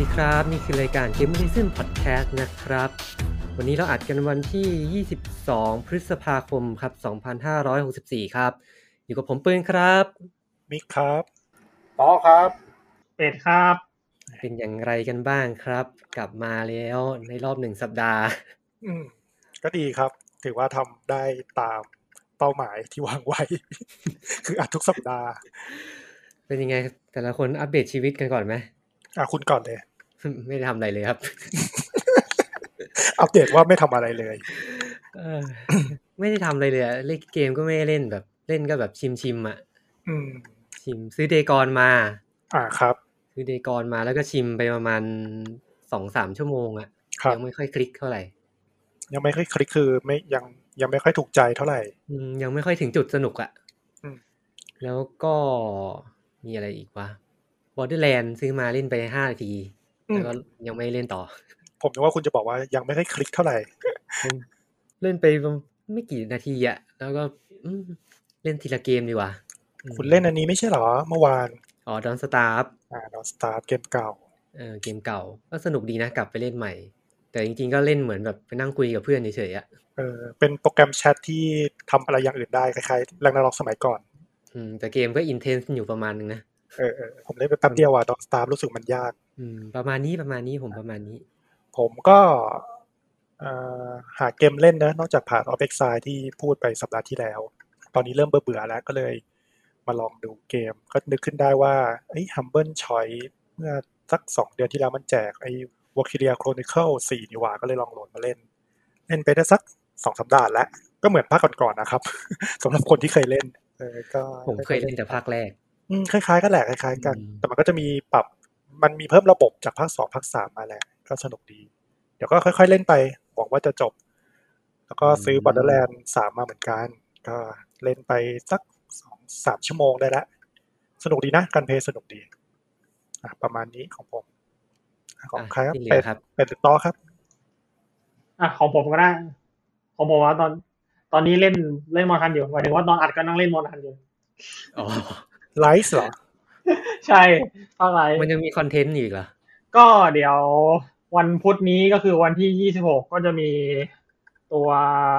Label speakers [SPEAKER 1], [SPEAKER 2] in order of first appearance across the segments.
[SPEAKER 1] ดีครับ นี่คือรายการ g a m e r i s m Podcast นะครับ วันนี้เราอัดกันวันที่ 22 พฤษภาคมครับ 2564 ครับ อยู่กับผมปืนครับ
[SPEAKER 2] มิกครับ
[SPEAKER 3] ต่อครับ
[SPEAKER 4] เป็ดครับ
[SPEAKER 1] เป็นอย่างไรกันบ้างครับ กลับมาแล้วในรอบหนึ่งสัปดาห์
[SPEAKER 2] อืม ก็ดีครับ ถือว่าทำได้ตามเป้าหมายที่วางไว้ คืออัดทุกสัปดาห์
[SPEAKER 1] เป็นยังไง แต่ละคนอัปเดตชีวิตกันก่อนไหม
[SPEAKER 2] อ่ะคุณก่อนเลย
[SPEAKER 1] ไม่ได้ทำอะไรเลยครับ
[SPEAKER 2] อัปเดตว่าไม่ทำอะไรเลย
[SPEAKER 1] เออ ไม่ได้ทำอะไรเลยอะเล่นเกมก็ไม่ได้เล่นแบบ เล่นก็แบบชิมชิมๆอะ
[SPEAKER 2] อืม
[SPEAKER 1] ชิมซื้อเดกอนมา
[SPEAKER 2] อ่าครับ
[SPEAKER 1] ซื้อเดกอนมาแล้วก็ชิมไปประมาณสองสามชั่วโมงอะ
[SPEAKER 2] ครับ
[SPEAKER 1] ยัไม่ค่อยคลิกเท่าไหร่
[SPEAKER 2] ยังไม่ค่อยคลิกคือไม่ยังยังไม่ค่อยถูกใจเท่าไหร่
[SPEAKER 1] อืมยังไม่ค่อยถึงจุดสนุกอะ
[SPEAKER 2] อืม
[SPEAKER 1] แล้วก็มีอะไรอีกวะ Borderland ซื้อมาเล่นไปห้านาที
[SPEAKER 2] อื
[SPEAKER 1] แล้ว
[SPEAKER 2] ม
[SPEAKER 1] ก็ยังไม่เล่นต่อ
[SPEAKER 2] ผมนึกว่าคุณจะบอกว่ายังไม่ค่อยคลิกเท่าไหร่
[SPEAKER 1] เล่นไปประมาณไม่กี่นาทีอะแล้วก็อืมเล่นทีละเกมดีกว่า
[SPEAKER 2] คุณเล่นอันนี้ไม่ใช่เหรอ เมื่อวาน
[SPEAKER 1] อ๋อดอนสตาร์
[SPEAKER 2] อ่าดอสตาร์เกมเก่า
[SPEAKER 1] เออเกมเก่าก็สนุกดีนะกลับไปเล่นใหม่ แต่จริงๆก็เล่นเหมือนแบบไปนั่งคุยกับเพื่อนเฉยๆอะ
[SPEAKER 2] เออ เป็นโปรแกรมแชทที่ทำอะไรอย่างอื่นได้คล้ายๆแรงนาล็อกสมัยก่อน
[SPEAKER 1] อืมแต่เกมก็อินเทนส์อยู่ประมาณนึงนะ
[SPEAKER 2] เออเออผมเล่นไปแป๊บเดียวอ่ะดอสตาร์รู้สึกมันยาก
[SPEAKER 1] อืมประมาณนี้ประมาณนี้ผมประมาณนี้
[SPEAKER 2] ผมก็เอ่อหาเกมเล่นนะนอกจากผ่านออฟเอ็กซที่พูดไปสัปดาห์ที่แล้ว ตอนนี้เริ่มเบื่อๆแล้วก็เลยมาลองดูเกม ก็นึกขึ้นได้ว่าไอ้ Humble Choice เมื่อสักสองเดือนที่แล้วมันแจกไอ้ w a l k y r i a Chronicle 4นี่หว่าก็เลยลองโหลดมาเล่น เล่นไปได้สักสองสัปดาห์แล้ว ก็เหมือนภาคก่อนๆนะครับ สำหรับคนที่เคยเล่นเออก็
[SPEAKER 1] ผมเคยเล่นแต่ภาคแรก
[SPEAKER 2] อืมคล้ายๆกันแหละคล้ายๆกัน
[SPEAKER 1] อืม
[SPEAKER 2] แต่มันก็จะมีปรับมันมีเพิ่มระบบจากภาคสองภาคสามมาแหละก็สนุกดี เดี๋ยวก็ค่อยๆเล่นไปหวังว่าจะจบ แล้วก็ซื้อ Borderland สามมาเหมือนกัน ก็เล่นไปสักสองสามชั่วโมงได้ละสนุกดีนะการเพลย์สนุกดี อ่ะประมาณนี้ของผมอ่ะของใครครับ
[SPEAKER 1] ที่เหลื
[SPEAKER 2] เป็
[SPEAKER 1] อ
[SPEAKER 2] ด
[SPEAKER 1] ครับ
[SPEAKER 2] เป็ดหรือต่อครับ
[SPEAKER 4] อ่ะของผมก็ได้ ของผมว่าตอน ตอนนี้เล่นเล่นมอนทันอยู่หมายถึงว่าตอนอัดก็นั่งเล่นมอนทันอยู่
[SPEAKER 1] อ๋อ
[SPEAKER 2] ไลฟ์เหรอ
[SPEAKER 4] ใช่เท่าไหร่
[SPEAKER 1] มันยังมีคอนเทนต์อยู่อีกเหรอ
[SPEAKER 4] ก็เดี๋ยววันพุธนี้ก็คือวันที่ 26 ก็จะมีตัว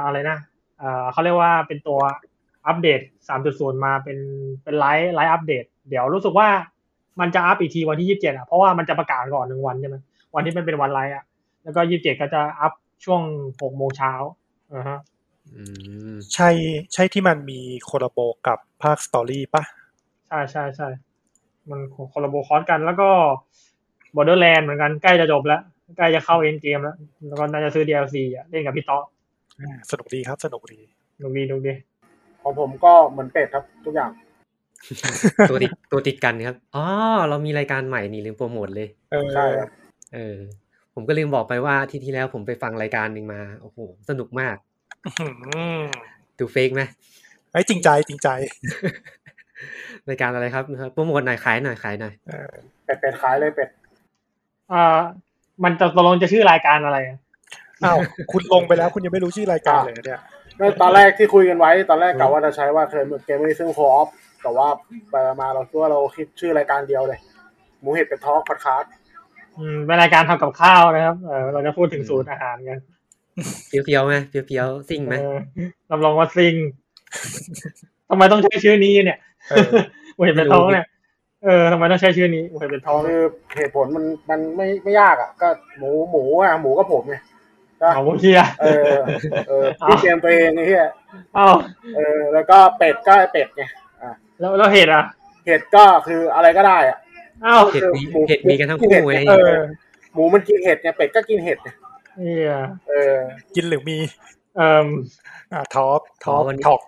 [SPEAKER 4] อะไรนะเอ่อเขาเรียกว่าเป็นตัวอัปเดต 3.0 มาเป็นเป็นไลฟ์ไลฟ์อัปเดต เดี๋ยวรู้สึกว่ามันจะอัปอีกทีวันที่ 27อ่ะเพราะว่ามันจะประกาศก่อนหนึ่งวันใช่ไหมวันที่มันเป็นวันไลฟ์อ่ะแล้วก็ 27 ก็จะอัพช่วง6โมงเช้าอ่าฮะ
[SPEAKER 1] อืม
[SPEAKER 2] ใช่ใช่ที่มันมีโคลาโบกับภาคสตอรี่ปะ
[SPEAKER 4] ใช่ใช่ใช่ มันคอลลาโบคอสกันแล้วก็ Borderland เหมือนกันใกล้จะจบแล้ว ใกล้จะเข้าเอ็นเกมแล้ว แล้วก็น่าจะซื้อ DLC อ่ะเล่นกับพี่ต๊อก
[SPEAKER 2] อ่าสนุกดีครับ สนุกดี
[SPEAKER 4] ดูดีดูดี
[SPEAKER 3] ของผมก็เหมือนเป็ดครับทุกอย่าง
[SPEAKER 1] ตัวติดตัวติดกันครับอ๋อเรามีรายการใหม่นี่ลืมโปรโมทเลย
[SPEAKER 2] เออ
[SPEAKER 3] ใช่ครับ
[SPEAKER 1] เออ ผมก็ลืมบอกไปว่าอาที่ที่แล้วผมไปฟังรายการหนึ่งมาโอ้โหสนุกมาก
[SPEAKER 2] อื้อหือ
[SPEAKER 1] ดูเฟกไหม
[SPEAKER 2] ไอ้ยจริงใจจริงใจ
[SPEAKER 1] รายการอะไรครับโปรโมทหน่อยขายหน่อยขายหน่อย
[SPEAKER 3] เป็ดเป็ดขายเลยเป็ด
[SPEAKER 4] อ่ามันจะตกลงจะชื่อรายการอะไรอะ
[SPEAKER 2] อ้าว คุณลงไปแล้วคุณยังไม่รู้ชื่อรายการเลยเนี่ย
[SPEAKER 3] นั่นตอนแรกที่คุยกันไว้ ตอนแรกกะว่าจะใช้ว่าเคยเกมไม่ซึ่งโคออฟแต่ว่าไปมาเราคิดว่าเราคิดชื่อรายการเดียวเลย หมูเห็ดเป็ดทอล์กพอดคาสต์
[SPEAKER 4] อืมเป็นรายการทำกับข้าวนะครับเออเราจะพูดถึง
[SPEAKER 1] อืม
[SPEAKER 4] สูตรอาหารกัน
[SPEAKER 1] เพียวเพียวๆไหมเพียวเพียวๆซิ่งไหม
[SPEAKER 4] เออรับรองว่าซิง ทำไมต้องใช้ชื่อนี้เนี่ย
[SPEAKER 2] เออ
[SPEAKER 4] เห็นเป็นท้องเนี่ยเออทำไมต้องใช้ชื่อนี้เห็นเป็นท้อง
[SPEAKER 3] คือเหตุผลมันมันไม่ไม่ยากอ่ะ ก็หมูหมูอ่ะหมูก็ผมไงก็
[SPEAKER 4] เอาเฮีย
[SPEAKER 3] เออเออพี่เกมตัวเองไอ้เหี้ย
[SPEAKER 4] เอา
[SPEAKER 3] เออแล้วก็เป็ดก็ไอ้เป็ดไง
[SPEAKER 4] แล้วแล้วเหตุอ่ะ
[SPEAKER 3] เห็ดก็คืออะไรก็ได้อ่ะ
[SPEAKER 4] เอา
[SPEAKER 1] เห็ดมีเห็ดมีกันทั้งคู่ไง
[SPEAKER 3] เออ หมูมันกินเห็ดไงเป็ดก็กินเห็ดไง
[SPEAKER 4] เฮีย
[SPEAKER 3] เออ
[SPEAKER 2] กินหรือมี
[SPEAKER 4] เอ่ม
[SPEAKER 2] อ่าท็อปท็อป
[SPEAKER 1] วันนี้
[SPEAKER 2] ท็อป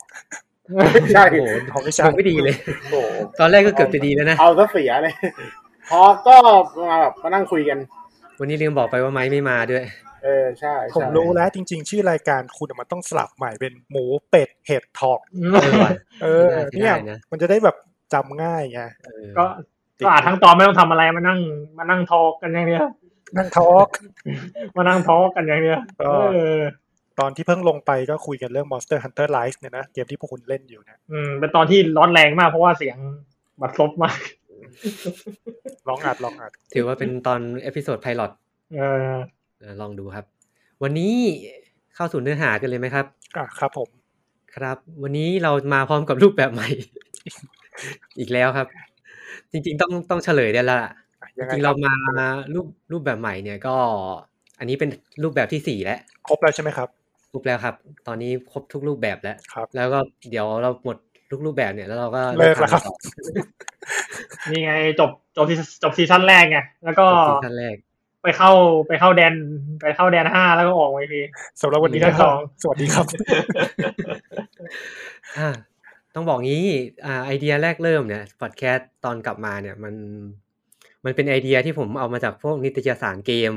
[SPEAKER 3] ไม่ใช่
[SPEAKER 1] โอ้โห
[SPEAKER 2] ท็อปไม่
[SPEAKER 1] ช
[SPEAKER 2] ใช่
[SPEAKER 1] งไม่ดีเลย
[SPEAKER 3] โอ้โห
[SPEAKER 1] ตอนแรกก็เกือบจะดี แล้วนะ
[SPEAKER 3] เอาซะเสียเลย พอก็มาแบบมานั่งคุยกัน
[SPEAKER 1] วันนี้ลืมบอกไปว่าไม้ไม่มาด้วย
[SPEAKER 3] เออใช่
[SPEAKER 2] ผม
[SPEAKER 3] ใช่
[SPEAKER 2] รู้แล้วจริง ๆ ชื่อรายการคุณอะมันต้องสลับใหม่เป็นหมูเป็ดเห็ดท็อป
[SPEAKER 1] เออว่ะ
[SPEAKER 2] เออ
[SPEAKER 1] ไม่
[SPEAKER 2] เนี่
[SPEAKER 1] ได้
[SPEAKER 2] ย
[SPEAKER 1] นะ
[SPEAKER 2] มันจะได้แบบจำง่ายไง
[SPEAKER 1] เออ
[SPEAKER 4] ก็ก็อาจทั้งตอนไม่ต้องทำอะไรมานั่งมานั่งทอล์กกันอย่างเดียว
[SPEAKER 2] นั่งท็อป
[SPEAKER 4] มานั่งทอล์กกันอย่างเดียว
[SPEAKER 2] เอ
[SPEAKER 4] เอ
[SPEAKER 2] อ
[SPEAKER 4] อ
[SPEAKER 2] ตอนที่เพิ่งลงไปก็คุยกันเรื่อง Monster Hunter Rise เนี่ยนะ เกมที่พวกคุณเล่นอยู่เนี่ย
[SPEAKER 4] อืมเป็นตอนที่ร้อนแรงมากเพราะว่าเสียงบัดซบมาก
[SPEAKER 2] อืม ลองอัดลองอัด
[SPEAKER 1] ถือว่าเป็นตอนเอพิโซดไพลอต
[SPEAKER 4] เออ
[SPEAKER 1] ลองดูครับ วันนี้เข้าสู่เนื้อหากันเลยไหมครับ
[SPEAKER 2] อ่ะครับผม
[SPEAKER 1] ครับ วันนี้เรามาพร้อมกับรูปแบบใหม่ อีกแล้วครับ จริงๆต้องต้องเฉลยได้และล่ะ
[SPEAKER 2] อ่ะ
[SPEAKER 1] จ
[SPEAKER 2] ยังไง
[SPEAKER 1] ริงๆ
[SPEAKER 2] ค
[SPEAKER 1] เรา
[SPEAKER 2] รับ
[SPEAKER 1] มารูปรูปแบบใหม่เนี่ยก็ อันนี้เป็นรูปแบบที่สี่แล้ว
[SPEAKER 2] ครบแล้วใช่ไหมครับ
[SPEAKER 1] ครบแล้วครับ ตอนนี้ครบทุกรูปแบบแล้ว
[SPEAKER 2] ครับ
[SPEAKER 1] แล้วก็เดี๋ยวเราหมดทุกรูปแบบเนี่ยแล้วเราก็
[SPEAKER 2] เลิกแล้วครับ
[SPEAKER 1] ทำต่อ
[SPEAKER 4] นี่ไงจบจบซีจบซีซั่นแรกไงแล้วก็
[SPEAKER 1] จบซีซั่นแรก
[SPEAKER 4] ไปเข้าไปเข้าแดนไปเข้าแดนห้าแล้วก็ออกมาอีกที
[SPEAKER 2] สำหรับวันนี้
[SPEAKER 4] มีแค่
[SPEAKER 2] นะครับ
[SPEAKER 4] สอง
[SPEAKER 2] สวัสดีครับ
[SPEAKER 1] อ่าต้องบอกงี้อ่าไอเดียแรกเริ่มเนี่ยพอดแคสต์ตอนกลับมาเนี่ยมันมันเป็นไอเดียที่ผมเอามาจากพวกนิตยสารเกม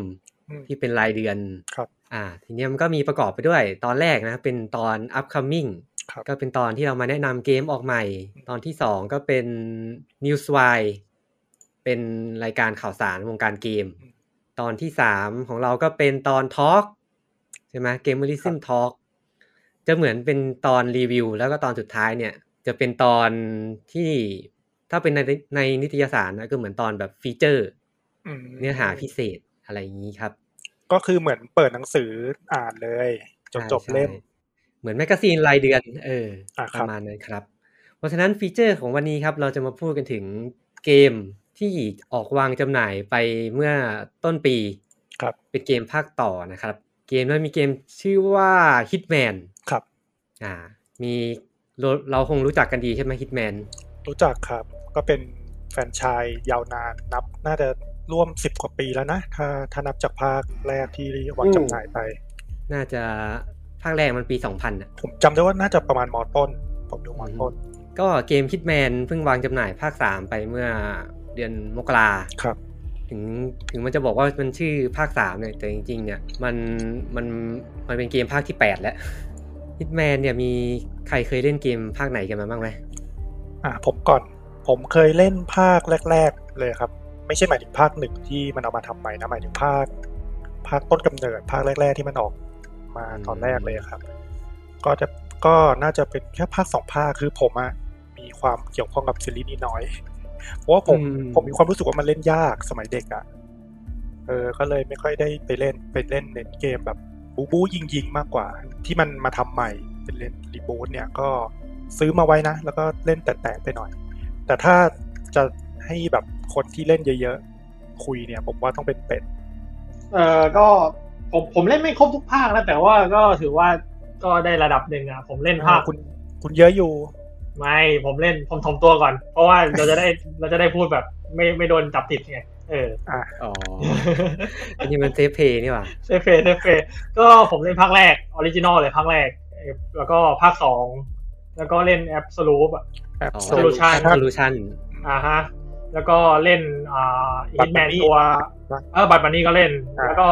[SPEAKER 2] อืม
[SPEAKER 1] ที่เป็นรายเดือน
[SPEAKER 2] ครับ
[SPEAKER 1] อ่า ทีเนี้ยมันก็มีประกอบไปด้วย ตอนแรกนะเป็นตอน upcoming
[SPEAKER 2] ครับ
[SPEAKER 1] ก็เป็นตอนที่เรามาแนะนำเกมออกใหม่ ตอนที่สองก็เป็น Newswire เป็นรายการข่าวสารวงการเกม
[SPEAKER 2] อืม
[SPEAKER 1] ตอนที่สามของเราก็เป็นตอน Talk ใช่ไหมเกมเมอริซึม Talk จะเหมือนเป็นตอนรีวิว แล้วก็ตอนสุดท้ายเนี่ย จะเป็นตอนที่ถ้าเป็นในในนิตยสารนะก็เหมือนตอนแบบฟีเจอร์
[SPEAKER 2] อืม
[SPEAKER 1] เนื้อหาพิเศษอะไรอย่างนี้ครับ
[SPEAKER 2] ก็คือเหมือนเปิดหนังสืออ่านเลยจน
[SPEAKER 1] ใช่
[SPEAKER 2] จบเล่ม
[SPEAKER 1] ใช่เหมือนแมกกาซีนรายเดือน เออ
[SPEAKER 2] อ่ะค
[SPEAKER 1] ป
[SPEAKER 2] รับ
[SPEAKER 1] ระมาณนั้นครับ เพราะฉะนั้นฟีเจอร์ของวันนี้ครับ เราจะมาพูดกันถึงเกมที่ออกวางจำหน่ายไปเมื่อต้นปี
[SPEAKER 2] ครับ
[SPEAKER 1] เป็นเกมภาคต่อนะครับ เกมนั้นมีเกมชื่อว่า Hitman
[SPEAKER 2] ครับ
[SPEAKER 1] อ่า มีเราเราคงรู้จักกันดีใช่ไหม Hitman
[SPEAKER 2] รู้จักครับ ก็เป็นแฟรนไชายยาวนานนับ น่าจะร่วมสิบกว่าปีแล้วนะ ถ้าถ้านับจากภาคแรกที่วางจำหน่ายไป
[SPEAKER 1] น่าจะภาคแรกมันปี 2000น่ะ
[SPEAKER 2] ผมจำได้ว่าน่าจะประมาณมอต้น ผมอยู่มอต้น
[SPEAKER 1] ก็เกม Hitman เพิ่งวางจำหน่ายภาค 3 ไปเมื่อเดือนมกรา
[SPEAKER 2] ครับ
[SPEAKER 1] ถึงถึงมันจะบอกว่ามันชื่อภาคสามเนี่ยแต่จริงๆเนี่ยมันมันมันเป็นเกมภาคที่ 8 แล้ว Hitman เนี่ยมีใครเคยเล่นเกมภาคไหนกันมาบ้างไหม
[SPEAKER 2] อ่ะผมก่อน ผมเคยเล่นภาคแรก ๆ เลยครับ ไม่ใช่หมายถึงภาคหนึ่งที่มันเอามาทำใหม่นะหมายถึงภาค ภาคต้นกำเนิดภาคแรก ๆ ที่มันออกมาตอนแรกเลยครับ ก็จะก็น่าจะเป็นแค่ภาคสองภาคคือผมอะมีความเกี่ยวข้องกับซีรีส์นี้น้อย เพราะว่าผม
[SPEAKER 1] อื
[SPEAKER 2] ผมมีความรู้สึกว่ามันเล่นยากสมัยเด็กอะ่ะ เออ ก็เลยไม่ค่อยได้ไปเล่นไปเล่นเน้นเกมแบบบูบูยิงยิงๆมากกว่า ที่มันมาทำใหม่เป็นเล่นรีบูทเนี่ยก็ซื้อมาไว้นะ แล้วก็เล่นแตะๆไปหน่อย แต่ถ้าจะให้แบบคนที่เล่นเยอะๆ คุยเนี่ย ผมว่าต้องเป็นเป็ด
[SPEAKER 4] เออก็ผมผมเล่นไม่ครบทุกภาคนะแต่ว่าก็ถือว่าก็ได้ระดับหนึ่งอ่ะผมเล่นภาค
[SPEAKER 2] คุณคุณเยอะอยู่
[SPEAKER 4] ไม่ผมเล่นผมทมตัวก่อน เพราะว่าเราจะได้ เราจะได้พูดแบบ ไม่ไม่โดนจับติดไงเออ
[SPEAKER 1] อ๋อ อันนี้มันเซฟเพย์นี่หว่า
[SPEAKER 4] เซฟเฟเซฟเฟก็ผมเล่นภาคแรกออริจินอลเลยภาคแรกเออแล้วก็ภาคสองแล้วก็เล่นแอปส u ูปอ่ะ
[SPEAKER 2] แอป
[SPEAKER 1] อ๋อ
[SPEAKER 2] โซ
[SPEAKER 1] โซ
[SPEAKER 4] Solution
[SPEAKER 1] ลูชัน
[SPEAKER 4] อ่าฮะ แล้วก็เล่นอ่าฮิตแมน
[SPEAKER 2] Bunny
[SPEAKER 4] ตัวเออบัตรบันนี้ก็เล่น
[SPEAKER 2] อ่า
[SPEAKER 4] แล้วก็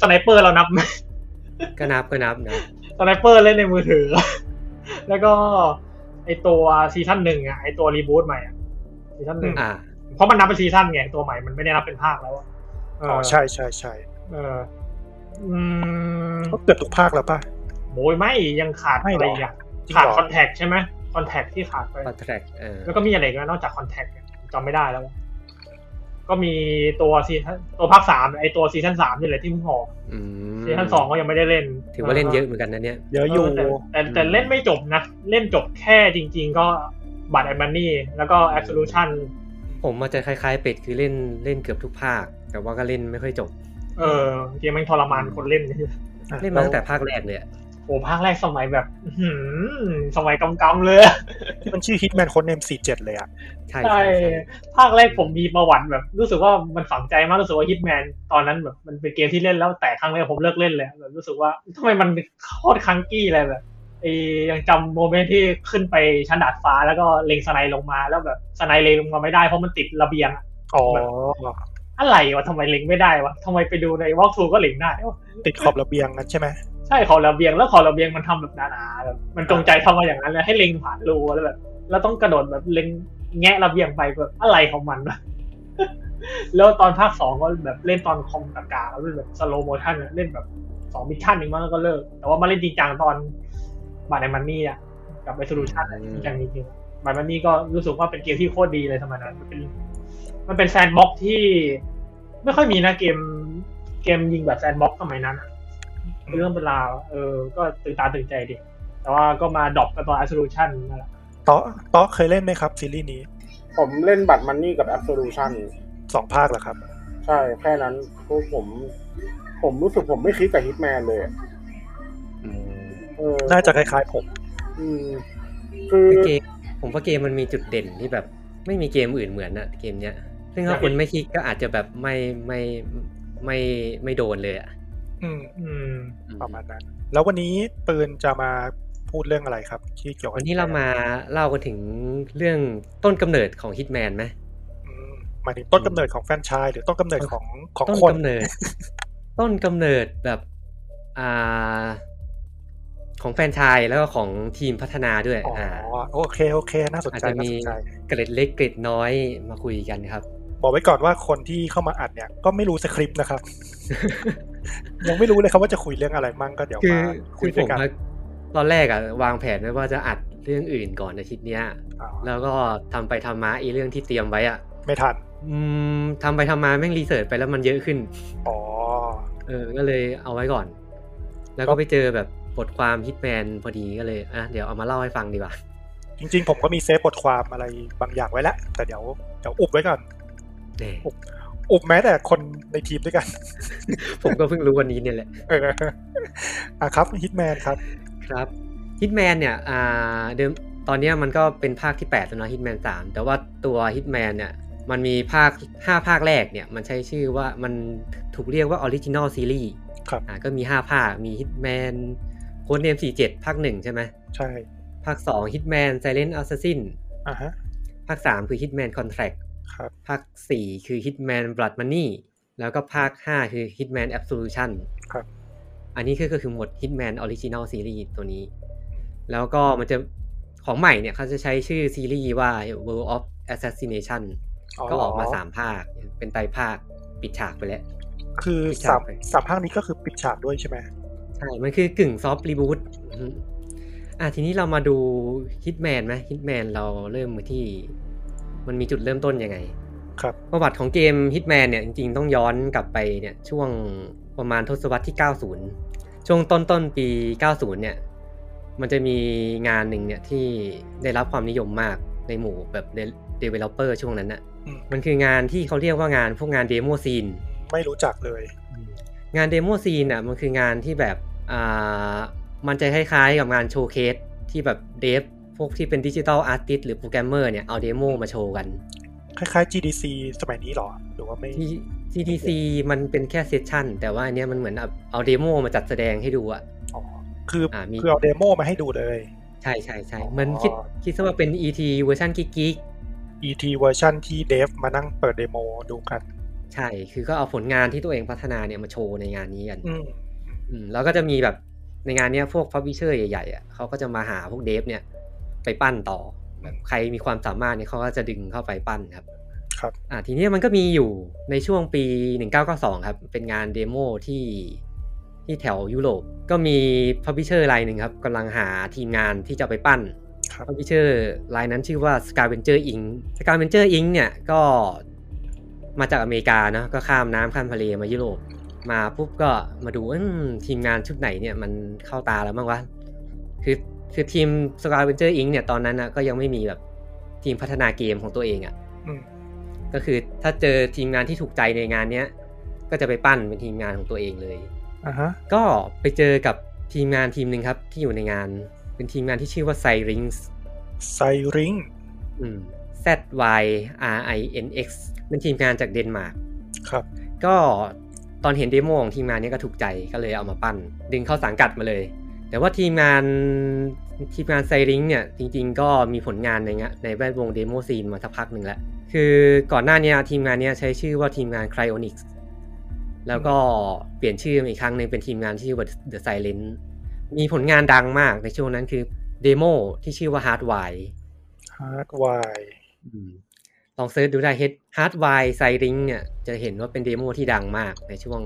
[SPEAKER 4] สไนเปอร์เรานับไหม
[SPEAKER 1] ก็นับก็นับนะ
[SPEAKER 4] สไนเปอร์เล่นในมือ ถือ แล้วก็ไอตัวซีซั่นหนึ่งอ่ะไอตัวรีบูทใหม่อ่ะซีซั่นหนึ่ง
[SPEAKER 1] อ่า
[SPEAKER 4] เพราะมันนับเป็นซีซั่นไงตัวใหม่มันไม่ได้นับเป็นภาคแล้วอะเ
[SPEAKER 2] อ๋อใช่ใช่ใช่
[SPEAKER 4] เอออืม
[SPEAKER 2] ก็เกือบทุกภาคแล้วป่ะ
[SPEAKER 4] โอ้ยไม่ยังขาด
[SPEAKER 2] ไม่
[SPEAKER 4] อะ
[SPEAKER 2] หร
[SPEAKER 4] ไร
[SPEAKER 2] อ
[SPEAKER 4] อีกอ่ะ
[SPEAKER 2] จริงเหรอ
[SPEAKER 4] ขาดคอนแทคใช่ไหมคอนแทคที่ขาดไป
[SPEAKER 1] คอนแทคเออ
[SPEAKER 4] แล้วก็มีอะไรอีกันนอกจากคอนแทคจำไม่ได้แล้ว ก็มีตัวซีซั่นตัวภาคสามไอตัวซีซั่นสามนี่แหละที่เพิ่งออก
[SPEAKER 1] อืม
[SPEAKER 4] ซีซั่นสองก็ยังไม่ได้เล่น
[SPEAKER 1] ถือว่าเล่นเยอะเหมือนกันนะเนี่ย
[SPEAKER 2] เยอะอยู่
[SPEAKER 4] เแต่แต่แต่เล่นไม่จบนะ เล่นจบแค่จริง ๆ ก็บัตรแอนมันนี่แล้วก็แอ s o ลูชัน
[SPEAKER 1] ผมอาจจะคล้ายๆเป็ดคือเล่นเล่นเกือบทุกภาค แต่ว่าก็เล่นไม่ค่อยจบ
[SPEAKER 4] เออเกมมันทรมานคนเล่น
[SPEAKER 1] เล่นมาตั้งแต่ภาคแรกเลยอะ
[SPEAKER 4] โอ้ภาคแรกสมัยแบบ อื้อหือสมัยกำกำๆเลย
[SPEAKER 2] มันชื่อ Hitman คนเนม47 เลยอ่ะ
[SPEAKER 1] ใช่
[SPEAKER 4] ใช่
[SPEAKER 1] ใช่ใช่
[SPEAKER 4] ภาคแรกผมมีประวัติแบบ รู้สึกว่ามันฝังใจมากรู้สึกว่าฮิตแมนตอนนั้นแบบมันเป็นเกมที่เล่นแล้วแต่ครั้งแรกผมเลิกเล่นเลยแบบรู้สึกว่าทำไมมันโคตรคังกี้เลยแบบไอ้ยังจำโมเมนต์ที่ขึ้นไปชั้นดาดฟ้าแล้วก็เล็งสไนด์ลงมาแล้วแบบสไนด์เล็งลงมาไม่ได้เพราะมันติดระเบียงอะ
[SPEAKER 2] อ๋อ
[SPEAKER 4] อะไรวะทำไมเล็งไม่ได้วะทำไมไปดูในวอล์กทูก็เล็งได้วะ
[SPEAKER 2] ติดขอบระเบียงนั้นใช่ไหม
[SPEAKER 4] ใช่ขอบระเบียงแล้วขอบระเบียงมันทำแบบหนาๆแบบมันจงใจทำมาอย่างนั้นเลยให้เล็งผ่านรูแล้วแบบแล้วต้องกระโดดแบบเล็งแงะระเบียงไปแบบอะไรของมันวะ แล้วตอนภาคสองก็แบบเล่นตอนคอมกากาแล้วเล่นแบบสโลโมชันเล่นแบบสองมิชชั่นเองมั้งแล้วก็เลิก แต่ว่ามาเล่นจริงจังตอนบาดในมันนี่อ่ะกับไอโซลูชันจริงจังจริงๆ บัตมันนี่ก็รู้สึกว่าเป็นเกมที่โคตรดีเลยสมัยนั้นมันเป็น มันเป็นแซนด์บ็อกซ์ที่ไม่ค่อยมีนะเกมเกมยิงแบบแซนด์บ็อกซ์สมัยนั้นอะเป็นเรื่องเป็นราวเออ ก็ตื่นตาตื่นใจดี แต่ว่าก็มาดรอปกับตัว Absolution นั่นแหละ
[SPEAKER 2] เตาะเตาะเคยเล่นไหมครับ ซีรีส์นี้
[SPEAKER 3] ผมเล่นบัตรมันนี่กับ Absolution
[SPEAKER 2] สองภาคเหรอครับ
[SPEAKER 3] ใช่แค่นั้นพวกผม ผมรู้สึกผมไม่คลิกกับฮิตแมนเลยอะ
[SPEAKER 5] อืม
[SPEAKER 3] เออ
[SPEAKER 2] น่าจะคล้ายๆผม
[SPEAKER 3] อืมคือ
[SPEAKER 1] เกมผมว่าเกมมันมีจุดเด่นที่แบบ ไม่มีเกมอื่นเหมือนอะเกมเนี้ย ซึ่งถ้าคุณไม่คิดก็อาจจะแบบไม่ไม่ไม่ไม่โดนเลยอะ
[SPEAKER 2] อืม
[SPEAKER 4] อืม
[SPEAKER 2] ประมาณนั้น แล้ววันนี้ปืนจะมาพูดเรื่องอะไรครับ ที่เกี่ยวกับ
[SPEAKER 1] วันนี้เรามาเล่ากันถึงเรื่องต้นกำเนิดของ Hitman ไหม
[SPEAKER 2] อืมหมายถึงต้นกำเนิดของแฟรนไชาย หรือต้นกำเนิดของของ
[SPEAKER 1] ต้น
[SPEAKER 2] คน
[SPEAKER 1] กำเนิด ต้นกำเนิดแบบอ่าของแฟรนไชายแล้วก็ของทีมพัฒนาด้วย
[SPEAKER 2] อ๋อ
[SPEAKER 1] อ่า
[SPEAKER 2] โอเคโอเค น่าสนใจ
[SPEAKER 1] อาจจะ
[SPEAKER 2] น่า
[SPEAKER 1] มี
[SPEAKER 2] สนใจ
[SPEAKER 1] เกร็ดเล็กเกร็ดน้อยมาคุยกันครับ
[SPEAKER 2] บอกไว้ก่อนว่าคนที่เข้ามาอัดเนี่ยก็ไม่รู้สคริปต์ นะครับ ยังไม่รู้เลยครับว่าจะคุยเรื่องอะไรมั่งก็เดี๋ยว
[SPEAKER 1] คือ
[SPEAKER 2] มาคุ
[SPEAKER 1] คื
[SPEAKER 2] ย
[SPEAKER 1] อผ
[SPEAKER 2] ด้วย
[SPEAKER 1] ม
[SPEAKER 2] กัน
[SPEAKER 1] อะตอนแรกอะวางแผนไว้ว่าจะอัดเรื่องอื่นก่อนอาทิตย์เนี้ย
[SPEAKER 2] อ๋อ
[SPEAKER 1] แล้วก็ทำไปทำมาไอีเรื่องที่เตรียมไว้อะ
[SPEAKER 2] ไม่ทัน
[SPEAKER 1] อืมทำไปทำมาแม่งรีเสิร์ชไปแล้วมันเยอะขึ้น
[SPEAKER 2] อ๋อ
[SPEAKER 1] เออ ก็เลยเอาไว้ก่อน แล้วก็ไปเจอแบบบทความฮิตแมนพอดีก็เลยอ่ะเดี๋ยวเอามาเล่าให้ฟังดีกว่า
[SPEAKER 2] จริงๆ ผมก็มีเซฟบทความอะไรบางอย่างไว้แล้วแต่เดี๋ยวเดี๋ยวอุบไว้ก่อน
[SPEAKER 1] แหม่
[SPEAKER 2] โอ้ อุบแม้แต่คนในทีมด้วยกัน
[SPEAKER 1] ผมก็เพิ่งรู้วันนี้เนี่ยแหละ
[SPEAKER 2] เอ ออ่ะครับฮิตแมนครับ
[SPEAKER 1] ครับฮิตแมนเนี่ยอ่าเดิมตอนเนี้ยมันก็เป็นภาคที่ 8 แล้วเนอะฮิตแมน3 แต่ว่าตัวฮิตแมนเนี่ยมันมีภาค 5 ภาคแรกเนี่ย มันใช้ชื่อว่ามันถูกเรียกว่าออริจินอลซีรีส์
[SPEAKER 2] ครับ
[SPEAKER 1] อ่าก็มี 5 ภาคมีฮิตแมนโค้ดเนม47 ภาค 1 ใช่ไหม
[SPEAKER 2] ใช่
[SPEAKER 1] ภาค 2 Hitman Silent Assassin
[SPEAKER 2] อ่ะฮะ
[SPEAKER 1] ภาค 3 คือ Hitman Contract
[SPEAKER 2] ครับ
[SPEAKER 1] ภาค 4 คือ Hitman Blood Money แล้วก็ภาค 5 คือ Hitman Absolution
[SPEAKER 2] ครับ
[SPEAKER 1] อันนี้คือก็คือหมวด Hitman Original Series ตัวนี้ แล้วก็มันจะของใหม่เนี่ยเขาจะใช้ชื่อซีรีส์ว่า World of Assassination ก็ออกมา 3 ภาค เป็นไตรภาคปิดฉากไปแล้ว
[SPEAKER 2] คือ
[SPEAKER 1] ปิด
[SPEAKER 2] สา
[SPEAKER 1] ฉาก
[SPEAKER 2] ม
[SPEAKER 1] ไป
[SPEAKER 2] สามภาคนี้ก็คือปิดฉากด้วยใช่ไหม
[SPEAKER 1] ใช่ มันคือกึ่งซอฟต์รีบูตอ่ะทีนี้เรามาดู Hitman ไหม Hitman เราเริ่มที่ มันมีจุดเริ่มต้นยังไง
[SPEAKER 2] ครับ
[SPEAKER 1] ประวัติของเกม Hitman เนี่ยจริงๆ ต้องย้อนกลับไปเนี่ยช่วงประมาณทศวรรษที่ 90 ช่วงต้นต้นๆปี 90 เนี่ยมันจะมีงานหนึ่งเนี่ยที่ได้รับความนิยมมากในหมู่แบบ de- developer ช่วงนั้นน่ะ
[SPEAKER 2] อืม
[SPEAKER 1] มันคืองานที่เขาเรียกว่างานพวกงานเดโมซีน
[SPEAKER 2] ไม่รู้จักเลย
[SPEAKER 1] งานเดโมซีนอ่ะมันคืองานที่แบบอ่ามันจะคล้ายๆกับงานโชว์เคสที่แบบเดฟพวกที่เป็นดิจิทัลอาร์ติสหรือโปรแกรมเมอร์เนี่ยเอาเดโมมาโชว์กัน
[SPEAKER 2] คล้ายๆ GDC สมัยนี้หรอ หรือว่าไม่
[SPEAKER 1] ที่ TDC มันเป็นแค่เซสชันแต่ว่าอันเนี้ยมันเหมือนเอาเอาเดโมมาจัดแสดงให้ดูอะ
[SPEAKER 2] อ๋อ คืออา
[SPEAKER 1] มี
[SPEAKER 2] คือเอาเดโมมาให้ดูเลย
[SPEAKER 1] ใช่ใช่ใช่
[SPEAKER 2] อ๋อ
[SPEAKER 1] มันคิดคิดซะว่าเป็น ET เวอร์ชันกิ๊ก
[SPEAKER 2] ET เวอร์ชันที่เดฟมานั่งเปิดเดโมดูกัน
[SPEAKER 1] ๆใช่ คือก็เอาผลงานที่ตัวเองพัฒนาเนี่ยมาโชว์ในงานนี้กัน
[SPEAKER 2] อืม
[SPEAKER 1] อืมแล้วก็จะมีแบบในงานเนี้ยพวกพับวิเชอร์ใหญ่ๆอะเขาก็จะมาหาพวกเดฟเนี่ยไปปั้นต่อแบบใครมีความสามารถเนี่ยเขาก็จะดึงเข้าไปปั้นครับ
[SPEAKER 2] ครับ
[SPEAKER 1] อ่าทีเนี้ยมันก็มีอยู่ในช่วงปี 1992 ครับ เป็นงานเดโมที่ที่แถวยุโรป ก็มีพับ l ิเชอร์รายหนึ่งครับกำลังหาทีมงานที่จะเอาไปปั้น
[SPEAKER 2] ครับ
[SPEAKER 1] พับ l ิเชอร์รายนั้นชื่อว่า Scavenger Inc. Scavenger Inc. เนี่ยก็มาจากอเมริกาเนาะก็ข้ามน้ำข้ามทะเลมายุโรป มาปุ๊บก็มาดูอืมทีมงานชุดไหนเนี่ยมันเข้าตาแล้วบ้างวะคือคือทีม Scavenger Inc. เนี่ยตอนนั้นนะก็ยังไม่มีแบบทีมพัฒนาเกมของตัวเองอะ
[SPEAKER 2] อืม
[SPEAKER 1] ก็คือถ้าเจอทีมงานที่ถูกใจในงานเนี้ย ก็จะไปปั้นเป็นทีมงานของตัวเองเลย
[SPEAKER 2] อ่ะฮะ
[SPEAKER 1] ก็ไปเจอกับทีมงานทีมหนึ่งครับ ที่อยู่ในงานเป็นทีมงานที่ชื่อว่าไซริงส์
[SPEAKER 2] ไซริง
[SPEAKER 1] Z Y R I N X เป็นทีมงานจากเดนมาร์ก
[SPEAKER 2] ครับ
[SPEAKER 1] ก็ตอนเห็นเดโมของทีมงานเนี้ยก็ถูกใจก็เลยเอามาปั้น ดึงเข้าสังกัดมาเลย แต่ว่าทีมงานทีมงานไซริงเนี่ยจริงๆ ก็มีผลงานในงะในแวดวงเดโมซีนมาสักพักหนึ่งแล้ว คือก่อนหน้าเนี้ยทีมงานเนี้ยใช้ชื่อว่าทีมงาน Cryonics แล้วก็เปลี่ยนชื่อมาอีกครั้งหนึ่งเป็นทีมงานที่ชื่อว่า The Silent มีผลงานดังมากในช่วงนั้นคือเดโมที่ชื่อว่า Hardwire
[SPEAKER 2] ฮาร์ดไว
[SPEAKER 1] ลองเซิร์ชดูได้ Hardwire Siring เนี่ยจะเห็นว่าเป็นเดโมที่ดังมากในช่วง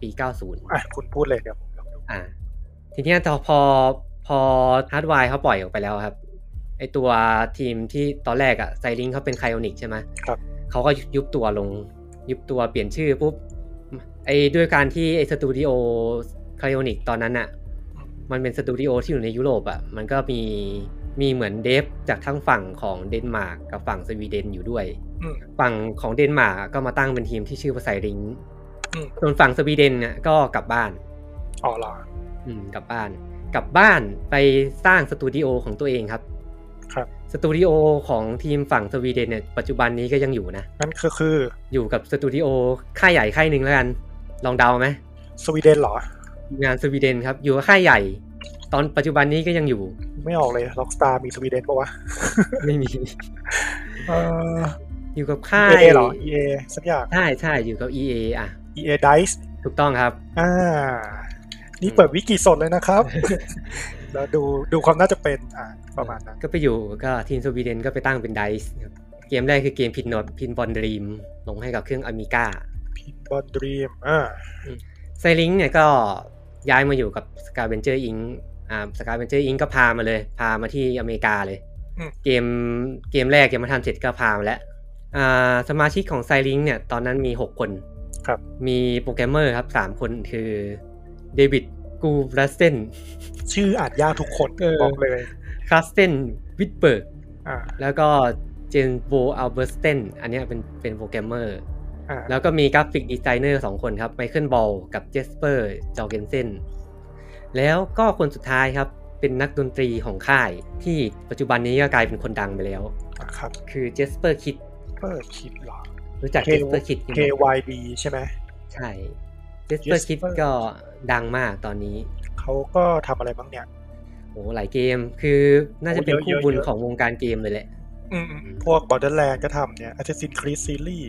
[SPEAKER 1] ปี 90
[SPEAKER 2] อ่ะ คุณพูดเลยเดี๋ยวผมลองดู
[SPEAKER 1] อ่าทีเนี้ยพอพอ Hardwire เขาปล่อยออกไปแล้วครับ ไอตัวทีมที่ตอนแรกอะไซลิงเขาเป็นไคโอนิกใช่ไหม
[SPEAKER 2] ครับ
[SPEAKER 1] เขาก็ยุบตัวลง ยุบตัวเปลี่ยนชื่อปุ๊บไอด้วยการที่ไอสตูดิโอไคโอนิกตอนนั้นอะมันเป็นสตูดิโอที่อยู่ในยุโรปอะมันก็มีมีเหมือนเดฟจากทั้งฝั่งของเดนมาร์กกับฝั่งสวีเดนอยู่ด้วย
[SPEAKER 2] อืม
[SPEAKER 1] ฝั่งของเดนมาร์กก็มาตั้งเป็นทีมที่ชื่อว่าไซลิง
[SPEAKER 2] อืม
[SPEAKER 1] ส่วนฝั่งสวีเดนเนี่ยก็กลับบ้าน
[SPEAKER 2] อ๋อเหรอ
[SPEAKER 1] อืมกลับบ้าน กลับบ้านไปสร้างสตูดิโอของตัวเองครับ
[SPEAKER 2] ครับ
[SPEAKER 1] สตูดิโอของทีมฝั่งสวีเดนเนี่ยปัจจุบันนี้ก็ยังอยู่นะ
[SPEAKER 2] นั่นก็คือ
[SPEAKER 1] อยู่กับสตูดิโอค่ายใหญ่ค่ายหนึ่งแล้วกัน ลองเดาไหม
[SPEAKER 2] สวีเดนเหรอ
[SPEAKER 1] งานสวีเดนครับ อยู่กับค่ายใหญ่ ตอนปัจจุบันนี้ก็ยังอยู่
[SPEAKER 2] ไม่ออกเลยล็อกสตาร์มีสวีเดนปะวะ
[SPEAKER 1] ไม่มี
[SPEAKER 2] เออ
[SPEAKER 1] อยู่กับ
[SPEAKER 2] EA
[SPEAKER 1] ค่าย
[SPEAKER 2] เหรอ EA สักอย่าง
[SPEAKER 1] ใช่ใช่อยู่กับ EA อ่ะ
[SPEAKER 2] EA Dice
[SPEAKER 1] ถูกต้องครับ
[SPEAKER 2] อ่า นี่เปิดวิกิสดเลย นะครับ แล้วดูดูความน่าจะเป็นอ่าประมาณนั้น
[SPEAKER 1] ก็ไปอยู่ก็ทีมสวีเดนก็ไปตั้งเป็นไดส์ครับเกมแรกคือเกมพินนอตพินบอลดรีมลงให้กับเครื่องอเมริกา
[SPEAKER 2] พินบอลดรีมอ่า
[SPEAKER 1] ไซลิงเนี่ยก็ย้ายมาอยู่กับสกาเบนเจอร์อิงอ่าสกาเบนเจอร์อิงก็พามาเลย พามาที่อเมริกาเลย
[SPEAKER 2] อืม
[SPEAKER 1] เกมเกมแรกยังไม่ทำเสร็จก็พามาแล้วอ่าสมาชิกของไซลิงเนี่ยตอนนั้นมี 6 คน
[SPEAKER 2] ครับ
[SPEAKER 1] มีโปรแกรมเมอร์ครับ 3 คนคือเดวิดกูรัสเซน
[SPEAKER 2] ชื่ออ่านยากทุกคน
[SPEAKER 1] เออ
[SPEAKER 2] บอกเลย
[SPEAKER 1] คลาสเซนวิทเบิร์ก
[SPEAKER 2] อ่า
[SPEAKER 1] แล้วก็เจนโบอัลเบอร์สเตนอันเนี้ยเป็นเป็นโปรแกรมเมอร์
[SPEAKER 2] อ่า
[SPEAKER 1] แล้วก็มีกราฟิกดีไซเนอร์สองคนครับไมเคิลบอลกับเจสเปอร์จอร์เกนเซนแล้วก็คนสุดท้ายครับ เป็นนักดนตรีของค่าย ที่ปัจจุบันนี้ก็กลายเป็นคนดังไปแล้ว
[SPEAKER 2] ครับ
[SPEAKER 1] คือเจสเปอร์คิด
[SPEAKER 2] เปิดคิดเหรอ
[SPEAKER 1] รู้จัก
[SPEAKER 2] K-
[SPEAKER 1] เจสเปอร์คิดไหม
[SPEAKER 2] KYD ใช่ไหม
[SPEAKER 1] ใช่เจสเปอร์คิด
[SPEAKER 2] Jesper
[SPEAKER 1] ก็ดังมากตอนนี้
[SPEAKER 2] เขาก็ทำอะไรบ้างเนี่ย
[SPEAKER 1] โอ้หลายเกมคือน่าจะเป็น
[SPEAKER 2] โอ้เย
[SPEAKER 1] คู่บุ
[SPEAKER 2] อะๆ
[SPEAKER 1] ญ
[SPEAKER 2] เยอะ
[SPEAKER 1] ของวงการเกมเลยแหละ
[SPEAKER 2] อืมๆพวก Borderland ก็ทำเนี่ย Assassin's Creed Series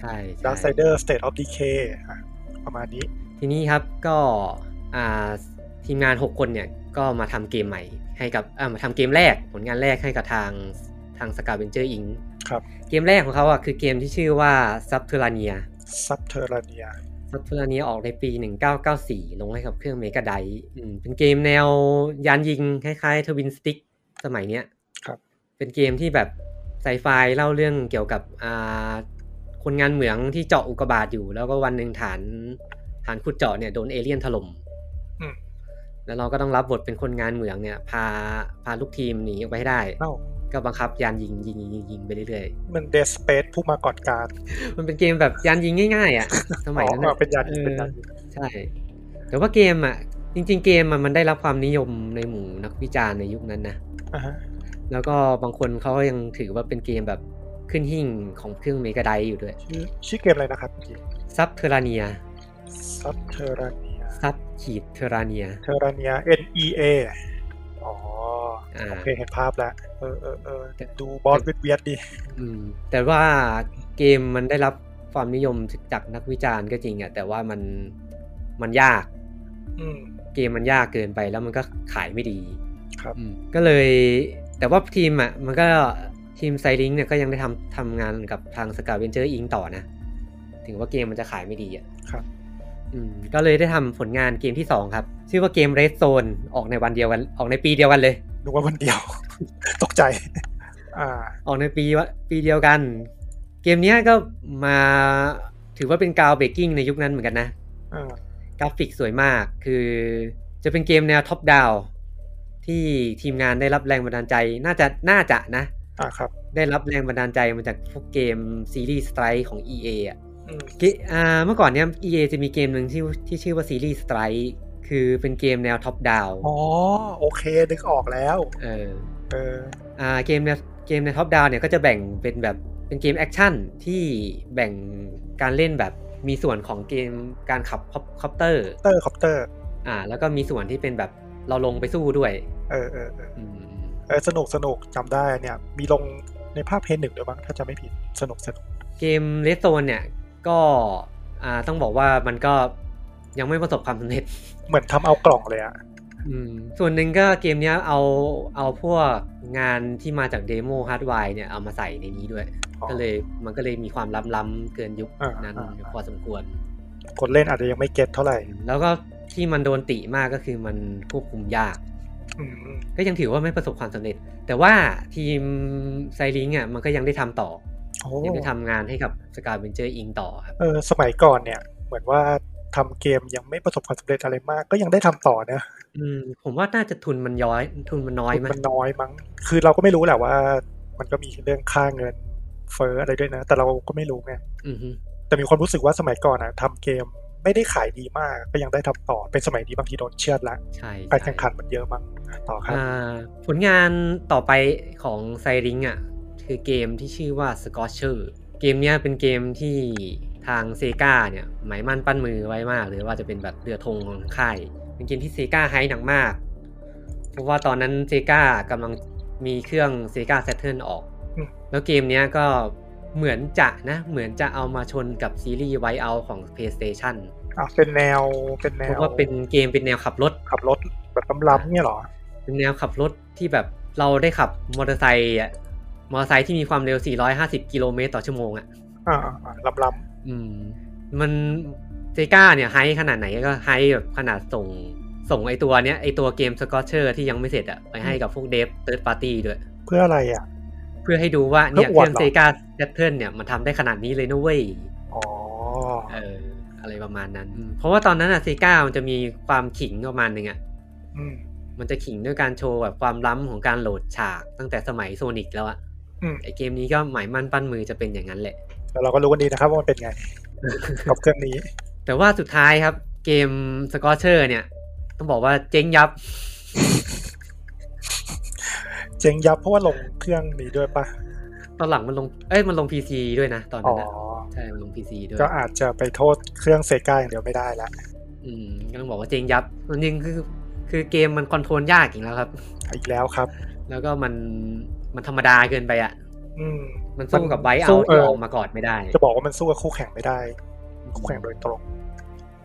[SPEAKER 1] ใช่ใช่
[SPEAKER 2] Dark Sider State of Decay อ่ะประมาณนี้
[SPEAKER 1] ทีนี้ครับก็อ่าทีมงาน 6 คนเนี่ยก็มาทำเกมใหม่ให้กับอ่ามาทำเกมแรกผลงานแรกให้กับทางทางสกาเวนเจอร์อิง
[SPEAKER 2] ครับ
[SPEAKER 1] เกมแรกของเขาอ่ะคือเกมที่ชื่อว่าซับเทอร์เนีย
[SPEAKER 2] Subterranea
[SPEAKER 1] ซับเทอร์เนียออกในปี 1994 ลงให้กับเครื่องเมกาไดเป็นเกมแนวยานยิงคล้ายๆทวินสติ๊กสมัยเนี้ย
[SPEAKER 2] ครับ
[SPEAKER 1] เป็นเกมที่แบบไซไฟเล่าเรื่องเกี่ยวกับอ่าคนงานเหมืองที่เจาะอุกกาบาตอยู่ แล้วก็วันหนึ่งฐานฐานขุดเจาะเนี่ยโดนเอเลี่ยนถล่ม
[SPEAKER 2] อืม
[SPEAKER 1] แล้วเราก็ต้องรับบทเป็นคนงานเหมืองเนี่ย พาพาลูกทีมหนีออกไปให้ได้
[SPEAKER 2] เอ้า
[SPEAKER 1] ก็บังคับยานยิงยิงยิงยิงยิงไปเรื่อย
[SPEAKER 2] มัน Dead Space ผู้มาก่อนการ
[SPEAKER 1] ๆ มันเป็นเกมแบบยานยิงง่ายๆอ่ะ สมัยนั้น
[SPEAKER 2] อ๋
[SPEAKER 1] อะ
[SPEAKER 2] อเป็นยาน
[SPEAKER 1] ออ
[SPEAKER 2] เป็นยาน
[SPEAKER 1] ใช่ แต่ว่าเกมอ่ะ จริง ๆ เกมอ่ะมันได้รับความนิยมในหมู่นักวิจารณ์ในยุคนั้นนะ
[SPEAKER 2] อ่าฮะ
[SPEAKER 1] แล้วก็บางคนเขาก็ยังถือว่าเป็นเกมแบบขึ้นหิ่งของเครื่องเมกาไดอยู่ด้วย
[SPEAKER 2] ชื่อชื่อเกมอะไรนะครับ
[SPEAKER 1] ซับเทอราเนีย
[SPEAKER 2] Subterranea
[SPEAKER 1] ซับขีดเทอราเนีย
[SPEAKER 2] Terrania N E A อ๋อ
[SPEAKER 1] อ่า
[SPEAKER 2] โอเค เห็นภาพแล้ว เออเออเออดูบอสเวียดๆดี
[SPEAKER 1] อืม แต่ว่าเกมมันได้รับความนิยมจากนักวิจารณ์ก็จริงอ่ะ แต่ว่ามันมันยาก
[SPEAKER 2] อืม
[SPEAKER 1] เกมมันยากเกินไปแล้วมันก็ขายไม่ดี
[SPEAKER 2] ครับ
[SPEAKER 1] อืมก็เลย แต่ว่าทีมอ่ะ มันก็ทีมไซลิงเนี่ยก็ยังได้ทำทำงานกับทางสกาเวนเจอร์อิงต่อนะ ถึงว่าเกมมันจะขายไม่ดีอ่ะ
[SPEAKER 2] ครับ
[SPEAKER 1] อืมก็เลยได้ทำผลงานเกมที่สองครับ ชื่อว่าเกม Red Zone ออกในวันเดียวกัน ออกในปีเดียวกันเลย
[SPEAKER 2] ดูว่าวันเดี ยว ตกใจ อ่า
[SPEAKER 1] ออกในปีวะปีเดียวกัน เกมเนี้ยก็มาถือว่าเป็นกาวเบรกกิ้งในยุคนั้นเหมือนกันนะ
[SPEAKER 2] อ่าก
[SPEAKER 1] ราฟิกสวยมาก คือจะเป็นเกมแนวท็อปดาวที่ทีมงานได้รับแรงบันดาลใจ น่าจะ น่าจะนะ
[SPEAKER 2] อ่าครับ
[SPEAKER 1] ได้รับแรงบันดาลใจมาจากพวกเกมซีรีส์สไตรของ EA อะ
[SPEAKER 2] อืม
[SPEAKER 1] เกอ่าเมื่อก่อนเนี้ย EA จะมีเกมหนึ่งที่ที่ชื่อว่าซีรีส์สไตรคือเป็นเกมแนวท็อปดาว
[SPEAKER 2] อ๋อ โอเค นึกออกแล้ว
[SPEAKER 1] เออ
[SPEAKER 2] เออ
[SPEAKER 1] อ่าเกมในเกมในท็อปดาวเนี่ยก็จะแบ่งเป็นแบบเป็นเกมแอคชั่นที่แบ่งการเล่นแบบมีส่วนของเกมการขับคอปเตอร์
[SPEAKER 2] เตอร์คอปเตอร์
[SPEAKER 1] อ่า แล้วก็มีส่วนที่เป็นแบบเราลงไปสู้ด้วย
[SPEAKER 2] เออเออเออ
[SPEAKER 1] อืม
[SPEAKER 2] เออ สนุกสนุกจำได้เนี่ย มีลงในภาคเพนหนึ่งด้วยมั้งถ้าจะไม่ผิด สนุกสนุก
[SPEAKER 1] เกมเลสโซนเนี่ยก็อ่าต้องบอกว่ามันก็ยังไม่ประสบความสำเร็จ
[SPEAKER 2] เหมือนทำเอากล่องเลยอะ
[SPEAKER 1] อืมส่วนหนึ่งก็เกมเนี้ยเอาเอาพวกงานที่มาจากเดโมฮาร์ดไวร์เนี่ยเอามาใส่ในนี้ด้วย
[SPEAKER 2] อ๋อ
[SPEAKER 1] ก็เลยมันก็เลยมีความล้ำๆเกินยุค
[SPEAKER 2] อ่า
[SPEAKER 1] นั้น
[SPEAKER 2] อ่าอ่า
[SPEAKER 1] พอสมควร
[SPEAKER 2] คนเล่นอาจจะยังไม่เก็ตเท่าไหร่
[SPEAKER 1] แล้วก็ที่มันโดนติมากก็คือมันควบคุมยาก
[SPEAKER 2] อืม
[SPEAKER 1] ก็ยังถือว่าไม่ประสบความสำเร็จ แต่ว่าทีมไซลิงอ่ะมันก็ยังได้ทำต่อ
[SPEAKER 2] โอ้
[SPEAKER 1] ยังได้ทำงานให้กับสกาเวนเจอร์อิงต่อครับ
[SPEAKER 2] เออสมัยก่อนเนี่ย เหมือนว่าทำเกมยังไม่ประสบความสำเร็จอะไรมาก ก็ยังได้ทำต่อนะ
[SPEAKER 1] อืมผมว่าน่าจะทุนมันย้อย ทุนมันน้อยมั้ย
[SPEAKER 2] มันน้อยมั้ง คือเราก็ไม่รู้แหละว่า มันก็มีเรื่องค่าเงินเฟ้ออะไรด้วยนะ แต่เราก็ไม่รู้ไง
[SPEAKER 1] อือฮึ
[SPEAKER 2] แต่มีความรู้สึกว่าสมัยก่อนอะทำเกมไม่ได้ขายดีมาก ก็ยังได้ทำต่อ เป็นสมัยนี้บางทีโดนเชือดละ
[SPEAKER 1] ใช่
[SPEAKER 2] การ
[SPEAKER 1] ใช่
[SPEAKER 2] แข่งขันมันเยอะมั้งต่อครับ
[SPEAKER 1] อ่าผลงานต่อไปของไซริงอ่ะ คือเกมที่ชื่อว่า s c o t c h e r เกมเนี้ยเป็นเกมที่ทางเซกาเนี่ยหมายมั่นปั้นมือไว้มากเลยว่าจะเป็นแบบเรือธงของค่ายเป็นเกมที่เซกาไฮหนักมาก เพราะว่าตอนนั้นเซกากำลังมีเครื่องเซกา Saturn ออก แล้วเกมเนี้ยก็เหมือนจะนะ เหมือนจะเอามาชนกับซีรีส์ไวเอาของ PlayStation
[SPEAKER 2] อ่ะเป็นแนวเป็นแน
[SPEAKER 1] เพ
[SPEAKER 2] ว
[SPEAKER 1] ราะว่าเป็นเกมเป็นแนวขับรถ
[SPEAKER 2] ขับรถแบบล้ำๆเนี่ยเหรอ
[SPEAKER 1] เป็นแนวขับรถที่แบบเราได้ขับมอเตอร์ไซค์อะมอเตอร์ไซค์ที่มีความเร็ว 450 กิโลเมตรต่อชั่วโมงอ่ะ
[SPEAKER 2] อ่าอ่าล้ำล้
[SPEAKER 1] อืม มันเซกาเนี่ยไฮขนาดไหนก็ไฮแบบขนาดส่งส่งไอตัวเนี้ยไอตัวเกมสกอตเชอร์ที่ยังไม่เสร็จอ่ะไปให้กับพวกเดฟเติร์ดปาร์ตี้ด้วย
[SPEAKER 2] ำเพื่ออะไรอ่ะ
[SPEAKER 1] เพื่อให้ดูว่าเนี่ย
[SPEAKER 2] เพื่
[SPEAKER 1] เค
[SPEAKER 2] ออวด
[SPEAKER 1] รื่อง
[SPEAKER 2] เหรอ
[SPEAKER 1] เซกาแซทเทิลเนี่ยมันทำได้ขนาดนี้เลยนะเว้ย
[SPEAKER 2] อ๋อ
[SPEAKER 1] เอออะไรประมาณนั้น เพราะว่าตอนนั้นอะซีก้ามันจะมีความขิงประมาณหนึ่งอะ
[SPEAKER 2] อืม
[SPEAKER 1] มันจะขิงด้วยการโชว์แบบความล้ำของการโหลดฉากตั้งแต่สมัยโซนิกแล้วอะ
[SPEAKER 2] อืม
[SPEAKER 1] ไอเกมนี้ก็หมายมั่นปั้นมือจะเป็นอย่างนั้นแหละ
[SPEAKER 2] แล้วเราก็รู้กันดีนะครับว่ามันเป็น ไง กับเครื่องนี้
[SPEAKER 1] แต่ว่าสุดท้ายครับ เกมสกอเชอร์เนี่ย ต้องบอกว่าเจ๊งยับ
[SPEAKER 2] เจ๊งยับเพราะว่าลงเครื่องนี้ด้วยปะ
[SPEAKER 1] ตอนหลังมันลง เอ้ยมันลง PC ด้วยนะ ตอน
[SPEAKER 2] อ๋
[SPEAKER 1] นั้
[SPEAKER 2] อ
[SPEAKER 1] นอะใช่มันลง PC ด้วย
[SPEAKER 2] ก็อาจจะไปโทษเครื่องเซกาอย่างเดียวไม่ได้ละ
[SPEAKER 1] อืมก็ต้องบอกว่าเจ๊งยับจริงๆคือคือเกมมันคอนโทรลยากอีกแล้วครับ
[SPEAKER 2] อีกแล้วครับ
[SPEAKER 1] แล้วก็มันมันธรรมดาเกินไปอะ
[SPEAKER 2] อืม
[SPEAKER 1] มันสู้กับไว
[SPEAKER 2] สู้
[SPEAKER 1] เอา
[SPEAKER 2] เอ
[SPEAKER 1] ที่
[SPEAKER 2] อ
[SPEAKER 1] ออกมาก่อนไม่ได้
[SPEAKER 2] จะบอกว่ามันสู้กับคู่แข่งไม่ได้ คู่แข่งโดยตรง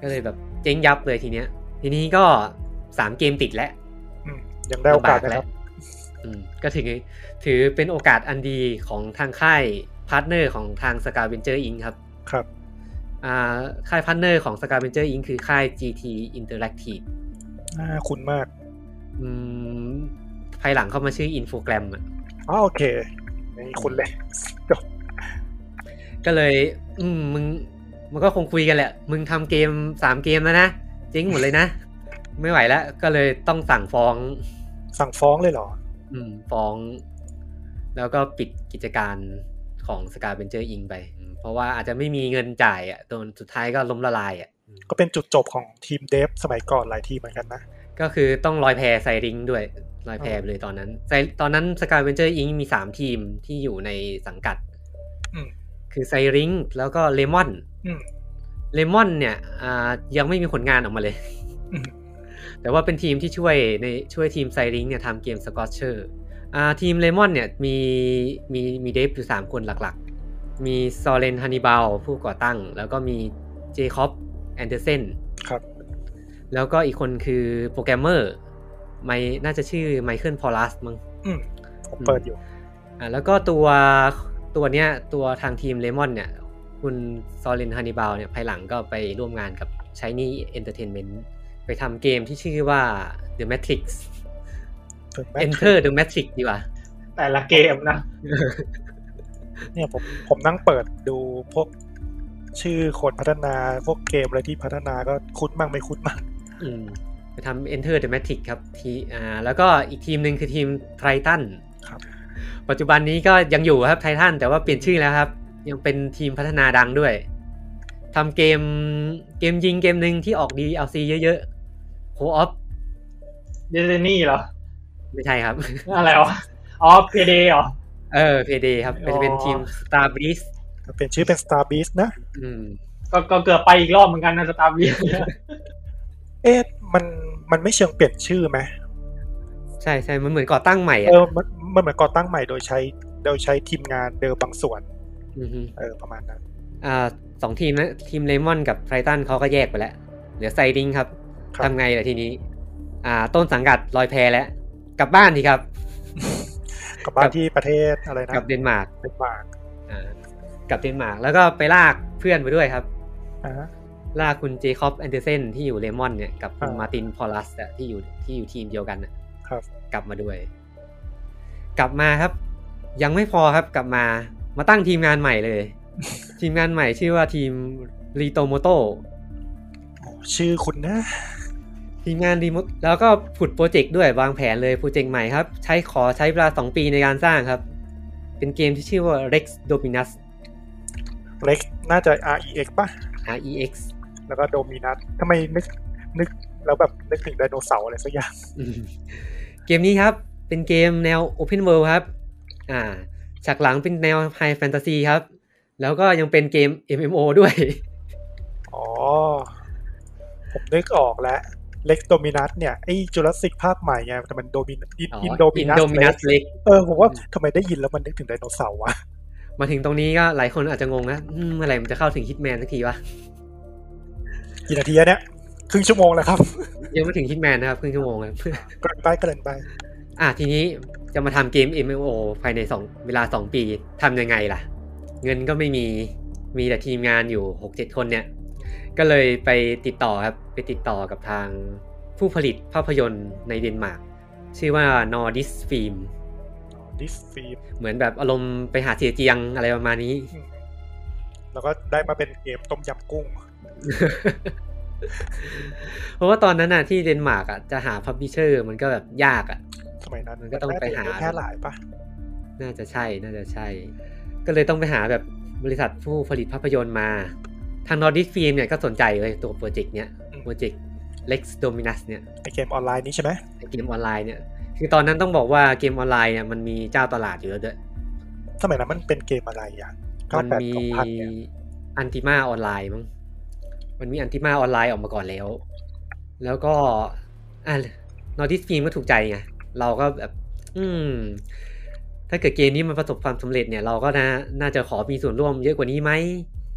[SPEAKER 1] ก็เลยแบบเจ๊งยับเลยทีเนี้ย ทีนี้ก็สามเกมติดแล้ว
[SPEAKER 2] อืมยังได้โอกาส
[SPEAKER 1] ลำบ
[SPEAKER 2] นะครับ
[SPEAKER 1] อืมก็ถือถือเป็นโอกาสอันดีของทางค่ายพาร์ทเนอร์ของทางสกาเวนเจอร์อิงครับ
[SPEAKER 2] ครับ
[SPEAKER 1] อ่าค่ายพาร์ทเนอร์ของสกาเวนเจอร์อิงคือค่าย GT Interactive
[SPEAKER 2] น่าคุ้นมาก
[SPEAKER 1] อืมภายหลังเข้ามาชื่อ Infogram อ่ะ
[SPEAKER 2] อ๋อโอเคนี่คุ้นเลยจบ
[SPEAKER 1] ก็เลย อืมมึง มันก็คงคุยกันแหละ มึงทำเกมสามเกมแล้วนะเจ๊งหมดเลยนะ ไม่ไหวแล้ว ก็เลยต้องสั่งฟ้อง
[SPEAKER 2] สั่งฟ้องเลยเหรอ
[SPEAKER 1] อืมฟ้องแล้วก็ปิดกิจการของสกาเบนเจอร์อิงไปอืมเพราะว่าอาจจะไม่มีเงินจ่ายอ่ะโดนสุดท้ายก็ล้มละลายอ่ะอืม
[SPEAKER 2] ก็เป็นจุดจบของทีมเดฟสมัยก่อนหลายทีมเหมือนกันนะ
[SPEAKER 1] ก็คือต้องลอยแพใส่ริงด้วยลอยแพไปเลยตอนนั้นไซตอนนั้นสกาเบนเจอร์อิงมีสามทีมที่อยู่ในสังกัด
[SPEAKER 2] อืม
[SPEAKER 1] คือไซริงแล้วก็เลมอน
[SPEAKER 2] อืม
[SPEAKER 1] เลมอนเนี่ยอ่ายังไม่มีผลงานออกมาเลย
[SPEAKER 2] อืม
[SPEAKER 1] แต่ว่าเป็นทีมที่ช่วยในช่วยทีมไซริงเนี่ยทำเกมสกอตเชอร์อ่าทีมเลมอนเนี่ยมีมีมีเดฟอยู่ 3 คนหลักๆ มีซอเ e นฮันนิบาลผู้ก่อตั้ง แล้วก็มีเจคอบแอนเดอร์เซน
[SPEAKER 2] ครับ
[SPEAKER 1] แล้วก็อีกคนคือโปรแกรมเมอร์ไมน่าจะชื่อไมเคิลพอลัสมั้ง
[SPEAKER 2] อืมผมเปิดอยู่
[SPEAKER 1] อ่ะแล้วก็ตัวตัวเนี้ยตัวทางทีมเลมอนเนี่ย คุณซอลินฮานิบาลเนี่ยภายหลังก็ไปร่วมงานกับ Shiny Entertainment ไปทำเกมที่ชื่อว่า The Matrix
[SPEAKER 2] The Matrix
[SPEAKER 1] Enter the Matrix ดีกว่า
[SPEAKER 4] แต่ละเกมนะ
[SPEAKER 2] เนี่ยผมผมนั่งเปิดดูพวกชื่อคนพัฒนาพวกเกมอะไรที่พัฒนาก็คุ้นบ้างไม่คุ้นบ้าง
[SPEAKER 1] อืมไปทำ Enter the Matrix ครับทีอ่าแล้วก็อีกทีมหนึ่งคือทีมไททัน
[SPEAKER 2] ครับ
[SPEAKER 1] ปัจจุบันนี้ก็ยังอยู่ครับไททันแต่ว่าเปลี่ยนชื่อแล้วครับ ยังเป็นทีมพัฒนาดังด้วยทำเกมเกมยิงเกมหนึ่งที่ออก DLC เยอะๆ Co-op
[SPEAKER 4] เดซนี่เหรอ
[SPEAKER 1] ไม่ใช่ครับ
[SPEAKER 4] อะไรวะ อ๋อเพเดเหรอ
[SPEAKER 1] เออเพเดครับเป็น
[SPEAKER 4] อ๋อ
[SPEAKER 1] เป็นทีม Star b r e e z
[SPEAKER 2] มันเป็นชื่อเป็น Star Beast นะ
[SPEAKER 1] อืม
[SPEAKER 4] ก็ก็เกือบไปอีกรอบเหมือนกันนะสตาร์วี
[SPEAKER 2] เอ๊ะมันมันไม่เชิงเปลี่ยนชื่อไหม
[SPEAKER 1] ใช่ใช่มันเหมือนก่อตั้งใหม่
[SPEAKER 2] เอ
[SPEAKER 1] อ่ะ
[SPEAKER 2] อมันมันเหมือนก่อตั้งใหม่โดยใช้โดยใช้ทีมงานเดิมบางส่วน
[SPEAKER 1] อฮึ
[SPEAKER 2] เออประมาณนั้น
[SPEAKER 1] อ่าสองทีมนะทีมเลมอนกับไททันเขาก็แยกไปแล้ว เหลือไซดิงครับ
[SPEAKER 2] ครับ
[SPEAKER 1] ทำไงล่ะทีนี้ อ่า ต้นสังกัดลอยแพแล้ว กลับบ้านดีครับ
[SPEAKER 2] กลับบ้า
[SPEAKER 1] ครั
[SPEAKER 2] น
[SPEAKER 1] บ
[SPEAKER 2] ที่ประเทศอะไรนะ
[SPEAKER 1] กลับเดนมาร์ก
[SPEAKER 2] เดนมาร์ก
[SPEAKER 1] อ่ากลับเดนมาร์กแล้วก็ไปลากเพื่อนไปด้วยครับ
[SPEAKER 2] อ่าฮะ
[SPEAKER 1] ลากคุณเจคอบแอนเดอร์เซนที่อยู่เลมอนเนี่ยกับคุณ
[SPEAKER 2] อ่าม
[SPEAKER 1] มาร์ตินพอลัสอะที่อยู่ที่อยู่ทีมเดียวกันน่ะ
[SPEAKER 2] ครับ
[SPEAKER 1] กลับมาด้วย กลับมาครับ ยังไม่พอครับกลับมา มาตั้งทีมงานใหม่ เลย ทีมงานใหม่ชื่อว่าทีมรีโตโมโต
[SPEAKER 2] ชื่อคุณนะ
[SPEAKER 1] ทีมงานรีโมทแล้วก็ผุดโปรเจกต์ด้วยวางแผนเลยโปรเจกต์ใหม่ครับ ใช้ขอใช้เวลา 2 ปีในการสร้างครับ เป็นเกมที่ชื่อว่า Rex Dominus
[SPEAKER 2] Rex น่าจะ R E X ป่ะ
[SPEAKER 1] R E X
[SPEAKER 2] แล้วก็โดมินัสทำไมนึกนึกแล้วแบบนึกถึงไดโนเสาร์อะไรสักอย่าง
[SPEAKER 1] อืมเกมนี้ครับ เป็นเกมแนว Open World ครับ อ่าฉากหลังเป็นแนว High Fantasy ครับ แล้วก็ยังเป็นเกม MMO ด้วย
[SPEAKER 2] อ๋อ ผมนึกออกแล้ว เล็กโดมินัสเนี่ย ไอ้จูราสสิกภาคใหม่ไงแต่มันโดมินอินโดมินัส
[SPEAKER 1] Indominus Rex
[SPEAKER 2] เออผมว่าทำไมได้ยินแล้วมันนึกถึงไดโนเสาร์วะ
[SPEAKER 1] มาถึงตรงนี้ก็หลายคนอาจจะงงนะอืมเมื่อไหร่มันจะเข้าถึง Hitman สักทีวะ
[SPEAKER 2] กี่นาทีแล้วเนี่ยครึ่งชั่วโมงแล้วครับ
[SPEAKER 1] ยังไม่ถึง Hitman นะครับครึ่งชั่วโมงครับ
[SPEAKER 2] เกรินไปเกรินไป
[SPEAKER 1] อ่ะทีนี้จะมาทำเกม MMO ภายในสองเวลา 2 ปีทำยังไงล่ะ เงินก็ไม่มีมีแต่ทีมงานอยู่ 6-7 คนเนี่ย ก็เลยไปติดต่อครับ ไปติดต่อกับทางผู้ผลิตภาพยนตร์ในเดนมาร์กชื่อว่า Nordis Film
[SPEAKER 2] ดิสฟิล์ม
[SPEAKER 1] เหมือนแบบอารมณ์ไปหาเสียเจียงอะไรประมาณนี้
[SPEAKER 2] แล้วก็ได้มาเป็นเกมต้มยำกุ้ง
[SPEAKER 1] เพราะว่าตอนนั้นน่ะที่เดนมาร์กอ่ะจะหาพับ l ิเชอร์มันก็แบบยากอ่ะ
[SPEAKER 2] สมัยนั้น
[SPEAKER 1] มันก็ต้องไปหา
[SPEAKER 2] แพร่หลายปะ
[SPEAKER 1] น่าจะใช่ น่าจะใช่ ก็เลยต้องไปหาแบบบริษัทผู้ผลิตภาพยนตร์มา ทาง Nordic Film เนี่ยก็สนใจเลยตัวโปรเจกต์เนี้ย โปรเจกต์ Lex Dominus เนี่ย
[SPEAKER 2] ไอเกมออนไลน์นี้ใช่ไหม
[SPEAKER 1] เกมออนไลน์เนี่ย คือตอนนั้นต้องบอกว่าเกมออนไลน์เนี่ยมันมีเจ้าตลาดอยู่แล้วด้วย
[SPEAKER 2] สมัยนั้นมันเป็นเกมอะไรอ่ะเก้า
[SPEAKER 1] มัน
[SPEAKER 2] แปด
[SPEAKER 1] มี
[SPEAKER 2] สองพันเนี่ย
[SPEAKER 1] อันติมาออนไลน์มั้ง มันมีอันติมาออนไลน์ออกมาก่อนแล้ว แล้วก็อ่านอร์ดิสฟิล์มก็ถูกใจไง เราก็แบบ อืม ถ้าเกิดเกมนี้มันประสบความสำเร็จเนี่ย เราก็น่าน่าจะขอมีส่วนร่วมเยอะกว่านี้ไหม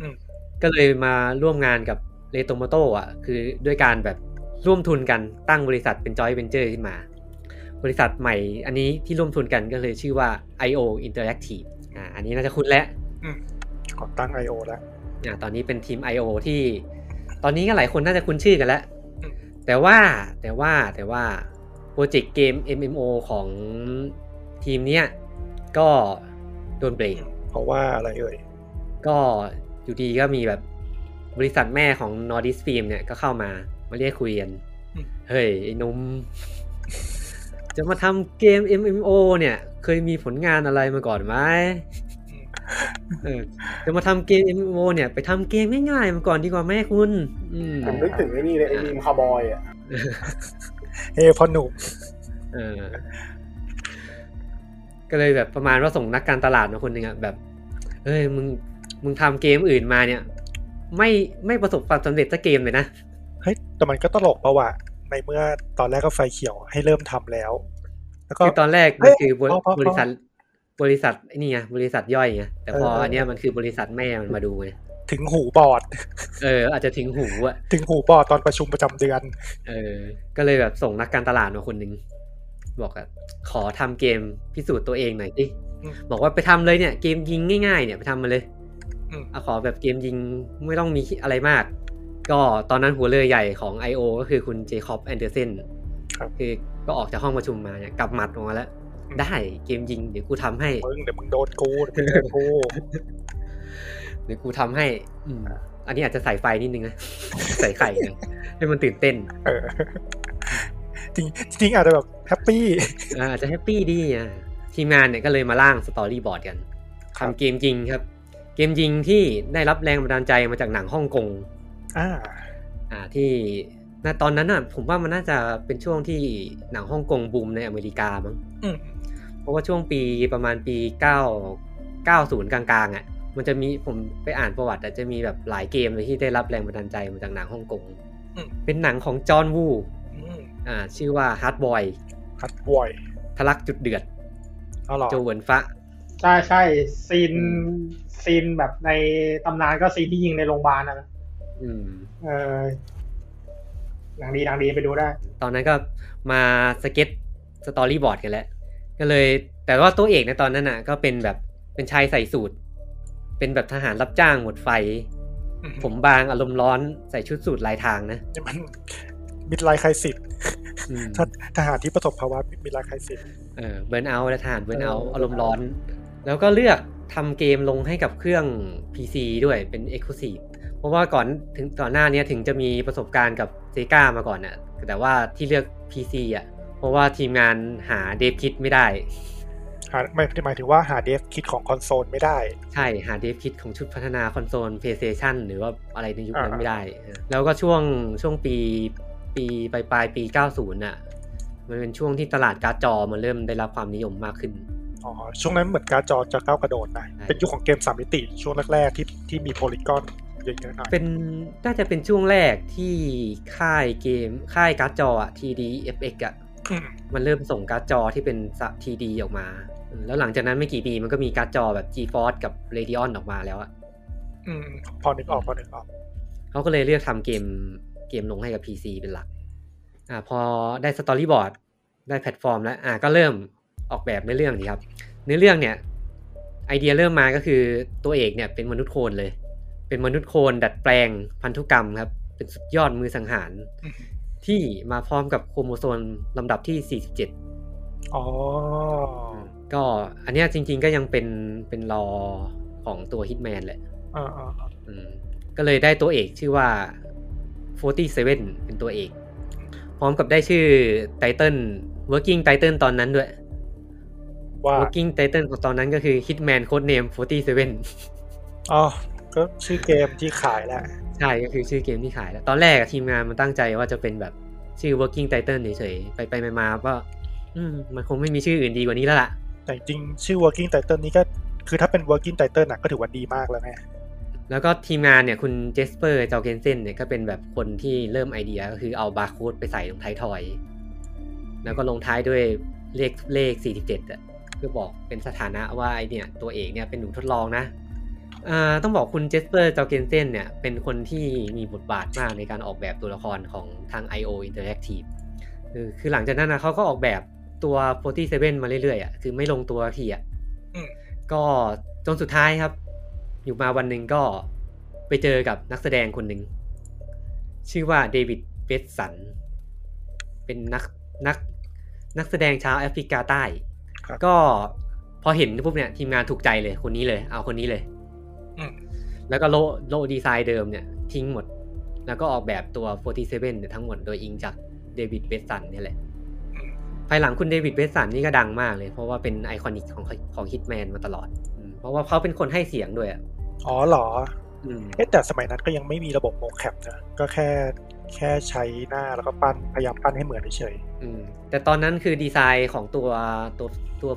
[SPEAKER 2] อืม
[SPEAKER 1] ก็เลยมาร่วมงานกับเ e โต m o โต้อ่ะ คือด้วยการแบบร่วมทุนกันตั้งบริษัทเป็นจอยเ e นเจอร์ขึ้นมา บริษัทใหม่อันนี้ที่ร่วมทุนกันก็เลยชื่อว่า IO Interactive อ่าอันนี้น่าจะคุ้นแล้ว
[SPEAKER 2] ก่อตั้ง I.O. แล้ว
[SPEAKER 1] อ่ะตอนนี้เป็นทีม I.O. ที่ ตอนนี้ก็หลายคนน่าจะคุ้นชื่อกันแล้ว
[SPEAKER 2] อืม
[SPEAKER 1] แต่ว่าแต่ว่าแต่ว่าโปรเจกต์เกม MMO ของทีมเนี้ยก็โดนเบรก
[SPEAKER 2] เพราะว่าอะไรเอ่ย
[SPEAKER 1] ก็อยู่ดีก็มีแบบบริษัทแม่ของ Nordic Film เนี่ยก็เข้ามามาเรียกคุยกัน
[SPEAKER 2] อืม
[SPEAKER 1] เฮ้ย ไอ้หนุ่ม จะมาทำเกม MMO เนี่ย เคยมีผลงานอะไรมาก่อนไหม เออจะมาทำเกม MMO เนี่ยไปทำเกมง่ายๆมาก่อนดีกว่าแม่คุณ อืม
[SPEAKER 3] ผมนึกถึงไอ้นี่เลยไอ้มีมคาร์บอยอ่ะ
[SPEAKER 2] เฮ้ยพอหนุ่ม
[SPEAKER 1] เออก็เลยแบบประมาณว่าส่งนักการตลาดมาคนหนึ่งอะแบบเอ้ยมึงมึงทำเกมอื่นมาเนี่ย ไม่ไม่ประสบความสำเร็จสักเกมเลยนะ
[SPEAKER 2] เฮ้ยแต่มันก็ตลกปะวะในเมื่อตอนแรกก็ไฟเขียวให้เริ่มทำแล้ว แล้วก็
[SPEAKER 1] คือตอนแรกมัน
[SPEAKER 2] เฮ้ย
[SPEAKER 1] คือบริ
[SPEAKER 2] พอพอพอบ
[SPEAKER 1] ริษัทบริษัทไอ้นี่ไงบริษัทย่อยไงแต่พอ
[SPEAKER 2] เออเอออั
[SPEAKER 1] อันเนี้ยมันคือบริษัทแม่มันมาดูไง
[SPEAKER 2] ถึงหูบอด
[SPEAKER 1] เอออาจจะถึงหูอะ
[SPEAKER 2] ถึงหูบอดตอนประชุมประจำเดือน
[SPEAKER 1] เออ ก็เลยแบบส่งนักการตลาดมาคนหนึ่งบอกอะขอทำเกมพิสูจน์ตัวเองหน่อยดิ
[SPEAKER 2] อืม
[SPEAKER 1] บอกว่าไปทำเลยเนี่ยเกมยิงง่ายๆเนี่ยไปทำมาเลย
[SPEAKER 2] อืม
[SPEAKER 1] เอาขอแบบเกมยิงไม่ต้องมีอะไรมาก ก็ตอนนั้นหัวเรือใหญ่ของ I.O. ก็คือคุณเจคอบแอนเดอร์เซน
[SPEAKER 2] ครับ
[SPEAKER 1] คือก็ออกจากห้องประชุมมาเนี่ยกลับหมัดออกมาแล้ว ได้เกมยิงเดี๋ยวกูทำให้
[SPEAKER 2] มึงเดี๋ยวมึงโดนกู เดี๋ยวมึงโดนกู
[SPEAKER 1] หรือกูทำให้ อืม อันนี้อาจจะใส่ไฟนิดนึงนะ ใส่ไข่หนะให้มันตื่นเต้น
[SPEAKER 2] เออ จริงจริงอาจจะแบบแฮปปี้
[SPEAKER 1] อ่าอาจจะแฮปปี้ดีอ่ะทีมงานเนี่ยก็เลยมาร่างสตอรี่บอร์ดกัน
[SPEAKER 2] ครั
[SPEAKER 1] ทำ
[SPEAKER 2] บ
[SPEAKER 1] เกมจริงครับ เกมจริงที่ได้รับแรงบันดาลใจมาจากหนังฮ่องกง
[SPEAKER 2] อ่า
[SPEAKER 1] อ่าที่ณตอนนั้นน่ะ ผมว่ามันน่าจะเป็นช่วงที่หนังฮ่องกงบูมในอเมริกามั้ง
[SPEAKER 2] อืม
[SPEAKER 1] เพราะว่าช่วงปีประมาณปี 9 90 กลางๆอ่ะ มันจะมีผมไปอ่านประวัติอะจะมีแบบหลายเกมเลยที่ได้รับแรงบันดาลใจมาจากหนังฮ่องกง
[SPEAKER 2] อืม
[SPEAKER 1] เป็นหนังของจอห์นวู
[SPEAKER 2] อืม
[SPEAKER 1] อ่า ชื่อว่าฮาร์ดบอย
[SPEAKER 2] ฮัดบ่อย
[SPEAKER 1] ทะลักจุดเดือด
[SPEAKER 2] เอาหรอ
[SPEAKER 1] โจเวินฟ้า
[SPEAKER 4] ใช่ใช่ซีน
[SPEAKER 1] อืม
[SPEAKER 4] ซีนแบบในตำนานก็ซีนที่ยิงในโรงพยาบาลนะ
[SPEAKER 1] อืม
[SPEAKER 4] เออหนังดีหนังดีไปดูได้
[SPEAKER 1] ตอนนั้นก็มาสเก็ตสตอรี่บอร์ดกันแล้ว ก็เลยแต่ว่าตัวเอกในตอนนั้นน่ะ ก็เป็นแบบเป็นชายใส่สูทเป็นแบบทหารรับจ้างหมดไฟ ผมบางอารมณ์ร้อนใส่ชุดสูทลายทางนะ
[SPEAKER 2] นี่มันมิดไลท์ใครสิทธิ์
[SPEAKER 1] อืม
[SPEAKER 2] ถ้าทหารที่ประสบภาวะมีลาคายสิทธิ์
[SPEAKER 1] เออเบิร์นเอาและทหารเบิร์นเอาอารมณ์ร้อน แล้วก็เลือกทำเกมลงให้กับเครื่อง PC ด้วยเป็น e x c l u s i v e เพราะว่าก่อนถึงก่อนหน้าเนี้ยถึงจะมีประสบการณ์กับเซกามาก่อนน่ะแต่ว่าที่เลือก PC อ่ะ เพราะว่าทีมงานหาเดฟคิดไม่ได้
[SPEAKER 2] หาไม่หมายถึงว่าหาเดฟคิดของคอนโซลไม่ได้
[SPEAKER 1] ใช่ หาเดฟคิดของชุดพัฒนาคอนโซล PlayStation หรือว่าอะไรในยุคนั้น
[SPEAKER 2] อ่า
[SPEAKER 1] ไม่ได้เออแล้วก็ช่วงช่วงปีปีปลายปลายๆปี 90น่ะ มันเป็นช่วงที่ตลาดการ์ดจอมันเริ่มได้รับความนิยมมากขึ้น
[SPEAKER 2] อ๋อช่วงนั้นเหมือนการดจอจะก้าวกระโดดนะ
[SPEAKER 1] ใช่
[SPEAKER 2] เป็นยุคของเกมสามมิติช่วงแรกๆที่ที่มีโพลีกอนเยอะๆหน่อย
[SPEAKER 1] เป็นน่าจะเป็นช่วงแรกที่ค่ายเกมค่ายการ์ดจออะ TDFX อะ
[SPEAKER 2] อืม
[SPEAKER 1] มันเริ่มส่งการ์ดจอที่เป็นสะ TD ออกมาเออแล้วหลังจากนั้นไม่กี่ปีมันก็มีการ์ดจอแบบ GeForce กับ Radeon ออกมาแล้วอะ
[SPEAKER 2] อืมพอนึกออกพอนึกออก
[SPEAKER 1] เขาก็เลยเลือกทำเกมเกมลงให้กับ PC เป็นหลัก อ่าพอได้สตอรี่บอร์ดได้แพลตฟอร์มแล้ว อ่าก็เริ่มออกแบบเนื้อเรื่องดีครับ เนื้อเรื่องเนี่ยไอเดียเริ่มมาก็คือตัวเอกเนี่ยเป็นมนุษย์โคลนเลย เป็นมนุษย์โคลนดัดแปลงพันธุกรรมครับ เป็นสุดยอดมือสังหาร
[SPEAKER 2] อือฮึ
[SPEAKER 1] ที่มาพร้อมกับโครโมโซมลำดับที่ 47
[SPEAKER 2] อ๋อ
[SPEAKER 1] ก็อันเนี้ยจริงๆก็ยังเป็นเป็นรอของตัวฮิตแมนแหละ
[SPEAKER 2] อ่าอ่าอ่า
[SPEAKER 1] อืมก็เลยได้ตัวเอกชื่อว่า 47 เป็นตัวเอก พร้อมกับได้ชื่อไตเติล working title ตอนนั้นด้วย
[SPEAKER 2] ว่า
[SPEAKER 1] working title ของตอนนั้นก็คือ hitman code name 47
[SPEAKER 2] อ๋อ ก็ชื่อเกมที่ขายแหละ
[SPEAKER 1] ใช่ก็คือชื่อเกมที่ขายแล้วตอนแรกอะทีมงานมันตั้งใจว่าจะเป็นแบบชื่อ working title เฉยๆ ไปไปๆมาๆว่าอืมมันคงไม่มีชื่ออื่นดีกว่านี้แล้วล่ะ
[SPEAKER 2] แต่จริงๆชื่อ working title นี้ก็ คือถ้าเป็น working title น่ะก็ถือว่าดีมากแล้วไง
[SPEAKER 1] แล้วก็ทีมงานเนี่ยคุณเจสเปอร์จอเกนเซนเนี่ยก็เป็นแบบคนที่เริ่มไอเดียก็คือเอาบาร์โค้ดไปใส่ลงท้ายทอย แล้วก็ลงท้ายด้วยเลขเลข 47อะเพื่อบอกเป็นสถานะว่าไอเนี่ยตัวเอกเนี่ยเป็นหนูทดลองนะอ่าต้องบอกคุณเจสเปอร์จอเกนเซนเนี่ยเป็นคนที่มีบทบาทมากในการออกแบบตัวละครของทาง IO Interactive คือคือหลังจากนั้นนะเขาก็ออกแบบตัว47มาเรื่อยๆอ่ะคือไม่ลงตัวทีอ่ะ ก็จนสุดท้ายครับ อยู่มาวันหนึ่งก็ไปเจอกับนักแสดงคนหนึ่ง ชื่อว่าเดวิดเบสสัน เป็นนักนักนักแสดงชาวแอฟริกาใต้
[SPEAKER 2] ครับ
[SPEAKER 1] ก็พอเห็นปุ๊บเนี่ยทีมงานถูกใจเลยคนนี้เลย เอาคนนี้เลย
[SPEAKER 2] อืม
[SPEAKER 1] แล้วก็โลโลดีไซน์เดิมเนี่ยทิ้งหมด แล้วก็ออกแบบตัว 47เนี่ยทั้งหมดโดยอิงจากเดวิดเบสสันเนี่ยแหละ ภายหลังคุณเดวิดเบสสันนี่ก็ดังมากเลย เพราะว่าเป็นไอคอนิกของของฮิตแมนมาตลอดอืมเพราะว่าเขาเป็นคนให้เสียงด้วยอะ
[SPEAKER 2] อ๋อเหรอ
[SPEAKER 1] อืม
[SPEAKER 2] เอ๊ะแต่สมัยนั้นก็ยังไม่มีระบบโมแคปนะ ก็แค่แค่ใช้หน้าแล้วก็ปั้นพยายามปั้นให้เหมือนเฉย
[SPEAKER 1] อืมแต่ตอนนั้นคือดีไซน์ของตัวตัวตัว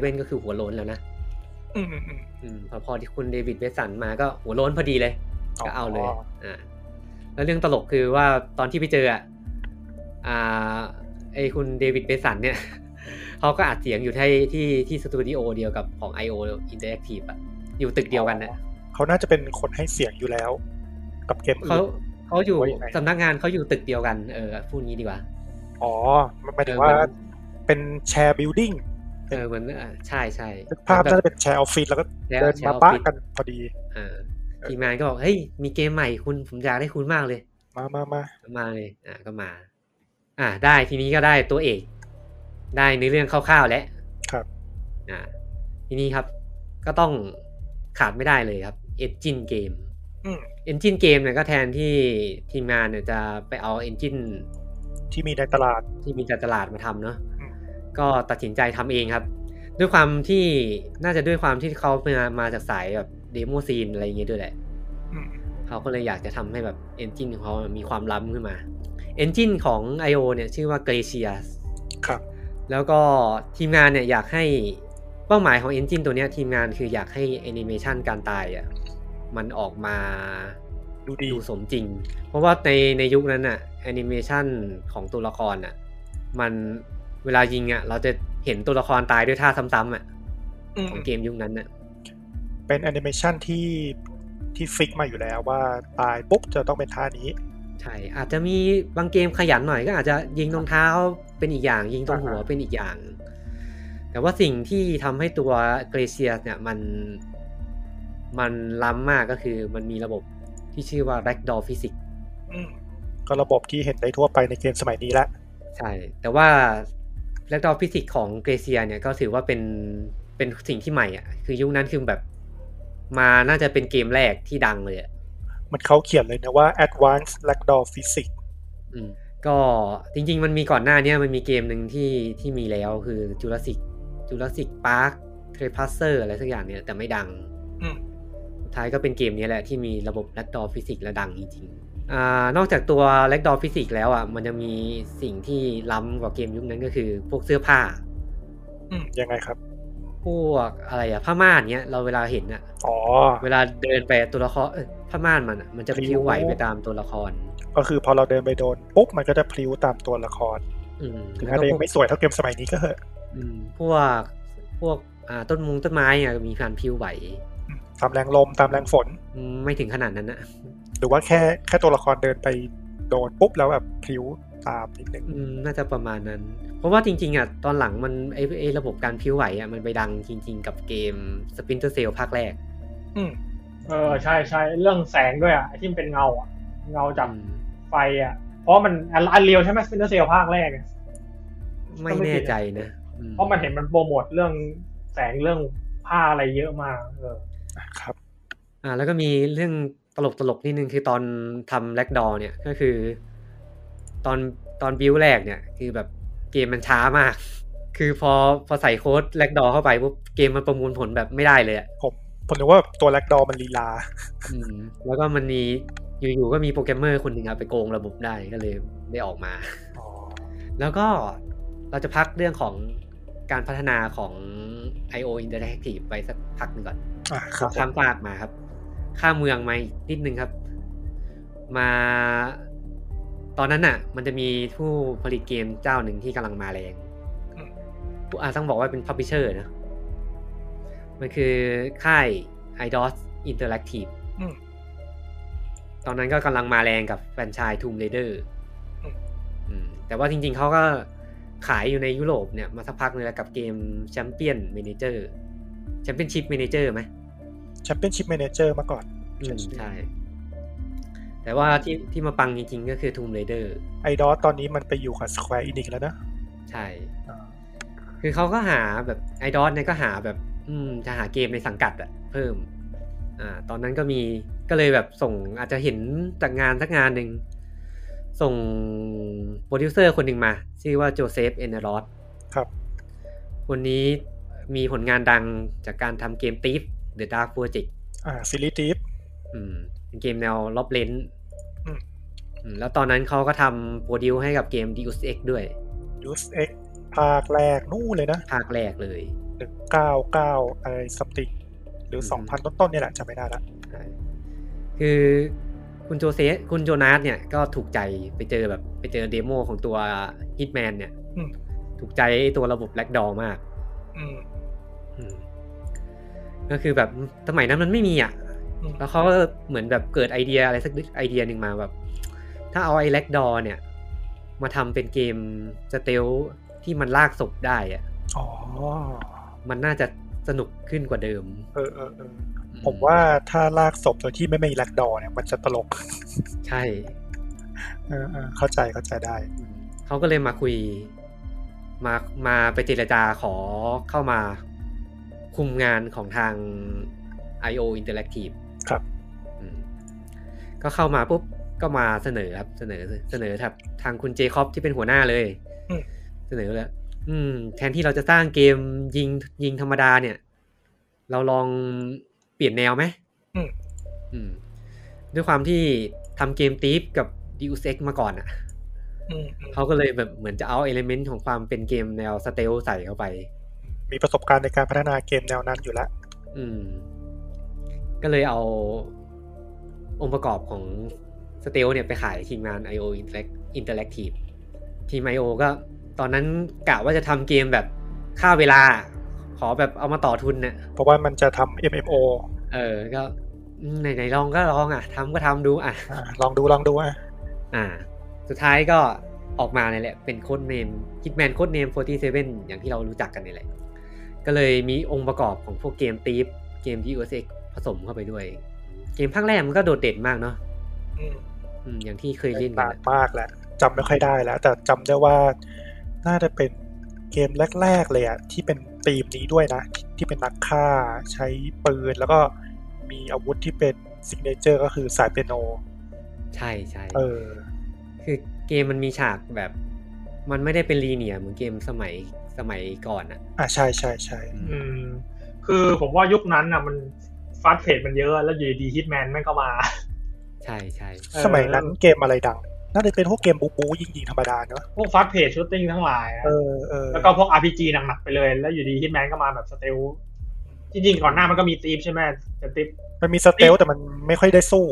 [SPEAKER 1] 47 ก็คือหัวโล้นแล้วนะ
[SPEAKER 2] ๆอืมอืม
[SPEAKER 1] อืมพอพอที่คุณเดวิดเวสสันมาก็หัวโล้นพอดีเลย
[SPEAKER 2] อ๋อ
[SPEAKER 1] ก็เอาเลยอ่าแล้วเรื่องตลกคือว่าตอนที่ไปเจออ่ะอ่าไอคุณเดวิดเวสสันเนี่ย เขาก็อัดเสียงอยู่ที่ที่ที่สตูดิโอเดียวกับของ IO Interactive อ่ะ อยู่ตึกเดียวกันนะ
[SPEAKER 2] เขาน่าจะเป็นคนให้เสียงอยู่แล้ว กับเกมอื่น
[SPEAKER 1] เขาเขาอยู่
[SPEAKER 2] ว่ายังไง
[SPEAKER 1] สำนักงานเขาอยู่ตึกเดียวกันเออพูดงี้ดีกว่า
[SPEAKER 2] อ๋อหมายถึง
[SPEAKER 1] เออ
[SPEAKER 2] ว่า
[SPEAKER 1] มัน
[SPEAKER 2] เป็นแชร์บิลดิ้ง
[SPEAKER 1] เออเหมือนอ่ะใช่ใช่
[SPEAKER 2] ภาพน่าจะเป็นแชร์ออฟฟิศแล้วก็เดินมาปะกันพอดี
[SPEAKER 1] อ่าทีมงานก็บอกเฮ้ยมีเกมใหม่คุณผมอยากได้คุณมากเลย
[SPEAKER 2] มามามา
[SPEAKER 1] มาเลย อ่ะก็มา อ่ะได้ทีนี้ก็ได้ตัวเอก ได้ในอเรื่องคร่าวๆแล้ว
[SPEAKER 2] ครับ
[SPEAKER 1] อ่ะทีนี้ครับ ก็ต้องขาดไม่ได้เลยครับ เอนจินเกม
[SPEAKER 2] อืม
[SPEAKER 1] เอนจินเกมเนี่ยก็แทนที่ทีมงานเนี่ยจะไปเอาเอนจิน
[SPEAKER 2] ที่มีในตลาด
[SPEAKER 1] ที่มีการตลาดมาทำเนาะ
[SPEAKER 2] อืม
[SPEAKER 1] ก็ตัดสินใจทำเองครับ ด้วยความที่น่าจะด้วยความที่เขามามาจากสายแบบเดโมซีนอะไรอย่างเงี้ยด้วยแหละ
[SPEAKER 2] อืม
[SPEAKER 1] เขาก็เลยอยากจะทำให้แบบเอนจินของเขามีความล้ำขึ้นมา เอนจินของ I.O. เนี่ยชื่อว่า Glaciers
[SPEAKER 2] ครับ
[SPEAKER 1] แล้วก็ทีมงานเนี่ยอยากให้เป้าหมายของเอนจินตัวเนี้ยทีมงานคืออยากให้แอนิเมชันการตายอ่ะมันออกมา
[SPEAKER 2] ดูดี
[SPEAKER 1] สมจริง เพราะว่าในในยุคนั้นอ่ะแอนิเมชันของตัวละครอ่ะมันเวลายิงอ่ะเราจะเห็นตัวละครตายด้วยท่าซ้ำๆอ่ะ
[SPEAKER 2] อืม
[SPEAKER 1] ของเกมยุคนั้นอ่ะ
[SPEAKER 2] เป็นแอนิเมชันที่ที่ฟิกมาอยู่แล้วว่าตายปุ๊บจะต้องเป็นท่านี้
[SPEAKER 1] ใช่อาจจะมีบางเกมขยันหน่อยก็อาจจะยิงตรงเท้าเป็นอีกอย่าง ยิงตรงหัวเป็นอีกอย่าง แต่ว่าสิ่งที่ทำให้ตัวเกรเซียสเนี่ยมันมันล้ำมากก็คือมันมีระบบที่ชื่อว่า r a g d o l l Physics
[SPEAKER 2] อืมก็ระบบที่เห็นได้ทั่วไปในเกมสมัยนี้ละ
[SPEAKER 1] ใช่ แต่ว่าแลกดอฟิสิกของเกรเซียเนี่ยก็ถือว่าเป็นเป็นสิ่งที่ใหม่อ่ะ คือยุคนั้นคือแบบ มาน่าจะเป็นเกมแรกที่ดังเลยอ่ะ
[SPEAKER 2] มันเขาเขียนเลยนะว่า advanced ragdoll physics
[SPEAKER 1] อืมก็จริง ๆ มันมีก่อนหน้าเนี้มันมีเกมหนึ่งที่ที่มีแล้วคือจูราสสิกจูราสสิกพาร์คเทรพัสเซอร์อะไรสักอย่างเนี่ยแต่ไม่ดัง
[SPEAKER 2] อืม
[SPEAKER 1] สุดท้ายก็เป็นเกมนี้แหละที่มีระบบแลกดอฟิสิกและดังจริงๆอ่านอกจากตัวแลกดอฟิสิกแล้วอ่ะมันจะมีสิ่งที่ล้ำกว่าเกมยุคนั้นก็คือพวกเสื้อผ้า
[SPEAKER 2] อืมยังไงครับ
[SPEAKER 1] พวกอะไรอ่ะผ้าม่านเนี้ยเราเวลาเห็นอ่ะ
[SPEAKER 2] อ๋อ
[SPEAKER 1] เวลาเดินไปตัวละครเอ้ยผ้าม่านมันอะมันจะพลิ้วไหวไปตามตัวละคร
[SPEAKER 2] ก็คือพอเราเดินไปโดนปุ๊บมันก็จะพลิ้วตามตัวละคร
[SPEAKER 1] อืม
[SPEAKER 2] ถึง
[SPEAKER 1] แล้ว
[SPEAKER 2] อาจ
[SPEAKER 1] ก็พ
[SPEAKER 2] จะยั
[SPEAKER 1] ว
[SPEAKER 2] ง
[SPEAKER 1] ก
[SPEAKER 2] ไม่สวยเท่าเกมสมัยนี้ก็เหอะ
[SPEAKER 1] อืมพวกพวกอ่าต้นมุงต้นไม้อ่ะมีการพลิ้วไหว
[SPEAKER 2] อืมตามแรงลมตามแรงฝน
[SPEAKER 1] อืมไม่ถึงขนาดนั้นนะ
[SPEAKER 2] หรือว่าแค่แค่ตัวละครเดินไปโดนปุ๊บแล้วแบบพลิ้วตามนิดนึง
[SPEAKER 1] อืมน่าจะประมาณนั้น เพราะว่าจริงๆอ่ะตอนหลังมันไอไอระบบการพลิ้วไหวอ่ะมันไปดังจริง ๆ กับเกม Splinter Cell ภาคแรก
[SPEAKER 2] อืม
[SPEAKER 4] เออใช่ใช่เรื่องแสงด้วยอ่ะไอ้ที่มันเป็นเงาอ่ะเงาจาก
[SPEAKER 1] อืม
[SPEAKER 4] ไฟอ่ะ เพราะมันอันอันเรียวใช่ไหมสปินเตอร์เซลภาคแรกอะ
[SPEAKER 1] ไม่แน่ใจนะอื
[SPEAKER 4] เพราะมันเห็นมันโปรโมทเรื่องแสงเรื่องผ้าอะไรเยอะมากเออ
[SPEAKER 2] ครับ
[SPEAKER 1] อ่าแล้วก็มีเรื่องตลกตลกๆนิดนึงคือตอนทำแล็กดอเนี่ยก็คือ ตอนตอนบิวแรกเนี่ย คือแบบเกมมันช้ามาก คือพอพอใส่โค้ดแล็กดอเข้าไปปุ๊บเกมมันประมวลผลแบบไม่ได้เลยอะ
[SPEAKER 2] ผมนึกว่าแบบตัวแร็กดอมันลีลา
[SPEAKER 1] อืมแล้วก็มันมีอยู่ๆก็มีโปรแกรมเมอร์คนหนึ่งอะไปโกงระบบได้ก็เลยได้ออกมา
[SPEAKER 2] อ๋อ
[SPEAKER 1] แล้วก็เราจะพักเรื่องของการพัฒนาของ I.O. Interactive ไปสักพักหนึ่งก่อน
[SPEAKER 2] อ่ะครับ
[SPEAKER 1] ข้ามฟากมาครับ ข้ามเมืองมาอีกนิดนึงครับ มาตอนนั้นน่ะ มันจะมีผู้ผลิตเกมเจ้าหนึ่งที่กำลังมาแรงอ่ะต้องบอกว่าเป็น publisher นะ มันคือค่าย IDOS Interactive
[SPEAKER 2] อืม
[SPEAKER 1] ตอนนั้นก็กำลังมาแรงกับแฟรนไชส์ Tomb Raider
[SPEAKER 2] อืม
[SPEAKER 1] อืมแต่ว่าจริงๆเขาก็ขายอยู่ในยุโรปเนี่ยมาสักพักหนึงแล้วกับเกม Champion Manager Championship Manager ไหม
[SPEAKER 2] แชมเปี้ยนชิพแมเนเจอร์มาก่อน
[SPEAKER 1] อืม
[SPEAKER 2] Championship
[SPEAKER 1] ใช่ แต่ว่าที่ที่มาปังจริงๆก็คือ Tomb Raider
[SPEAKER 2] ไอดอตอนนี้มันไปอยู่กับสแควร์อินิกแล้วนะ
[SPEAKER 1] ใช่
[SPEAKER 2] อ่า
[SPEAKER 1] คือเขาก็หาแบบไอดอลเนี่ยก็หาแบบ อืม จะหาเกมในสังกัดอะเพิ่ม อ่า ตอนนั้นก็มีก็เลยแบบส่งอาจจะเห็นจากงานสักงานหนึ่ง ส่งโปรดิวเซอร์คนหนึ่งมา ชื่อว่าโจเซฟเอนเนอรอส
[SPEAKER 2] ครับ
[SPEAKER 1] คนนี้มีผลงานดังจากการทำเกมตีฟเดอะดาร์ r โปรเจก
[SPEAKER 2] อ่าซีรีส์ดีฟ
[SPEAKER 1] อืมเป็นเกมแนวลอบเลนส์
[SPEAKER 2] อืม
[SPEAKER 1] อืมแล้วตอนนั้นเขาก็ทำโปรดิวให้กับเกม Deus Ex ด้วย
[SPEAKER 2] ยูสเอ็กภาคแรกนู่นเลยนะ
[SPEAKER 1] ภาคแรกเลย
[SPEAKER 2] หนึ่งเก้าเก้าอะไรซัมติงหรือสองพันต้นๆเนี่ยแหละจำไม่ได้ละ
[SPEAKER 1] ใช่คือคุณโจเซฟคุณโจนาสเนี่ยก็ถูกใจไปเจอแบบไปเจอเดโมของตัว Hitman เนี่ย
[SPEAKER 2] อืม
[SPEAKER 1] ถูกใจไอ้ตัวระบบแลกดอมาก
[SPEAKER 2] อืม
[SPEAKER 1] อืมก็คือแบบสมัยนั้นมันไม่มีอ่ะ
[SPEAKER 2] อืม
[SPEAKER 1] แล้วเขาก็เหมือนแบบเกิดไอเดียอะไรสักไอเดียหนึ่งมาแบบ ถ้าเอาไอ้แลกดอเนี่ย มาทำเป็นเกมสเตลที่มันลากศพได้อ่ะ
[SPEAKER 2] อ๋อ
[SPEAKER 1] มันน่าจะสนุกขึ้นกว่าเดิม
[SPEAKER 2] เออเออเออผมว่าถ้าลากศพโดยที่ไม่มีแร็กดอเนี่ยมันจะตลก
[SPEAKER 1] ใช่
[SPEAKER 2] เออเออเข้าใจเข้าใจได้
[SPEAKER 1] อืมเขาก็เลยมาคุย มามาไปเจรจาขอเข้ามาคุมงานของทาง I.O. Interactive
[SPEAKER 2] ครับ
[SPEAKER 1] อืมก็เข้ามาปุ๊บก็มาเสนอครับ เสนอเสนอครับ ทางคุณเจคอบที่เป็นหัวหน้าเลย
[SPEAKER 2] อืม
[SPEAKER 1] เสนอแล้วอืม แทนที่เราจะสร้างเกมยิงยิงธรรมดาเนี่ย เราลองเปลี่ยนแนวไหม อืม ด้วยความที่ทำเกมตีฟกับ Deus Ex มาก่อนอะ
[SPEAKER 2] อืมอืม
[SPEAKER 1] เขาก็เลยแบบเหมือนจะเอาเอลเมนต์ของความเป็นเกมแนวสเตลใส่เข้าไป
[SPEAKER 2] มีประสบการณ์ในการพัฒนาเกมแนวนั้นอยู่แล้ว
[SPEAKER 1] อืม ก็เลยเอาองค์ประกอบของสเตลเนี่ยไปขายทีมงาน IO Interact- Interactive ทีม IO ก็ตอนนั้นกะว่าจะทำเกมแบบค่าเวลา ขอแบบเอามาต่อทุนเนี่ย
[SPEAKER 2] เพราะว่ามันจะทำ MMO
[SPEAKER 1] เออ ก็ไหนไหนๆลองก็ลองอ่ะทำก็ทำดูอ่ะ
[SPEAKER 2] อ่าลองดูลองดูอ่ะ
[SPEAKER 1] อ่า สุดท้ายก็ออกมาเนี่ยแหละ เป็นโค้ดเนม Hitman โค้ดเนม47 อย่างที่เรารู้จักกันนี่แหละ ก็เลยมีองค์ประกอบของพวกเกมตีฟเกม USX ผสมเข้าไปด้วย เกมภาคแรกมันก็โดดเด่นมากเนาะ
[SPEAKER 2] อืม
[SPEAKER 1] อืมอย่างที่เคยเล่นกั
[SPEAKER 2] ต่าน ง
[SPEAKER 1] อะ
[SPEAKER 2] มากแหละ จำไม่ค่อยได้แล้ว แต่จำได้ว่าน่าจะเป็นเกมแรกๆเลยอะที่เป็นธีมนี้ด้วยนะที่ที่เป็นนักฆ่าใช้ปืนแล้วก็มีอาวุธที่เป็นซิกเนเจอร์ก็คือสายเปียโน
[SPEAKER 1] ใช่ใช่
[SPEAKER 2] เออ
[SPEAKER 1] คือเกมมันมีฉากแบบ มันไม่ได้เป็นลีเนียร์เหมือนเกมสมัยสมัยก่อนอ่ะ
[SPEAKER 2] อ่ะใช่ใช่ใช่
[SPEAKER 4] อืม คือผมว่ายุคนั้นน่ะ มันฟาสต์เพจมันเยอะแล้วอยู่ดีฮิตแมนแม่งก็มา
[SPEAKER 1] ใช่ใช่
[SPEAKER 4] เออ
[SPEAKER 2] สมัยนั้นเกมอะไรดัง น่าจะเป็นพวกเกมบู๊บู๊ยิงยิงๆธรรมดาเนอะ
[SPEAKER 4] พวกฟาสต์เพจชูตติ้งทั้งหลายอะ
[SPEAKER 2] เออเออ
[SPEAKER 4] แล้วก็พวก RPG หนักๆไปเลย แล้วอยู่ดีฮิตแมนก็มาแบบสเตลจริงๆก่อนหน้ามันก็มีตีฟใช่ไหมแต่ตีฟ
[SPEAKER 2] มันมีสเตลแต่มันไม่ค่อยได้สู้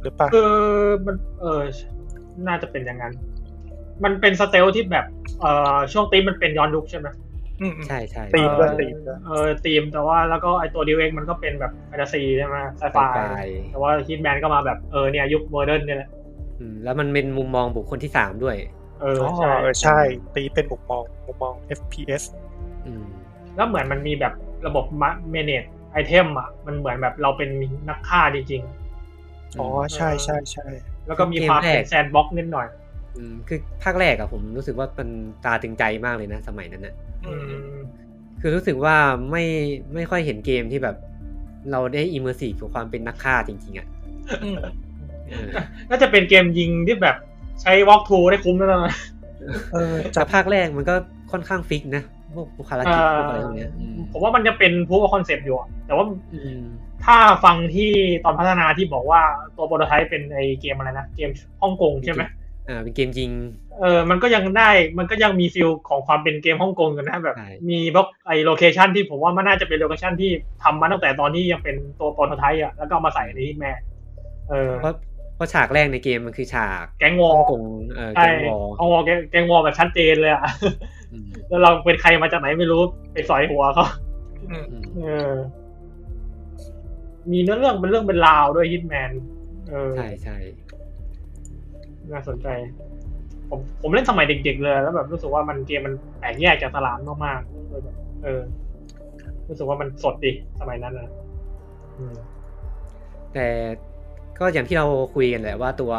[SPEAKER 2] หรือปะ
[SPEAKER 4] คือมันเออน่าจะเป็นอย่างนั้น มันเป็นสเตลที่แบบเออช่วงตีมมันเป็นย้อนยุคใช่ไหม
[SPEAKER 2] มๆ
[SPEAKER 1] ใช่ใช่
[SPEAKER 2] ตีมด้ว
[SPEAKER 1] เอ
[SPEAKER 2] ย
[SPEAKER 1] อ
[SPEAKER 2] ตีมด้วย
[SPEAKER 4] เออตีมแต่ว่าแล้วก็ไอตัวดิวเองมันก็เป็นแบบแฟนตาซีใช่ไหมไซไฟ
[SPEAKER 1] ไฟ
[SPEAKER 4] แต่ว่าฮิตแมนก็มาแบบเออเนี่ยยุคโมเดิร์นเนี่ยแหละ
[SPEAKER 1] อืมแล้วมันเป็นมุมมองบุคคลที่สามด้วย
[SPEAKER 4] เออ
[SPEAKER 2] อ๋อ
[SPEAKER 4] ใช่
[SPEAKER 2] เออใช่ตีเป็นมุมมองมุมมอง FPS
[SPEAKER 1] อืม
[SPEAKER 4] แล้วเหมือนมันมีแบบระบบเมเนจไอเทมอ่ะมันเหมือนแบบเราเป็นนักฆ่าจริง
[SPEAKER 2] อ๋อใช่ใช่ใช่
[SPEAKER 4] ๆ แล้วก็มี
[SPEAKER 1] เกม
[SPEAKER 4] ความเป็
[SPEAKER 1] แร
[SPEAKER 4] น
[SPEAKER 1] ก
[SPEAKER 4] แซนด์บ็อกซ์นิดหน่อย
[SPEAKER 1] อืมคือภาคแรกอะผมรู้สึกว่ามันตาตึงใจมากเลยนะ สมัยนั้นอะ
[SPEAKER 4] อืม
[SPEAKER 1] คือรู้สึกว่าไม่ไม่ค่อยเห็นเกมที่แบบ เราได้อิมเมอร์ซีฟกับความเป็นนักฆ่าจริงๆอะเออ
[SPEAKER 4] น่าจะเป็นเกมยิงที่แบบใช้วอล์กทูได้คุ้มแล้วนะ
[SPEAKER 2] เออ
[SPEAKER 1] แต่
[SPEAKER 2] จับ
[SPEAKER 1] ภาคแรกมันก็ค่อนข้างฟิกนะพวกบุคลากรพวกอะไรพวกเนี้ยอืม
[SPEAKER 4] ผมว่ามันจะเป็นพวกคอนเซปต์อยู่อะแต่ว่า
[SPEAKER 1] อืม
[SPEAKER 4] ถ้าฟังที่ตอนพัฒนาที่บอกว่าตัวโปรโตไทป์เป็นไอเกมอะไรนะ เกมฮ่องกงใช่ไหม
[SPEAKER 1] อ่าเป็นเกมยิง
[SPEAKER 4] เออมันก็ยังได้มันก็ยังมีฟิลของความเป็นเกมฮ่องกงอยู่นะแบบ
[SPEAKER 1] ใช่
[SPEAKER 4] มีบล็อกไอโลเคชันที่ผมว่ามันน่าจะเป็นโลเคชันที่ทำมาตั้งแต่ตอนที่ยังเป็นตัวโปรโตไทป์อะแล้วก็เอามาใส่ในที่แม่เออ
[SPEAKER 1] เพราะเพราะฉากแรกในเกมมันคือฉาก
[SPEAKER 4] แกงวอล
[SPEAKER 1] ฮ่องกงเออ
[SPEAKER 4] ใช่
[SPEAKER 1] แกมวอล
[SPEAKER 4] เอาวอลแกงแกงวอลแบบชัดเจนเลยอะ
[SPEAKER 1] อืม
[SPEAKER 4] แล้วเราเป็นใครมาจากไหนไม่รู้ไปสอยหัวเขา
[SPEAKER 1] อืม
[SPEAKER 4] เออ มีเนื้อเรื่องเป็นเรื่องเป็นราวด้วยฮิตแมน เออ
[SPEAKER 1] ใช่ใช่
[SPEAKER 4] น่าสนใจ ผมผมเล่นสมัยเด็กๆเลย แล้วแบบรู้สึกว่ามันเกมมันแปลกแยกจากตลาดมากๆเลยแบบเออ รู้สึกว่ามันสดดีสมัยนั้นนะอืม
[SPEAKER 1] แต่ก็อย่างที่เราคุยกันแหละว่าตัว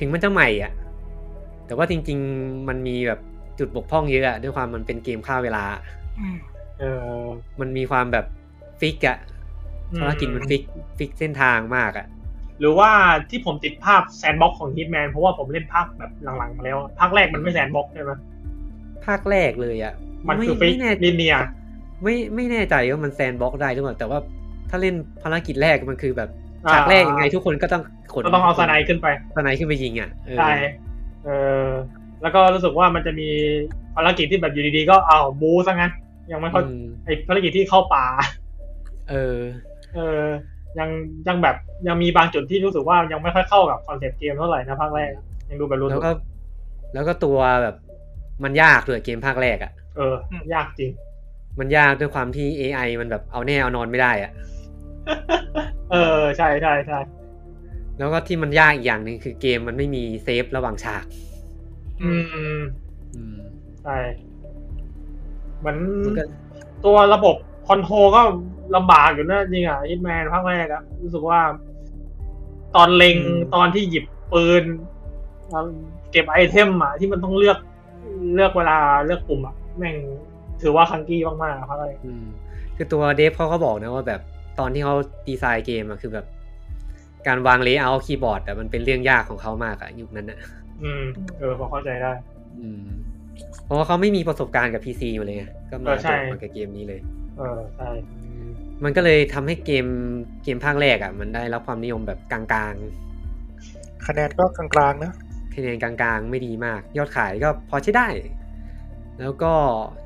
[SPEAKER 1] ถึงมันจะใหม่อ่ะ แต่ว่าจริง ๆ มันมีแบบจุดบกพร่องเยอะอะด้วยความมันเป็นเกมฆ่าเวลา
[SPEAKER 4] เออ
[SPEAKER 1] มันมีความแบบฟิกอะภารกิจมันฟิกฟิกเส้นทางมากอะ
[SPEAKER 4] หรือว่าที่ผมติดภาพแซนบ็อกของฮิตแมนเพราะว่าผมเล่นภาคแบบหลังๆมาแล้วอะภาคแรกมันไม่แซนบ็อกใช่ไหม
[SPEAKER 1] ภาคแรกเลยอะ
[SPEAKER 4] มันคือ
[SPEAKER 1] ไ
[SPEAKER 4] fake
[SPEAKER 1] ไแ
[SPEAKER 4] linear
[SPEAKER 1] ไม่ไม่แน่ใจว่ามันแซนบ็อกได้หรือเปล่าแต่ว่าถ้าเล่นภารกิจแรกมันคือแบบฉากแรกยังไงทุกคนก็ต้องขน
[SPEAKER 4] ก็ต้องเอาสไนด์ขึ้นไป
[SPEAKER 1] สไนด์ขึ้นไปยิงอะเออ
[SPEAKER 4] ใช่เออ แล้วก็รู้สึกว่ามันจะมีภารกิจที่แบบอยู่ดีๆ ก็เอาวบูซะงั้น ยังไม่เข้า
[SPEAKER 1] อืม
[SPEAKER 4] ไอภารกิจที่เข้าป่า
[SPEAKER 1] เออ
[SPEAKER 4] เออ ยังยังแบบยังมีบางจุดที่รู้สึกว่ายังไม่ค่อยเข้ากับคอนเซปต์เกมเท่าไหร่นะภาคแรก ยังดูแบบรู้สึ
[SPEAKER 1] แล้ว
[SPEAKER 4] ก
[SPEAKER 1] ก็แล้วก็ตัวแบบมันยากเลยเกมภาคแรกอะ่ะ
[SPEAKER 4] เออ ยากจริง
[SPEAKER 1] มันยากด้วยความที่ AI มันแบบเอาแน่เอานอนไม่ได้อะ่ะ
[SPEAKER 4] เออ ใช่ใช่ใช่
[SPEAKER 1] แล้วก็ที่มันยากอีกอย่างหนึ่งคือเกมมันไม่มีเซฟระหว่างฉาก
[SPEAKER 4] อืม
[SPEAKER 1] อืม
[SPEAKER 4] ใช่เหมือน
[SPEAKER 1] มันก็
[SPEAKER 4] ตัวระบบคอนโทรลก็ลำบากอยู่นะจริงอ่ะฮิตแมนภาคแรกอะรู้สึกว่า ตอนเล็ง
[SPEAKER 2] อืม
[SPEAKER 4] ตอนที่หยิบปืนแล้วเก็บไอเทมอะที่มันต้องเลือกเลือกเวลาเลือกกลุ่มอะแม่งถือว่าคังกี้มากๆอะภาคแรก
[SPEAKER 1] อืมคือตัวเดฟเขาก็บอกนะว่าแบบตอนที่เขาดีไซน์เกมอะ่ะคือแบบ การวางเลเยอร์คีย์บอร์ดแต่มันเป็นเรื่องยากของเขามากอะ่ะยุคนั้นอะ่ะ
[SPEAKER 4] อืมเออพอเข้าใจได้
[SPEAKER 1] อืมเพราะว่าเขาไม่มีประสบการณ์กับ PC มาเลยไงก็มา
[SPEAKER 4] เออใช่
[SPEAKER 1] จบมากับเกมนี้เลย
[SPEAKER 4] เออใช่
[SPEAKER 1] มันก็เลยทำให้เกมเกมภาคแรกอะ่ะ มันได้รับความนิยมแบบกลางๆ
[SPEAKER 2] คะแนนก็กลางๆ นะ
[SPEAKER 1] คะแนนกลางๆ ไม่ดีมาก ยอดขายก็พอใช้ได้ แล้วก็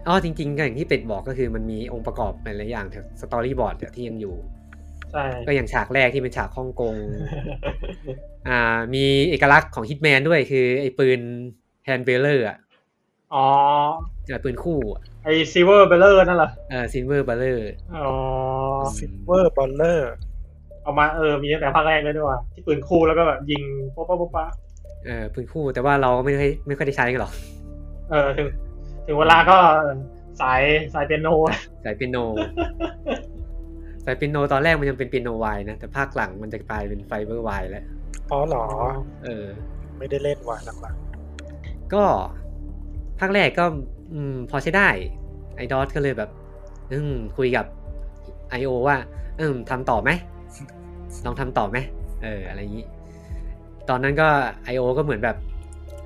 [SPEAKER 1] อ้อจริงๆก็อย่างที่เป็ดบอกก็คือมันมีองค์ประกอบหลายๆอย่างสตอรี่บอร์ดที่ยังอยู่
[SPEAKER 4] ใช่
[SPEAKER 1] ก็อย่างฉากแรกที่เป็นฉากฮ่องกง อ่า มีเอกลักษณ์ของฮิตแมนด้วยคือไอ้ปืนแฮนด์เบลเลอร์อ่ะ
[SPEAKER 4] อ๋อ
[SPEAKER 1] อ่าปืนคู่อะ
[SPEAKER 4] ไอซิเวอร์เบลเลอร์นั่นเหรอ
[SPEAKER 1] เอ่อซินเวอร์เบลเลอร์
[SPEAKER 4] อ๋อ
[SPEAKER 2] เวอร์บอลเลอร์
[SPEAKER 4] เอามาเออ มีตั้งแต่ภาคแรกเลยด้วยว่ะที่ปืนคู่แล้วก็แบบยิงโป๊ะโป๊ะโป๊ะโป๊ะ
[SPEAKER 1] เอ่อปืนคู่แต่ว่าเราก็ไม่ค่อยไม่ค่อยได้ใช้กันหรอก
[SPEAKER 4] เออถึง ถึงเวลาก็เออสายสายเปียโน
[SPEAKER 1] สายเปียโน สายเปียโนตอนแรกมันยังเป็นเปียโนไวน์นะแต่ภาคหลังมันจะกลายเป็นไฟเบอร์ไวน์แล้ว
[SPEAKER 2] อ๋อเหรอ
[SPEAKER 1] เออ
[SPEAKER 2] ไม่ได้เล่นว่ะหลัง
[SPEAKER 1] ก็ภาคแรกก็อืมพอใช้ได้ไอดอทก็เลยแบบ อืมคุยกับ I.O. ว่า อืมทำต่อไหม ลองทำต่อไหมเออ อะไรอย่างนี้ ตอนนั้นก็ I.O. ก็เหมือนแบบ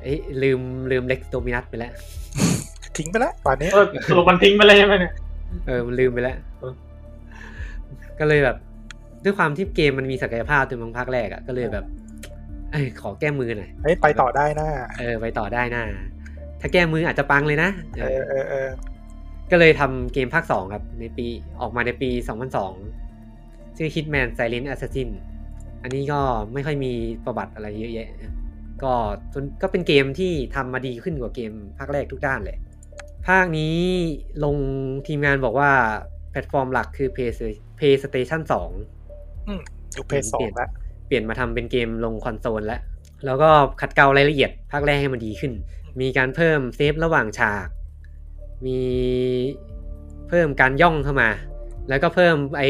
[SPEAKER 1] เอ้ยลืมลืมเล็กโดมินัสไปแล้ว
[SPEAKER 2] ทิ้งไปแล้วป่านนี้
[SPEAKER 4] เออสรุปมันทิ้งไปเลยใช่ไหมเนี่ย
[SPEAKER 1] เออลืมไปแล้ว
[SPEAKER 4] เออ
[SPEAKER 1] ก็เลยแบบ ด้วยความที่เกมมันมีศักยภาพตัวมังภาคแรกอะก็เลยแบบ เอยขอแก้มือหน่อย
[SPEAKER 2] เฮ้ยไปต่อได้นะ
[SPEAKER 1] เออ ไปต่อได้นะ ถ้าแก้มืออาจจะปังเลยนะเอ
[SPEAKER 2] เอ
[SPEAKER 1] อ
[SPEAKER 2] อเออเออ
[SPEAKER 1] ก็เลยทำเกมภาคสองครับ ในปีออกมาในปี 2002 ชื่อ Hitman Silent Assassin อันนี้ก็ไม่ค่อยมีประวัติอะไรเยอะแยะ ก็จนก็เป็นเกมที่ทำมาดีขึ้นกว่าเกมภาคแรกทุกด้านเลย ภาคนี้ลงทีมงานบอกว่าแพลตฟอร์มหลักคือ Play- PlayStation 2
[SPEAKER 2] อยู่เพย์สองแล้ว
[SPEAKER 1] เปลี่ยนมาทำเป็นเกมลงคอนโซลแล้ว แล้วก็ขัดเกลารายละเอียดภาคแรกให้มันดีขึ้น มีการเพิ่มเซฟระหว่างฉาก มีเพิ่มการย่องเข้ามา แล้วก็เพิ่มไอ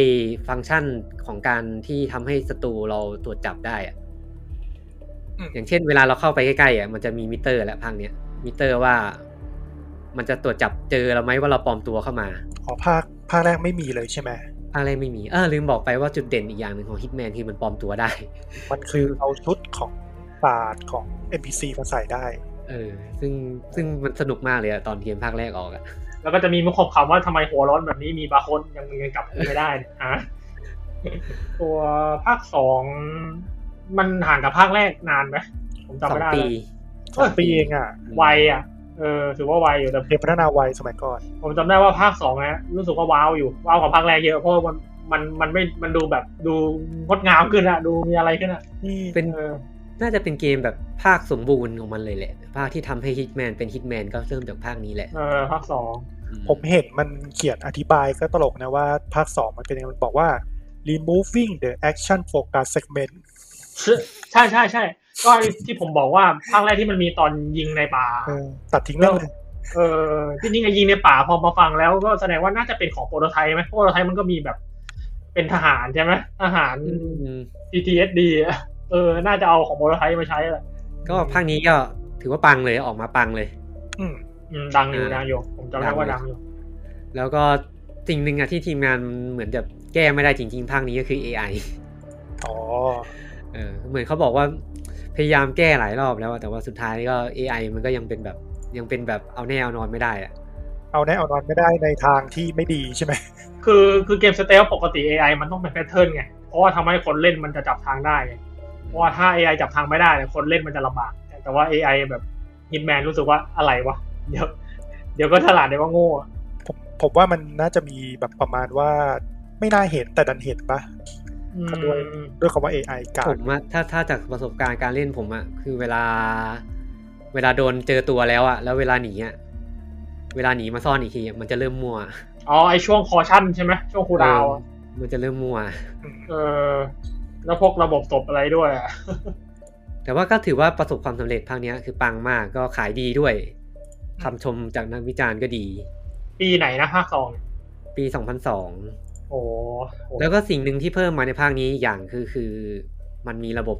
[SPEAKER 1] ฟังก์ชันของการที่ทำให้ศัตรูเราตรวจจับได้อะอย่างเช่นเวลาเราเข้าไปใกล้ๆอ่ะมันจะมีมิเตอร์และพังเนี้ยมิเตอร์ว่ามันจะตรวจจับเจอเราไหมว่าเราปลอมตัวเข้ามา
[SPEAKER 2] อ๋อภาคภาคแรกไม่มีเลยใช่ไหม
[SPEAKER 1] อะไรไม่มีเออลืมบอกไปว่าจุดเด่นอีกอย่างหนึ่งของ Hitman คือมันปลอมตัวได้
[SPEAKER 2] มันคือเอาชุดของศาสตร์ของ NPC มาใส่ได้
[SPEAKER 1] เออ ซึ่งซึ่งมันสนุกมากเลยอะตอนเกมภาคแรกออกอะ
[SPEAKER 4] แล้วก็จะมีมุกขบคำว่าทำไมหัวร้อนแบบนี้มีบาร์โค้ดยังยังกลับไม่ได้เนี่ยฮะตัวภาคสองมันห่างกับภาคแรกนานไหมผมจำ
[SPEAKER 1] สอ
[SPEAKER 4] ไม่
[SPEAKER 1] ง
[SPEAKER 4] ได้
[SPEAKER 1] ปี
[SPEAKER 4] แล้ว
[SPEAKER 2] สองปีเองอ่ะ
[SPEAKER 1] ม
[SPEAKER 4] วัยอ่ะเออถือว่าวัยอยู่แต่
[SPEAKER 2] เกมพัฒนาไวสมัยก่อน
[SPEAKER 4] ผมจำได้ว่าภาคสองนะรู้สึกว่าว้าวอยู่ว้าวกว่าภาคแรกเยอะเพราะว่ามันมันมันไม่มันดูแบบดูงดงามขึ้นอะดูมีอะไรขึ้นอะ
[SPEAKER 2] นี่
[SPEAKER 1] เป็น
[SPEAKER 4] เออ
[SPEAKER 1] น่าจะเป็นเกมแบบภาคสมบูรณ์ของมันเลยแหละ ภาคที่ทำให้ Hitman เป็น Hitman ก็เริ่มจากภาคนี้แหละ
[SPEAKER 4] เออภาคสอง
[SPEAKER 2] ผมเห็นมันเขียนอธิบายก็ตลกนะว่าภาค 2 มันเป็นยังไงมันบอกว่า removing the action focus segment
[SPEAKER 4] ใช่ใช่ใช่ก็ที่ผมบอกว่าภาคแรกที่มันมีตอนยิงในป่า
[SPEAKER 2] เออตัดทิ้งเรื่องเลย
[SPEAKER 4] เออที่นี่ไงยิงในป่าพอมาฟังแล้วก็แสดงว่าน่าจะเป็นของโปรโตไทป์ไหมโปรโตไทป์มันก็มีแบบเป็นทหารใช่ไหมทหาร
[SPEAKER 1] อืม
[SPEAKER 4] PTSD อะเออ น่าจะเอาของโปรโตไทป์มาใช้แหละ
[SPEAKER 1] ก็ภาคนี้ก็ถือว่าปังเลยออกมาปังเลย
[SPEAKER 2] อืม
[SPEAKER 4] อืมดังอยู่ดังอยู่ผมจำได้ว่าดังอยู่
[SPEAKER 1] แล้วก็สิ่งหนึ่งอะที่ทีมงานเหมือนจะแก้ไม่ได้จริงๆ ภาคนี้ก็คือ AI
[SPEAKER 2] อ๋อ
[SPEAKER 1] เออเหมือนเขาบอกว่าพยายามแก้หลายรอบแล้วอะแต่ว่าสุดท้ายก็ AI มันก็ยังเป็นแบบยังเป็นแบบเอาแน่เอานอนไม่ได้อะ
[SPEAKER 2] เอาแน่เอานอนไม่ได้ในทางที่ไม่ดีใช่ไหม
[SPEAKER 4] คือคือเกมสเตลปกติ AI มันต้องเป็นแพทเทิร์นไง เพราะว่าทำให้คนเล่นมันจะจับทางได้ไงเพราะว่าถ้า AI จับทางไม่ได้เนี่ยคนเล่นมันจะลำบาก แต่ว่า AI แบบฮิตแมนรู้สึกว่าอะไรวะ เดี๋ยว เดี๋ยวก็ฉลาดเดี๋ยวก็โง่อะ
[SPEAKER 2] ผมผมว่ามันน่าจะมีแบบประมาณว่าไม่น่าเห็นแต่ดันเห็นปะ
[SPEAKER 4] อืม
[SPEAKER 2] ขอโทษ ด้วยคำว่า AI กา
[SPEAKER 1] ผ
[SPEAKER 2] ร
[SPEAKER 1] มอะถ้าถ้าจากประสบการณ์การเล่นผมอะคือเวลา เวลาโดนเจอตัวแล้วอะแล้วเวลาหนีอะเวลาหนีมาซ่อนอีกทีอะมันจะเริ่มมัว
[SPEAKER 4] อ๋อไอช่วงคอชั่นใช่ไหมช่วงคูลดาวน์อะ
[SPEAKER 1] มันจะเริ่มมัว
[SPEAKER 2] อืม
[SPEAKER 4] เออ แล้วพวกระบบตบอะไรด้วยอะ
[SPEAKER 1] แต่ว่าก็ถือว่าประสบความสำเร็จภาคเนี้ยคือปังมากก็ขายดีด้วยคำชมจากนักวิจารณ์ก็ดี
[SPEAKER 4] ปีไหนนะภาคสองเนี่ย
[SPEAKER 1] ปี 2002
[SPEAKER 4] โอ้โหโอ้โห
[SPEAKER 1] แล้วก็สิ่งหนึ่งที่เพิ่มมาในภาคนี้อีกอย่างคือคือมันมีระบบ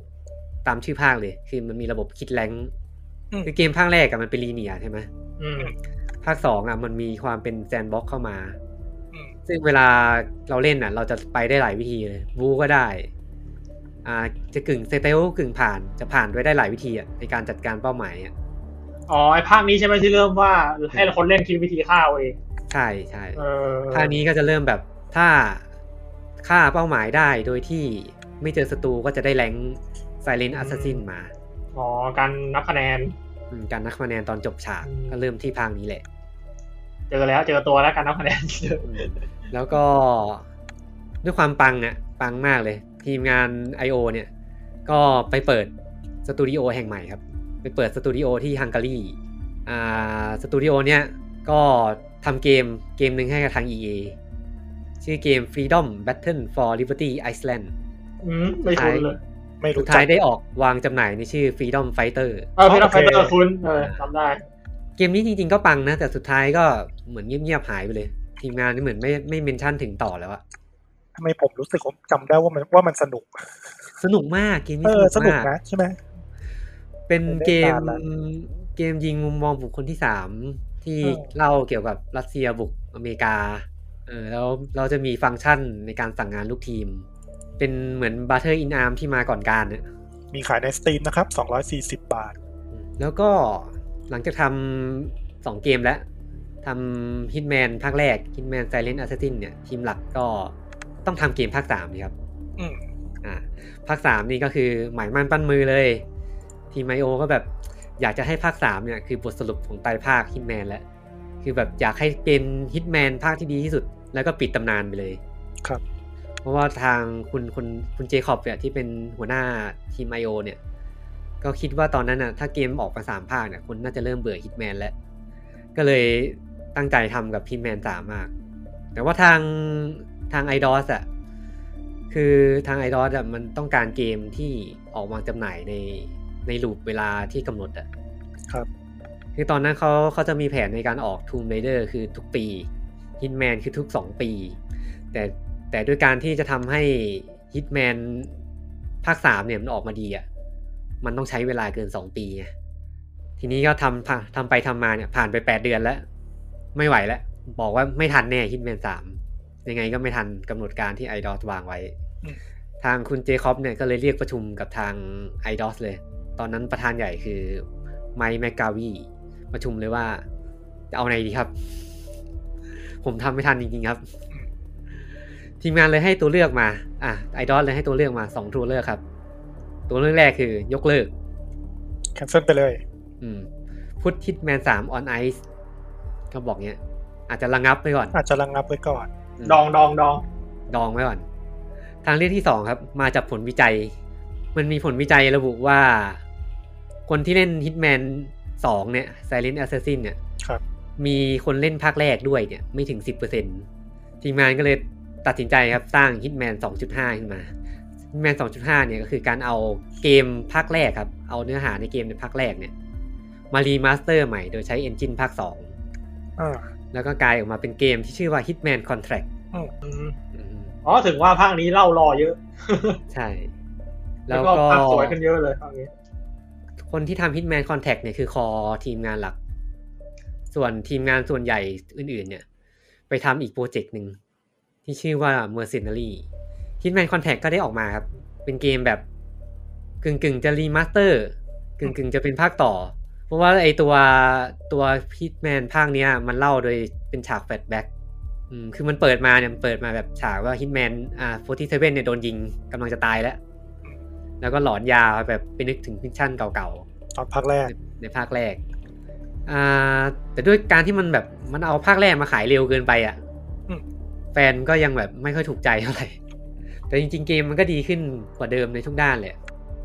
[SPEAKER 1] ตามชื่อภาคเลย คือมันมีระบบคิดแรงค์คือเกมภาคแรกอะมันเป็นลีเนียร์ใช่ไหม
[SPEAKER 4] อืม
[SPEAKER 1] ภาคสองอ่ะมันมีความเป็นแซนบ็อกเข้ามา
[SPEAKER 4] อืม
[SPEAKER 1] ซึ่งเวลาเราเล่นอ่ะ เราจะไปได้หลายวิธีเลยบูก็ได้ อ่าจะกึ่งเซเตลกึ่งผ่านจะผ่านด้วยได้หลายวิธีอ่ะในการจัดการเป้าหมายอ่ะ
[SPEAKER 4] อ๋อไอภาคนี้ใช่ไหมที่เริ่มว่าให้คนเล่นคิดวิธีฆ่าเอาเอง
[SPEAKER 1] ใช่ใช่
[SPEAKER 4] เออ
[SPEAKER 1] ภาคนี้ก็จะเริ่มแบบถ้าฆ่าเป้าหมายได้โดยที่ไม่เจอศัตรูก็จะได้แรงไซเลน
[SPEAKER 4] อืม
[SPEAKER 1] อัสซินมา
[SPEAKER 4] อ๋อการนับคะแนน
[SPEAKER 1] อืมการนักคะแนนตอนจบฉาก
[SPEAKER 4] อืม
[SPEAKER 1] ก็เริ่มที่ภาคนี้แหละ
[SPEAKER 4] เจอแล้วเจอตัวแล้วการนับคะแน น
[SPEAKER 1] แล้วก็ด้วยความปังอ่ะปังมากเลย ทีมงาน I.O. เนี่ย ก็ไปเปิดสตูดิโอแห่งใหม่ครับ ไปเปิดสตูดิโอที่ฮังการีอ่าสตูดิโอเนี่ยก็ทำเกมเกมหนึ่งให้กับทาง EA ชื่อเกม Freedom Battle for Liberty Iceland
[SPEAKER 4] อืมไม่คุ้นเลย
[SPEAKER 2] ไม่
[SPEAKER 1] สุ
[SPEAKER 2] รู้
[SPEAKER 1] ด
[SPEAKER 2] จั
[SPEAKER 1] ท้าก ยได้ออกวางจำหน่ายในชื่อ Freedom Fighter
[SPEAKER 4] เออพี่น้อง
[SPEAKER 2] โอ
[SPEAKER 4] ไฟ
[SPEAKER 2] เค
[SPEAKER 4] เตอร์คุ้นเออจำได้
[SPEAKER 1] เกมนี้จริงๆก็ปังนะ แต่สุดท้ายก็เหมือนเงียบๆหายไปเลย ทีมงานนี่เหมือนไม่ไม่เมนชั่นถึงต่อแล้วอะ
[SPEAKER 2] ทำไมผมรู้สึกผมจำได้ว่ามันว่ามันสนุก
[SPEAKER 1] สนุกมากเกมนี้
[SPEAKER 2] เออส
[SPEAKER 1] ส
[SPEAKER 2] นุ
[SPEAKER 1] นุ
[SPEAKER 2] ก
[SPEAKER 1] กมาก
[SPEAKER 2] นะใช่ไหม
[SPEAKER 1] เป็นเกม
[SPEAKER 2] ได้นานแล้ว
[SPEAKER 1] เกมยิงมุมมองบุคคลที่สามที่
[SPEAKER 4] เออ
[SPEAKER 1] เล่าเกี่ยวกับรัสเซียบุกอเมริกา เออแล้วเราจะมีฟังก์ชันในการสั่งงานลูกทีม เป็นเหมือน Butter in Arm ที่มาก่อนการเนี่ย
[SPEAKER 2] มีขายในสตรีมนะครับ240 บาท
[SPEAKER 1] แล้วก็หลังจากทำสองเกมแล้วทำ Hitman ภาคแรก Hitman Silent Assassin เนี่ย ทีมหลักก็ต้องทำเกมภาคสามนี่ครับ
[SPEAKER 2] อืม
[SPEAKER 1] อ่าภาคสามนี่ก็คือหมายมั่นปั้นมือเลย ทีมไอโอก็แบบอยากจะให้ภาคสามเนี่ย คือบทสรุปของไตรภาค Hitman แล้ว คือแบบอยากให้เป็น Hitman ภาคที่ดีที่สุด แล้วก็ปิดตำนานไปเลย
[SPEAKER 2] ครับ
[SPEAKER 1] เพราะว่าทางคุณคุณคุณเจคอบเนี่ยที่เป็นหัวหน้าทีมไอโอเนี่ย ก็คิดว่าตอนนั้นน่ะถ้าเกมออกมาสามภาคเนี่ยคนน่าจะเริ่มเบื่อฮิตแมนแล้ว ก็เลยตั้งใจทำกับฮิตแมนสามมาก แต่ว่าทางทางไอดอสอ่ะคือทางไอดอสอ่ะมันต้องการเกมที่ออกมาจำหน่ายในในลูปเวลาที่กำหนดอ่ะ
[SPEAKER 2] ครับ
[SPEAKER 1] คือตอนนั้นเขาเขาจะมีแผนในการออก Tomb Raider คือทุกปี Hitman คือทุก 2 ปี แต่แต่ด้วยการที่จะทำให้ Hitman ภาค 3 เนี่ยมันออกมาดีอะ่ะ มันต้องใช้เวลาเกิน 2 ปีไงทีนี้ก็ทำผ่าทำไปทำมาเนี่ยผ่านไป 8 เดือนแล้ว ไม่ไหวแล้ว บอกว่าไม่ทันแน่ Hitman 3 ยังไงก็ไม่ทันกำหนดการที่ IDOS วางไว้
[SPEAKER 2] อืม
[SPEAKER 1] ทางคุณเจคอบเนี่ยก็เลยเรียกประชุมกับทาง IDOS เลย ตอนนั้นประธานใหญ่คือไมค์แมกกาวีประชุมเลยว่า จะเอาไงดีครับ ผมทำไม่ทันจริงๆครับ ทีมงานเลยให้ตัวเลือกมา อ่ะไอดอลเลยให้ตัวเลือกมาสองตัวเลือกครับ ตัวเลือกแรกคือยกเลิก
[SPEAKER 2] แคนเซิลไปเลย
[SPEAKER 1] อืมพุทธิตแมนสามออนไอซ์ก็บอกเนี้ย อาจจะระงับไปก่อน
[SPEAKER 2] อาจจะระงับไว้ก่อน
[SPEAKER 1] ม
[SPEAKER 4] ดองดองดอง
[SPEAKER 1] ดองไว้ก่อน ทางเลือกที่สองครับ มาจากผลวิจัย มันมีผลวิจัยระบุว่า คนที่เล่นฮิตแมนสองเนี่ย Silent Assassin เนี่ย
[SPEAKER 2] ครับ
[SPEAKER 1] มีคนเล่นภาคแรกด้วยเนี่ย ไม่ถึง 10%ทีมงานก็เลยตัดสินใจครับสร้าง Hitman 2.5 ขึ้นมา Hitman 2.5 เนี่ยก็คือการเอาเกมภาคแรกครับ เอาเนื้อหาในเกมในภาคแรกเนี่ย มารีมาสเตอร์ใหม่โดยใช้ Engine ภาค
[SPEAKER 2] อ่า
[SPEAKER 1] 2 แล้วก็กลายออกมาเป็นเกมที่ชื่อว่า Hitman Contract
[SPEAKER 2] อืม
[SPEAKER 1] อืม
[SPEAKER 4] อ๋อถึงว่าภาคนี้เล่ารอเยอะ
[SPEAKER 1] ใช่
[SPEAKER 4] แล้วก็ภาคสวยขึ้นเยอะเลยภาคนี้
[SPEAKER 1] คนที่ทำ Hitman Contact เนี่ยคือคอทีมงานหลัก ส่วนทีมงานส่วนใหญ่อื่นๆ เนี่ย ไปทำอีกโปรเจกต์หนึ่งที่ชื่อว่า Mercenary Hitman Contact ก็ได้ออกมาครับ เป็นเกมแบบกึ่งๆ จะรีมาสเตอร์กึ่งๆ จะเป็นภาคต่อ เพราะว่าไอตัวตัว Hitman ภาคเนี้ย มันเล่าโดยเป็นฉากแฟลชแบ็กอืมคือมันเปิดมาเนี่ยมันเปิดมาแบบฉากว่า Hitman อ่า47เนี่ยโดนยิงกำลังจะตายแล้ว แล้วก็หลอนยาแบบไปนึกถึงฟิกชั่นเก่าๆ
[SPEAKER 2] ตอนภาคแรก
[SPEAKER 1] ในภาคแรก อ่า แต่ด้วยการที่มันแบบมันเอาภาคแรกมาขายเร็วเกินไปอะ่ะ
[SPEAKER 2] อืม
[SPEAKER 1] แฟนก็ยังแบบไม่ค่อยถูกใจเท่าไหร่ แต่จริงๆเกมมันก็ดีขึ้นกว่าเดิมในทุกด้านเลย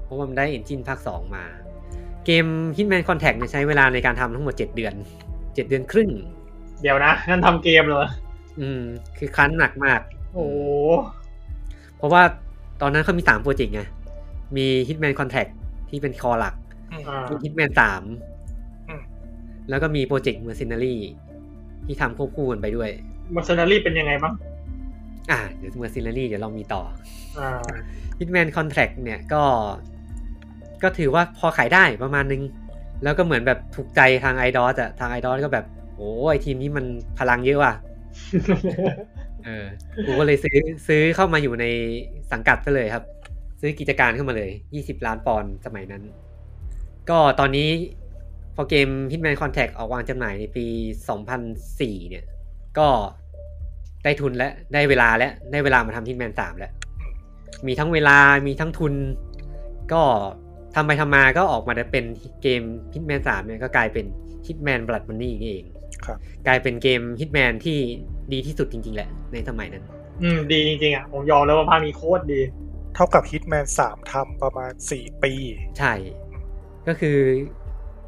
[SPEAKER 1] เพราะว่ามันได้เอนจินภาค 2 มา เกม Hitman Contact เนี่ยใช้เวลาในการทำทั้งหมด 7 เดือน 7 เดือนครึ่ง
[SPEAKER 4] เดี๋ยวนะนั่นทำเกมเลย
[SPEAKER 1] อืม คือคั้นหนักมาก
[SPEAKER 4] โอ้โห
[SPEAKER 1] เพราะว่าตอนนั้นเขามี 3 โปรเจกต์ไง มี Hitman Contact ที่เป็นคอหลัก
[SPEAKER 2] อืม
[SPEAKER 4] อ่า
[SPEAKER 1] ฮิตแมนสาม
[SPEAKER 2] อืม
[SPEAKER 1] แล้วก็มีโปรเจกต์เมอร์ซ n นารีที่ทำควบคู่กันไปด้วย
[SPEAKER 4] มัสนารีเป็นยังไงบ้าง
[SPEAKER 1] อ่าเดี๋ยวเมอร์ซ n นารีเดี๋ยวเรามีต่อ
[SPEAKER 4] อ่า
[SPEAKER 1] ฮิตแมนคอนแท t เนี่ยก็ ก็ถือว่าพอขายได้ประมาณนึง แล้วก็เหมือนแบบถูกใจทางไอดอสอะทางไอดอสก็แบบ โอ้ยทีมนี้มันพลังเยอะว่ะ เออ กูก็เลยซื้อซื้อเข้ามาอยู่ในสังกัดก็เลยครับ ซื้อกิจการเข้ามาเลย 20 ล้านปอนด์สมัยนั้น ก็ตอนนี้พอเกม Hitman Contact ออกวางจำหน่ายในปี 2004 เนี่ย ก็ได้ทุนและได้เวลาและได้เวลามาทำ Hitman 3 แล้ว มีทั้งเวลามีทั้งทุน ก็ทำไปทำมาก็ออกมาได้เป็นเกม Hitman 3 เนี่ยก็กลายเป็น Hitman Blood Money นี่เอง กลายเป็นเกม Hitman ที่ดีที่สุดจริงๆ แหละ ในสมัยนั้น
[SPEAKER 4] อืม ดีจริงๆอ่ะ ผมยอมแล้วว่าภาคนี้โคตรดี
[SPEAKER 2] เท่ากับฮิตแมนสามทำประมาณสี่ปี
[SPEAKER 1] ใช่ ก็คือ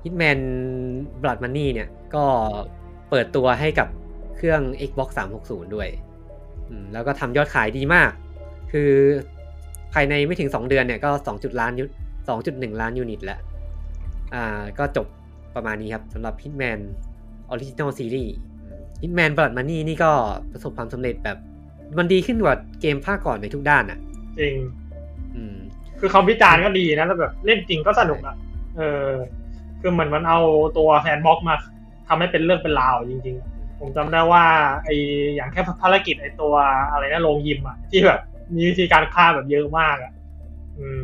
[SPEAKER 1] Hitman Blood Money เนี่ย ก็เปิดตัวให้กับเครื่อง Xbox 360 ด้วยอืมแล้วก็ทำยอดขายดีมาก คือภายในไม่ถึง 2 เดือนเนี่ยก็ 2 จุดล้านยู2.1 ล้านยูนิตแล้ว อ่า ก็จบประมาณนี้ครับสำหรับ Hitman Original Series อืม Hitman Blood Money นี่ก็ประสบความสำเร็จแบบ มันดีขึ้นกว่าเกมภาคก่อนในทุกด้านอ่ะ
[SPEAKER 4] จริง
[SPEAKER 1] อืม
[SPEAKER 4] คือคำวิจารณ์ก็ดีนะแล้วแบบเล่นจริงก็สนุกอ่ะ เออ คือเหมือนมันเอาตัวแซนบ็อกมาทำให้เป็นเรื่องเป็นราวจริง ๆ ผมจำได้ว่าไออย่างแค่ภารกิจไอตัวอะไรนะโรงยิมอะที่แบบมีวิธีการฆ่าแบบเยอะมากอะอืม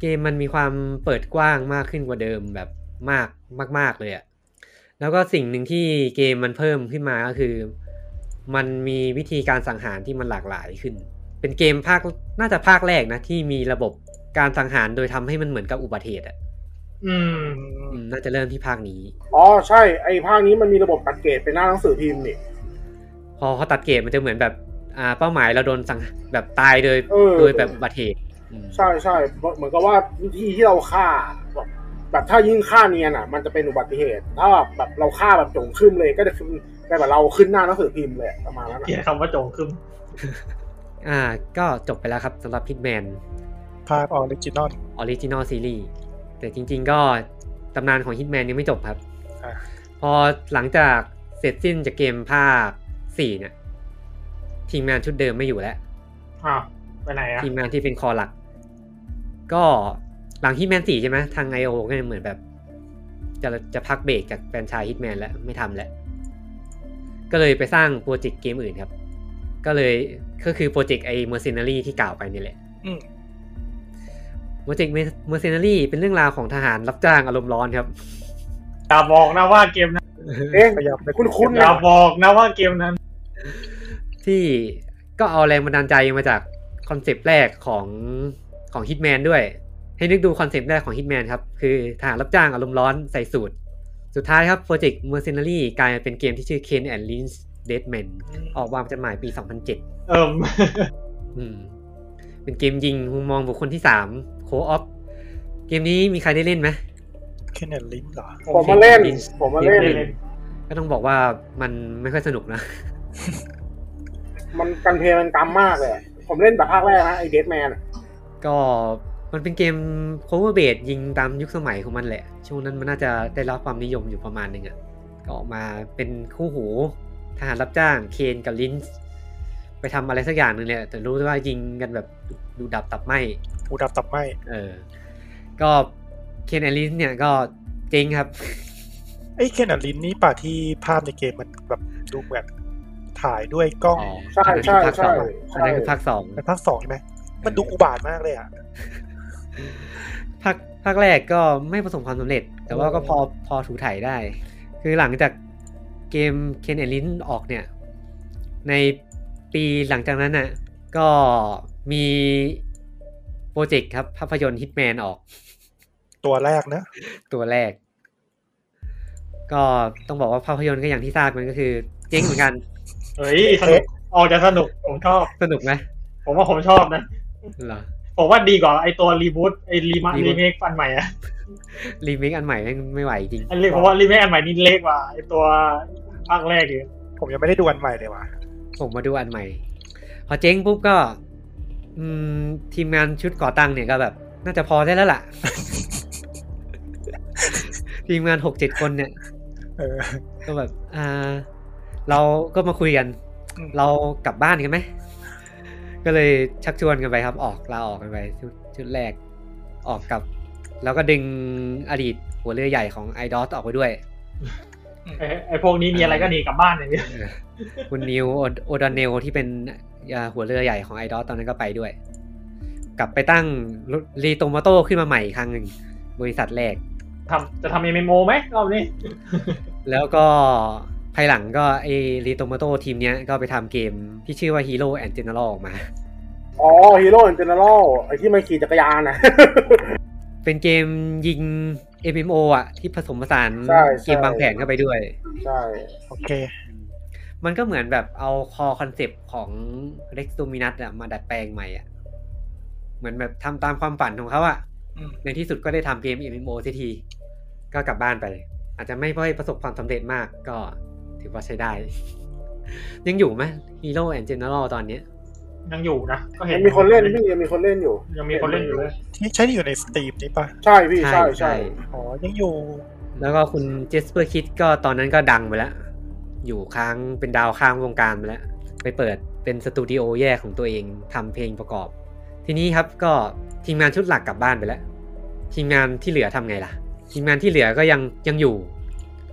[SPEAKER 1] เกมมันมีความเปิดกว้างมากขึ้นกว่าเดิมแบบมากมาก ๆ เลยอะแล้วก็สิ่งหนึ่งที่เกมมันเพิ่มขึ้นมาก็คือ มันมีวิธีการสังหารที่มันหลากหลายขึ้น เป็นเกมภาคน่าจะภาคแรกนะ ที่มีระบบการสังหารโดยทำให้มันเหมือนกับอุบัติเหตุอะ
[SPEAKER 4] อืม
[SPEAKER 1] อืมน่าจะเริ่มที่ภาคนี้
[SPEAKER 3] อ๋อใช่ ไอ้ภาคนี้มันมีระบบตัดเกรดเป็นหน้าหนังสือพิมพ์นี่
[SPEAKER 1] พอเขาตัดเกมมันจะเหมือนแบบอ่าเป้าหมายเราโดนสังแบบตายโดย
[SPEAKER 3] เออ
[SPEAKER 1] โดยแบบอุบัติเหตุอืม
[SPEAKER 3] ใช่ใช่เหมือนกับว่าวิธีที่เราฆ่าแบบแบบถ้ายิ่งฆ่าเนียนอ่ะ มันจะเป็นอุบัติเหตุ ถ้าแบบเราฆ่าแบบโจงขึ้นเลยก็จะเป็นแบบเราขึ้นหน้าหนังสือพิมพ์เลยประมาณนั้น
[SPEAKER 4] เกลียด
[SPEAKER 3] อะ
[SPEAKER 4] คำว่าโจงขึ้น
[SPEAKER 1] อ่าก็จบไปแล้วครับสำหรับ Hitman
[SPEAKER 2] ภาคออริจินอล
[SPEAKER 1] ออริจินอลซีรีส์แต่จริง ๆ ก็ตำนานของ Hitman ยังไม่จบครับ
[SPEAKER 2] อ่ะ
[SPEAKER 1] พอหลังจากเสร็จสิ้นจากเกมภาค 4 เนี่ย ทีมงานชุดเดิมไม่อยู่แล้ว
[SPEAKER 4] อ้าวไปไหนอะ
[SPEAKER 1] ทีมงานที่เป็นคอหลัก ก็หลัง Hitman 4 ใช่ไหมทาง IO ก็เหมือนแบบ จะจะพักเบรกจากแฟรนไชาย Hitman แล้ว ไม่ทำแล้ว ก็เลยไปสร้างโปรเจกต์เกมอื่นครับ ก็เลยก็คือโปรเจกต์ไอ้ Mercenary ที่กล่าวไปนี่แหละ
[SPEAKER 2] อืม
[SPEAKER 1] โปรเจกต์เมอร์เซนารีเป็นเรื่องราวของทหารรับจ้างอารมณ์ร้อนครับ
[SPEAKER 4] อย่าบอกนะว่าเกมนั้น
[SPEAKER 3] เอ๊ะ
[SPEAKER 2] พยายามไป
[SPEAKER 3] คุ้น
[SPEAKER 4] อ
[SPEAKER 3] ๆ
[SPEAKER 2] เก็บ
[SPEAKER 4] ย่า
[SPEAKER 2] ดา
[SPEAKER 4] บอกนะว่าเกมนั้น
[SPEAKER 1] ที่ก็เอาแรงบันดาลใจมาจากคอนเซปต์แรกของของฮิตแมนด้วย ให้นึกดูคอนเซปต์แรกของฮิตแมนครับ คือทหารรับจ้างอารมณ์ร้อนใส่สูตร สุดท้ายครับโปรเจกต์เมอร์เซนารีกลายเป็นเกมที่ชื่อ Ken and Lynch Deadman ออกวางจำหน่ายปี 2007
[SPEAKER 4] เอิม
[SPEAKER 1] อืม เป็นเกมยิงมุมมองบุคคลที่สามโคออฟเกมนี้มีใครได้เล่นไหม
[SPEAKER 2] แค่เนนลิ้นเหรอ
[SPEAKER 3] ผมมาเล่น
[SPEAKER 1] Lynch
[SPEAKER 3] ผมมาเล่น
[SPEAKER 1] Deadman ก็ต้องบอกว่ามันไม่ค่อยสนุกนะ
[SPEAKER 3] มันกันเพลงมันกำมากเลย ผมเล่นแต่ภาคแรกนะไอ้เดดแมน
[SPEAKER 1] ก็มันเป็นเกม cover base ยิงตามยุคสมัยของมันแหละ ช่วงนั้นมันน่าจะได้รับความนิยมอยู่ประมาณหนึงอะ่ะ ก็ออกมาเป็นคู่หูทหารรับจ้างเคนกับลินช์ไปทำอะไรสักอย่างหนึ่งเลยแต่รู้ว่ายิงกันแบบดูดับตับไหม
[SPEAKER 2] อูดับตับไหม
[SPEAKER 1] เออ ก็เคนแอนลินช์เนี่ยก็เจ๊งครับ
[SPEAKER 2] ไอ้แค่เนนลิ้นนี่ป่ะที่ภาพในเกมมันแบบดูเหมือนถ่ายด้วยกล้อง
[SPEAKER 3] ใช่ใช่ใช่
[SPEAKER 1] อัน
[SPEAKER 3] ใช่
[SPEAKER 1] นั้นคือภาคสอง
[SPEAKER 2] เป็นภาคสองใช่ไหมมันดูอุบาทมากเลยอ่ะ
[SPEAKER 1] ภาคภาคแรกก็ไม่ประสบความสำเร็จ แต่ว่าก็พอพอถูถ่ายได้ คือหลังจากเกม Ken and Lynch ออกเนี่ย ในปีหลังจากนั้นน่ะ ก็มีโปรเจกต์ครับ ภาพยนตร์ Hitman ออก
[SPEAKER 2] ตัวแรกนะ
[SPEAKER 1] ตัวแรก ก็ต้องบอกว่าภาพยนตร์ก็อย่างที่ทราบมันก็คือ เจ๊งเหมือนกัน
[SPEAKER 4] เฮ้ยสนุกออกจะสนุกผมชอบ
[SPEAKER 1] สนุกไหม
[SPEAKER 4] ผมว่าผมชอบนะ
[SPEAKER 1] เหรอ
[SPEAKER 4] ผมว่าดีกว่าไอตัวรีบูตไอรีมา
[SPEAKER 1] Reboot
[SPEAKER 4] รีเมคฟันใหม่อะ
[SPEAKER 1] รีเมคอันใหม่แม่งไม่ไหวจริง
[SPEAKER 4] ไอเรียกผมว่ารีเมคอันใหม่นี่เล็กกว่าไอตัวภาคแรกอยู่
[SPEAKER 2] ผมยังไม่ได้ดูอันใหม่เลยว่ะ
[SPEAKER 1] ผมมาดูอันใหม่ พอเจ๊งปุ๊บก็ อืม ทีมงานชุดก่อตั้งเนี่ยก็แบบ น่าจะพอได้แล้วล่ะ ทีมงานหกเจ็ดคนเนี่ย
[SPEAKER 2] เออ
[SPEAKER 1] ก็แบบ อ่า เราก็มาคุยกัน
[SPEAKER 2] อืม
[SPEAKER 1] เรากลับบ้านกันไหม ก็เลยชักชวนกันไปครับออกลาออกกันไปชุดชุดแรกออกกับ แล้วก็ดึงอดีตหัวเรือใหญ่ของไอดอสออกไปด้วย
[SPEAKER 4] ไอ้ไอพวกนี้มีอะไรก็หนีกลับบ้านอย่างเดียว
[SPEAKER 1] เออคุณนิวโอดอนเนลที่เป็นอ่าหัวเรือใหญ่ของไอดอลตอนนั้นก็ไปด้วย กลับไปตั้งรีโตมาโต้ขึ้นมาใหม่อีกครั้งหนึ่งบริษัทแรก
[SPEAKER 4] ทำจะทำเอเมโมไหมรอบนี้
[SPEAKER 1] แล้วก็ภายหลังก็ไอรีโตมาโต้ทีมเนี้ยก็ไปทำเกมที่ชื่อว่า Hero and General ออกมา
[SPEAKER 3] อ๋อฮีโร่เจเนอเรลไอ้ที่มันขี่จักรยานนะ
[SPEAKER 1] เป็นเกมยิง MMO อ่ะ ที่ผสมผสาน
[SPEAKER 3] ใช่ใช่
[SPEAKER 1] เกมบางแผนเข้าไปด้วย
[SPEAKER 3] ใช่
[SPEAKER 2] โอเค
[SPEAKER 1] มันก็เหมือนแบบเอาคอคอนเซปต์ของเร็กซ์ตูมินัสอะมาดัดแปลงใหม่อะเหมือนแบบทำตามความฝันของเขาอะ
[SPEAKER 2] อืม
[SPEAKER 1] ในที่สุดก็ได้ทำเกม MMO ทีที ก็กลับบ้านไป อาจจะไม่ค่อยประสบความสำเร็จมากก็ถือว่าใช้ได้ ยังอยู่ไหม Hero and General ตอนเนี้ย
[SPEAKER 4] ยังอยู่นะก็เห็
[SPEAKER 3] ยั
[SPEAKER 4] น
[SPEAKER 3] งมีคนเล่นพี่ยังมีคนเล่นอยู่
[SPEAKER 4] ยังมีคนเล่นอยู่เลย
[SPEAKER 2] ที่ใช้อยู่ในสตรีมนี่ป่ะ
[SPEAKER 3] ใช่พี่ใช่ใช่
[SPEAKER 2] อ๋อยังอยู่
[SPEAKER 1] แล้วก็คุณเจสเปอร์คิดก็ตอนนั้นก็ดังไปแล้ว อยู่ค้างเป็นดาวค้างวงการไปแล้ว ไปเปิดเป็นสตูดิโอแยกของตัวเองทำเพลงประกอบ ทีนี้ครับก็ทีมงานชุดหลักกลับบ้านไปแล้ว ทีมงานที่เหลือทำไงล่ะ ทีมงานที่เหลือก็ยังยังอยู่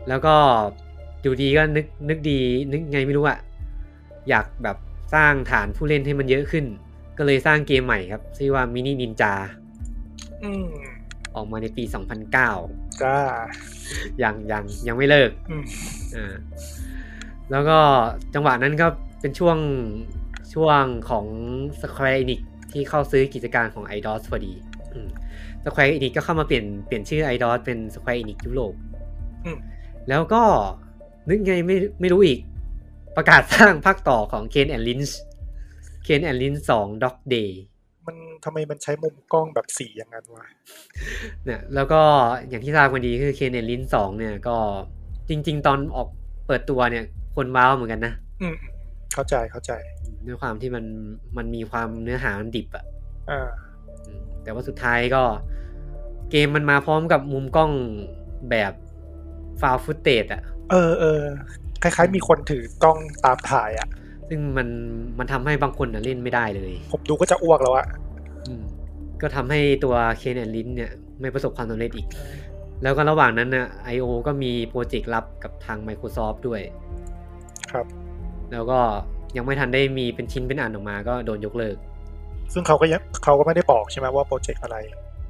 [SPEAKER 1] แล้วก็อยู่ดีก็นึกนึกดีนึกไงไม่รู้อะอยากแบบสร้างฐานผู้เล่นให้มันเยอะขึ้น ก็เลยสร้างเกมใหม่ครับชื่อว่ามินินินจา
[SPEAKER 2] อืม
[SPEAKER 1] ออกมาในปี 2009
[SPEAKER 2] จ้า
[SPEAKER 1] ยังยังยังไม่เลิก
[SPEAKER 2] อืม
[SPEAKER 1] อ่าแล้วก็จังหวะนั้นก็เป็นช่วงช่วงของ Square Enix ที่เข้าซื้อกิจการของ IDOS พอดีอืม Square Enix ก็เข้ามาเปลี่ยนเปลี่ยนชื่อ IDOS เป็น Square Enix ยุโรป
[SPEAKER 2] อืม
[SPEAKER 1] แล้วก็นึกไงไม่ไม่รู้อีก ประกาศสร้างภาคต่อของ Ken and Lynch Ken and Lynch 2 Dog Day
[SPEAKER 2] มันทำไมมันใช้มุมกล้องแบบสีอย่างนั้นวะ
[SPEAKER 1] เนี่ยแล้วก็อย่างที่ทราบกันดีคือเคนเนลินสองเนี่ยก็จริง ๆ ตอนออกเปิดตัวเนี่ย คนว้าวเหมือนกันนะ
[SPEAKER 2] อืมอืมเข้าใจเข้าใจ
[SPEAKER 1] ด้วยความที่มันมันมีความเนื้อหามันดิบอะ
[SPEAKER 2] อ่า
[SPEAKER 1] อืมแต่ว่าสุดท้ายก็เกมมันมาพร้อมกับมุมกล้องแบบฟาวฟุตเตจอะ
[SPEAKER 2] เออเออคล้ายๆ มีคนถือกล้องตามถ่ายอ่ะ
[SPEAKER 1] ซึ่งมันมันทำให้บางคนน่ะเล่นไม่ได้เลย
[SPEAKER 2] ผมดูก็จะอ้วกแล้วอะ
[SPEAKER 1] อืมก็ทำให้ตัวเคนแอนลินเนี่ยไม่ประสบความสำเร็จอีก แล้วก็ระหว่างนั้นน่ะ IO ก็มีโปรเจกต์ลับกับทาง Microsoft ด้วย
[SPEAKER 2] ครับ
[SPEAKER 1] แล้วก็ยังไม่ทันได้มีเป็นชิ้นเป็นอันออกมาก็โดนยกเลิก
[SPEAKER 2] ซึ่งเขาก็ยังเขาก็ไม่ได้บอกใช่ไหมว่าโปรเจกต์อะไร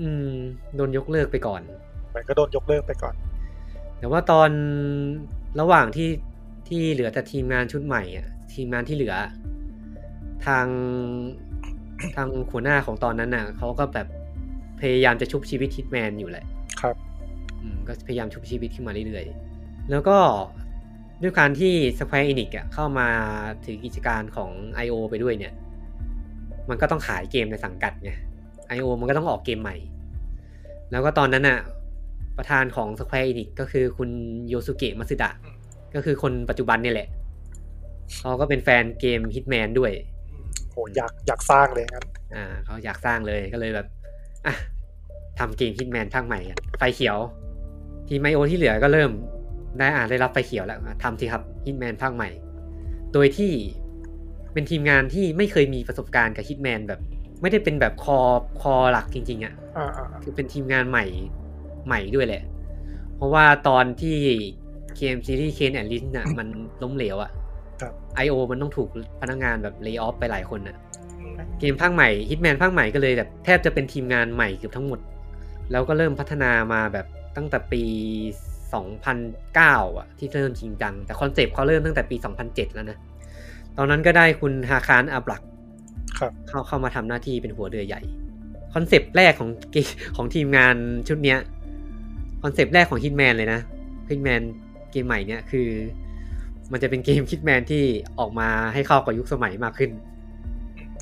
[SPEAKER 1] อืม โดนยกเลิกไปก่อน
[SPEAKER 2] มันก็โดนยกเลิกไปก่อน
[SPEAKER 1] แต่ว่าตอนระหว่างที่ที่เหลือแต่ทีมงานชุดใหม่อะทีมงานที่เหลือ ทางทางหัวหน้าของตอนนั้นน่ะเขาก็แบบพยายามจะชุบชีวิตฮิตแมนอยู่แหละ
[SPEAKER 2] ครับ
[SPEAKER 1] อืมก็พยายามชุบชีวิตขึ้นมาเรื่อยๆ แล้วก็ด้วยการที่ Square Enix อ่ะเข้ามาถือกิจการของ I.O. ไปด้วยเนี่ย มันก็ต้องขายเกมในสังกัดไง I.O. มันก็ต้องออกเกมใหม่ แล้วก็ตอนนั้นอ่ะ ประธานของ Square Enix ก็คือคุณโยสุเกะมัสึดะ ก็คือคนปัจจุบันเนี่ยแหละ เขาก็เป็นแฟนเกม Hitman ด้วย
[SPEAKER 2] โหอยากอยากสร้างเลยงั้น
[SPEAKER 1] อ่าเขาอยากสร้างเลยก็เลยแบบอ่ะทำเกมฮิตแมนภาคใหม่กันไฟเขียว ทีมไมโอที่เหลือก็เริ่มได้อ่านได้รับไฟเขียวแล้วอ่ะทำทีครับฮิตแมนภาคใหม่ โดยที่เป็นทีมงานที่ไม่เคยมีประสบการณ์กับฮิตแมนแบบ ไม่ได้เป็นแบบคอคอหลักจริง ๆอะ่ะ
[SPEAKER 2] อ่าอ่าอ่า
[SPEAKER 1] คือเป็นทีมงานใหม่ใหม่ด้วยแหละ เพราะว่าตอนที่เกมซีรีส์เคนแอนลิสน่ะมันล้มเหลวอะ
[SPEAKER 2] ครั่
[SPEAKER 1] ะ
[SPEAKER 2] บ
[SPEAKER 1] ไอโอมันต้องถูกพนักงานแบบเลิกออฟไปหลายคนอ่ะ
[SPEAKER 2] อืม
[SPEAKER 1] เกมภาคใหม่ Hitman ภาคใหม่ก็เลยแบบแทบจะเป็นทีมงานใหม่เกือบทั้งหมด แล้วก็เริ่มพัฒนามาแบบตั้งแต่ปี 2009 อ่ะ ที่เริ่มจริงจัง แต่คอนเซปต์เขาเริ่มตั้งแต่ปี 2007 แล้วนะ ตอนนั้นก็ได้คุณฮาคารอาบลัก
[SPEAKER 2] ครับ
[SPEAKER 1] เข้าเข้ามาทำหน้าที่เป็นหัวเรือใหญ่ คอนเซปต์แรกของ เกของทีมงานชุดเนี้ย คอนเซปต์แรกของ Hitman เลยนะ Hitman เกมใหม่เนี้ยคือ มัน จะเป็นเกม Hitman ที่ออกมาให้เข้ากับยุคสมัยมากขึ้น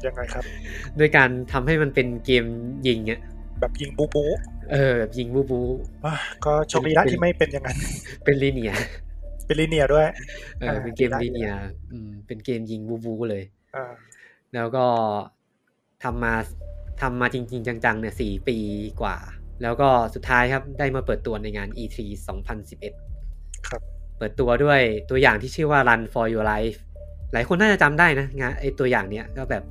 [SPEAKER 2] ยังไงครับ
[SPEAKER 1] ด้วยการทำให้มันเป็นเกมยิงอะ
[SPEAKER 2] แบบยิงบูบู
[SPEAKER 1] เออแบบยิงบูบู
[SPEAKER 2] อ่ะก็โชคดีละที่ไม่เป็นอย่างนั้น
[SPEAKER 1] เป็นลีเนีย
[SPEAKER 2] เป็นลิเนียร์ด้วย
[SPEAKER 1] เออเป็นเกมลีเนียอืมเป็นเกมยิงบูบูเลย
[SPEAKER 2] อ่า
[SPEAKER 1] แล้วก็ทำมาทำมาจริง ๆ จังๆเนี่ยสี่ปีกว่า แล้วก็สุดท้ายครับได้มาเปิดตัวในงาน E3 2011
[SPEAKER 2] ครับ
[SPEAKER 1] เปิดตัวด้วยตัวอย่างที่ชื่อว่า Run for Your Life หลายคนน่าจะจำได้นะงานไอตัวอย่างเนี้ยก็แบบ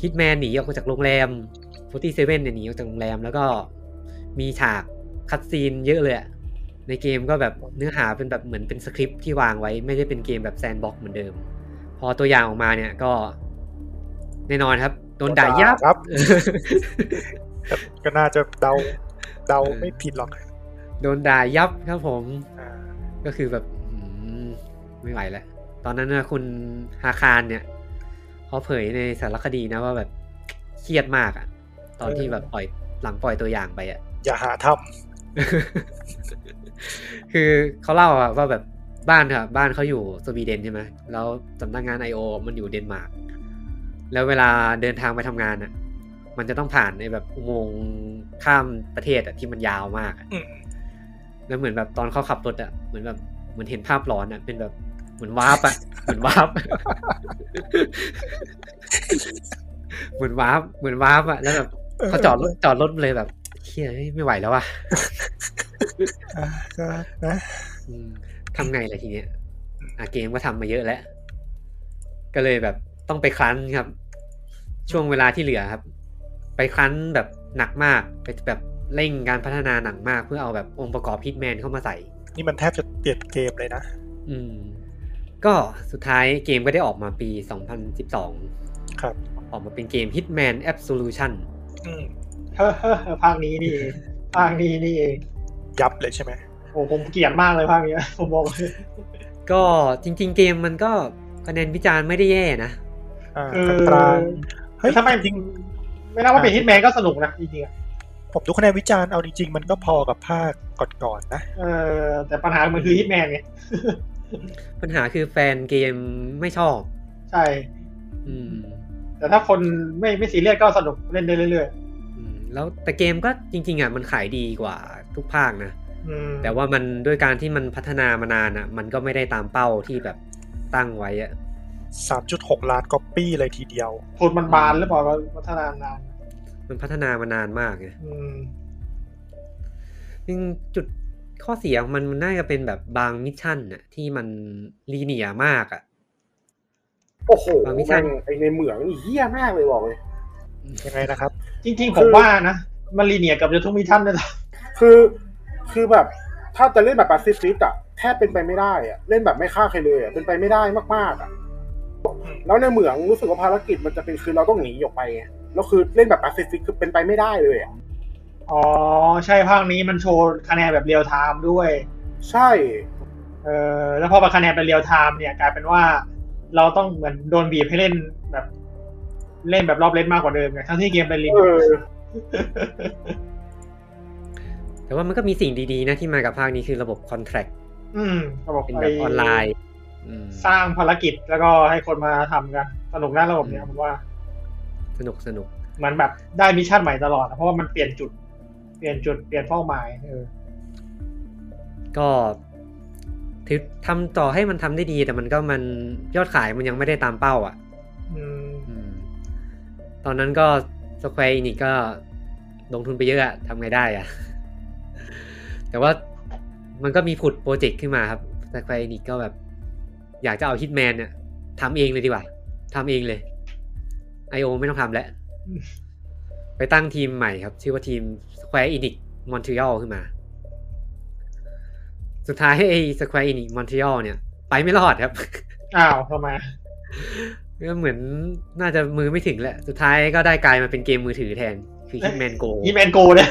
[SPEAKER 1] คิดแมนหนีออกมาจากโรงแรม47เนี่ยหนีออกจากโรงแรม แล้วก็มีฉากคัดซีนเยอะเลยอะในเกมก็แบบเนื้อหาเป็นแบบเหมือนเป็นสคริปต์ที่วางไว้ ไม่ได้เป็นเกมแบบแซนด์บ็อกซ์เหมือนเดิม พอตัวอย่างออกมาเนี่ยก็ แน่นอนครับ โดนด่ายับ
[SPEAKER 2] ครับ ก็น่าจะเดาเดาไม่ผิดหรอก
[SPEAKER 1] โดนด่ายับครับผม
[SPEAKER 2] อ่า
[SPEAKER 1] ก็คือแบบอืมไม่ไหวแล้ว ตอนนั้นนะคุณฮาคารเนี่ยเขาเผยในสารคดีนะว่าแบบเครียดมากอะตอนที่แบบปล่อยหลังปล่อยตัวอย่างไปอะ
[SPEAKER 2] อย่าหาท
[SPEAKER 1] คือเขาเล่าอะว่าแบบบ้านอะบ้านเขาอยู่สวีเดนใช่ไหมแล้วสำนักงาน I.O. มันอยู่เดนมาร์กแล้วเวลาเดินทางไปทำงานอะมันจะต้องผ่านในแบบอุโมงค์ข้ามประเทศอะที่มันยาวมากอะ
[SPEAKER 2] ำอืม
[SPEAKER 1] แล้วเหมือนแบบตอนเขาขับรถอะเหมือนแบบเหมือนเห็นภาพหลอนอะเป็นแบบเหมือนวาร์ปอะเหมือนวาร์ป เหมือนวาร์ปเหมือนวาร์ปอะแล้วแบบเขาจอดรถจอดรถเลยแบบเฮียเฮ้ยไม่ไหวแล้วอะ
[SPEAKER 2] อ่าก็นะ
[SPEAKER 1] อืมทำไงล่ะทีเนี้ยอ่ะเกมก็ทำมาเยอะแล้ว ก็เลยแบบต้องไปคลั้นครับ ช่วงเวลาที่เหลือครับ ไปคลั้นแบบหนักมากไปแบบ เร่งการพัฒนาหนังมากเพื่อเอาแบบองค์ประกอบฮิตแมนเข้ามาใส่
[SPEAKER 2] นี่มันแทบจะเปลี่ยนเกมเลยนะ
[SPEAKER 1] อืม ก็สุดท้ายเกมก็ได้ออกมาปี 2012
[SPEAKER 2] ครับ
[SPEAKER 1] ออกมาเป็นเกม Hitman Absolution
[SPEAKER 2] อืม
[SPEAKER 4] เฮ้อเฮ้อเฮ้อภาคนี้นี่เองภาคนี้นี่เอง
[SPEAKER 2] ยับเลยใช่ไหม
[SPEAKER 4] โอ้ผมเกลียดมากเลยภาคเนี้ยผมบอกเลย
[SPEAKER 1] ก็จริง ๆ เกมมันก็คะแนนวิจารณ์ไม่ได้แย่นะ
[SPEAKER 2] อ่า
[SPEAKER 4] คือก
[SPEAKER 2] ลางๆเฮ้ย
[SPEAKER 4] ถ้าไม่จริง ไม่น่าว่าเป็นฮิตแมนก็สนุกนะจริงๆอะ
[SPEAKER 2] ผมดูคะแนนวิจารณ์เอาจริงๆ มันก็พอกับภาคก่อนๆนะ
[SPEAKER 4] เออแต่ปัญหามันคือฮิตแมนไง
[SPEAKER 1] ปัญหาคือแฟนเกมไม่ชอบ
[SPEAKER 4] ใช่
[SPEAKER 1] อืม
[SPEAKER 4] แต่ถ้าคนไม่ไม่ซีเรียสก็สนุกเล่นได้เรื่อย
[SPEAKER 1] อืมแล้วแต่เกมก็จริง ๆอ่ะมันขายดีกว่าทุกภาคนะ
[SPEAKER 4] ๆอืม
[SPEAKER 1] แต่ว่ามันด้วยการที่มันพัฒนามานานอ่ะ มันก็ไม่ได้ตามเป้าที่แบบตั้งไว้อะ
[SPEAKER 2] 3.6 ล้านก๊อปปี้เลยทีเดียว
[SPEAKER 4] ทุนมันบานหรือเปล่าว่าวัฒนานาน
[SPEAKER 1] มันพัฒนามานานมากไง
[SPEAKER 4] อืม
[SPEAKER 1] ซึ่งจุดข้อเสียของมันมันน่าจะเป็นแบบบางมิชชั่นน่ะที่มันลีเนียร์มากอ่ะ
[SPEAKER 3] โอ้โห
[SPEAKER 1] บางมิชชั่
[SPEAKER 3] แม่
[SPEAKER 1] น
[SPEAKER 3] งไอในเหมืองนี่เฮี้ยมากเลยบอกเลย
[SPEAKER 2] ยังไงนะครับ
[SPEAKER 4] จริงๆผมว่านะมันลีเนียร์กับจะทุกมิชชั่นเลยนะ
[SPEAKER 3] คือคือแบบถ้าจะเล่นแบบปาซิฟิสอะแทบเป็นไปไม่ได้อะเล่นแบบไม่ฆ่าใครเลยอะเป็นไปไม่ได้มากๆอะแล้วในเหมืองรู้สึกว่าภารกิจมันจะเป็นคือเราต้องหนีออกไปไงแล้วคือเล่นแบบปาซิฟิกคือเป็นไปไม่ได้เลยอะ
[SPEAKER 4] อ๋อใช่ภาคนี้มันโชว์คะแนนแบบเรียลไทม์ด้วย
[SPEAKER 3] ใช่
[SPEAKER 4] เออแล้วพอมาคะแนนเป็นเรียลไทม์เนี่ยกลายเป็นว่าเราต้องเหมือนโดนบีบให้เล่นแบบเล่นแบบรอบเล่นมากกว่าเดิมไงทั้งที่เกมเป็นลิง
[SPEAKER 3] เออ
[SPEAKER 1] แต่ว่ามันก็มีสิ่งดีๆนะที่มากับภาคนี้คือระบบคอนแท c t
[SPEAKER 4] อืมระบบ
[SPEAKER 1] เป็นแบบออนไลน์อืม
[SPEAKER 4] สร้างภารกิจแล้วก็ให้คนมาทำกันสนุกน่าระบบเนี่ยผมว่า
[SPEAKER 1] สนุกสนุก
[SPEAKER 4] เหมือนแบบได้มิชชั่นใหม่ตลอดอะเพราะว่ามันเปลี่ยนจุด เปลี่ยนจุดเปลี่ยนเป้าหมายเออ
[SPEAKER 1] ก็ถือทำต่อให้มันทำได้ดี แต่มันก็มันยอดขายมันยังไม่ได้ตามเป้าอ่ะ
[SPEAKER 4] อืม
[SPEAKER 1] อืม ตอนนั้นก็สแควร์นี่ก็ลงทุนไปเยอะอะทำไงได้อะ แต่ว่ามันก็มีผุดโปรเจกต์ขึ้นมาครับสแควร์นี่ก็แบบ อยากจะเอาฮิตแมนเนี่ยทำเองเลยดีกว่าทำเองเลย I.O. ไม่ต้องทำแล้ว ไปตั้งทีมใหม่ครับ ชื่อว่าทีม Square Enix Montreal ขึ้นมา สุดท้ายไอ้ Square Enix Montreal เนี่ย ไปไม่รอดครับ
[SPEAKER 4] อ้าวทำไม
[SPEAKER 1] ก็เหมือนน่าจะมือไม่ถึงแหละ สุดท้ายก็ได้กลายมาเป็นเกมมือถือแทน คือ Hitman Go
[SPEAKER 4] ฮิตแมนโก เนี่ย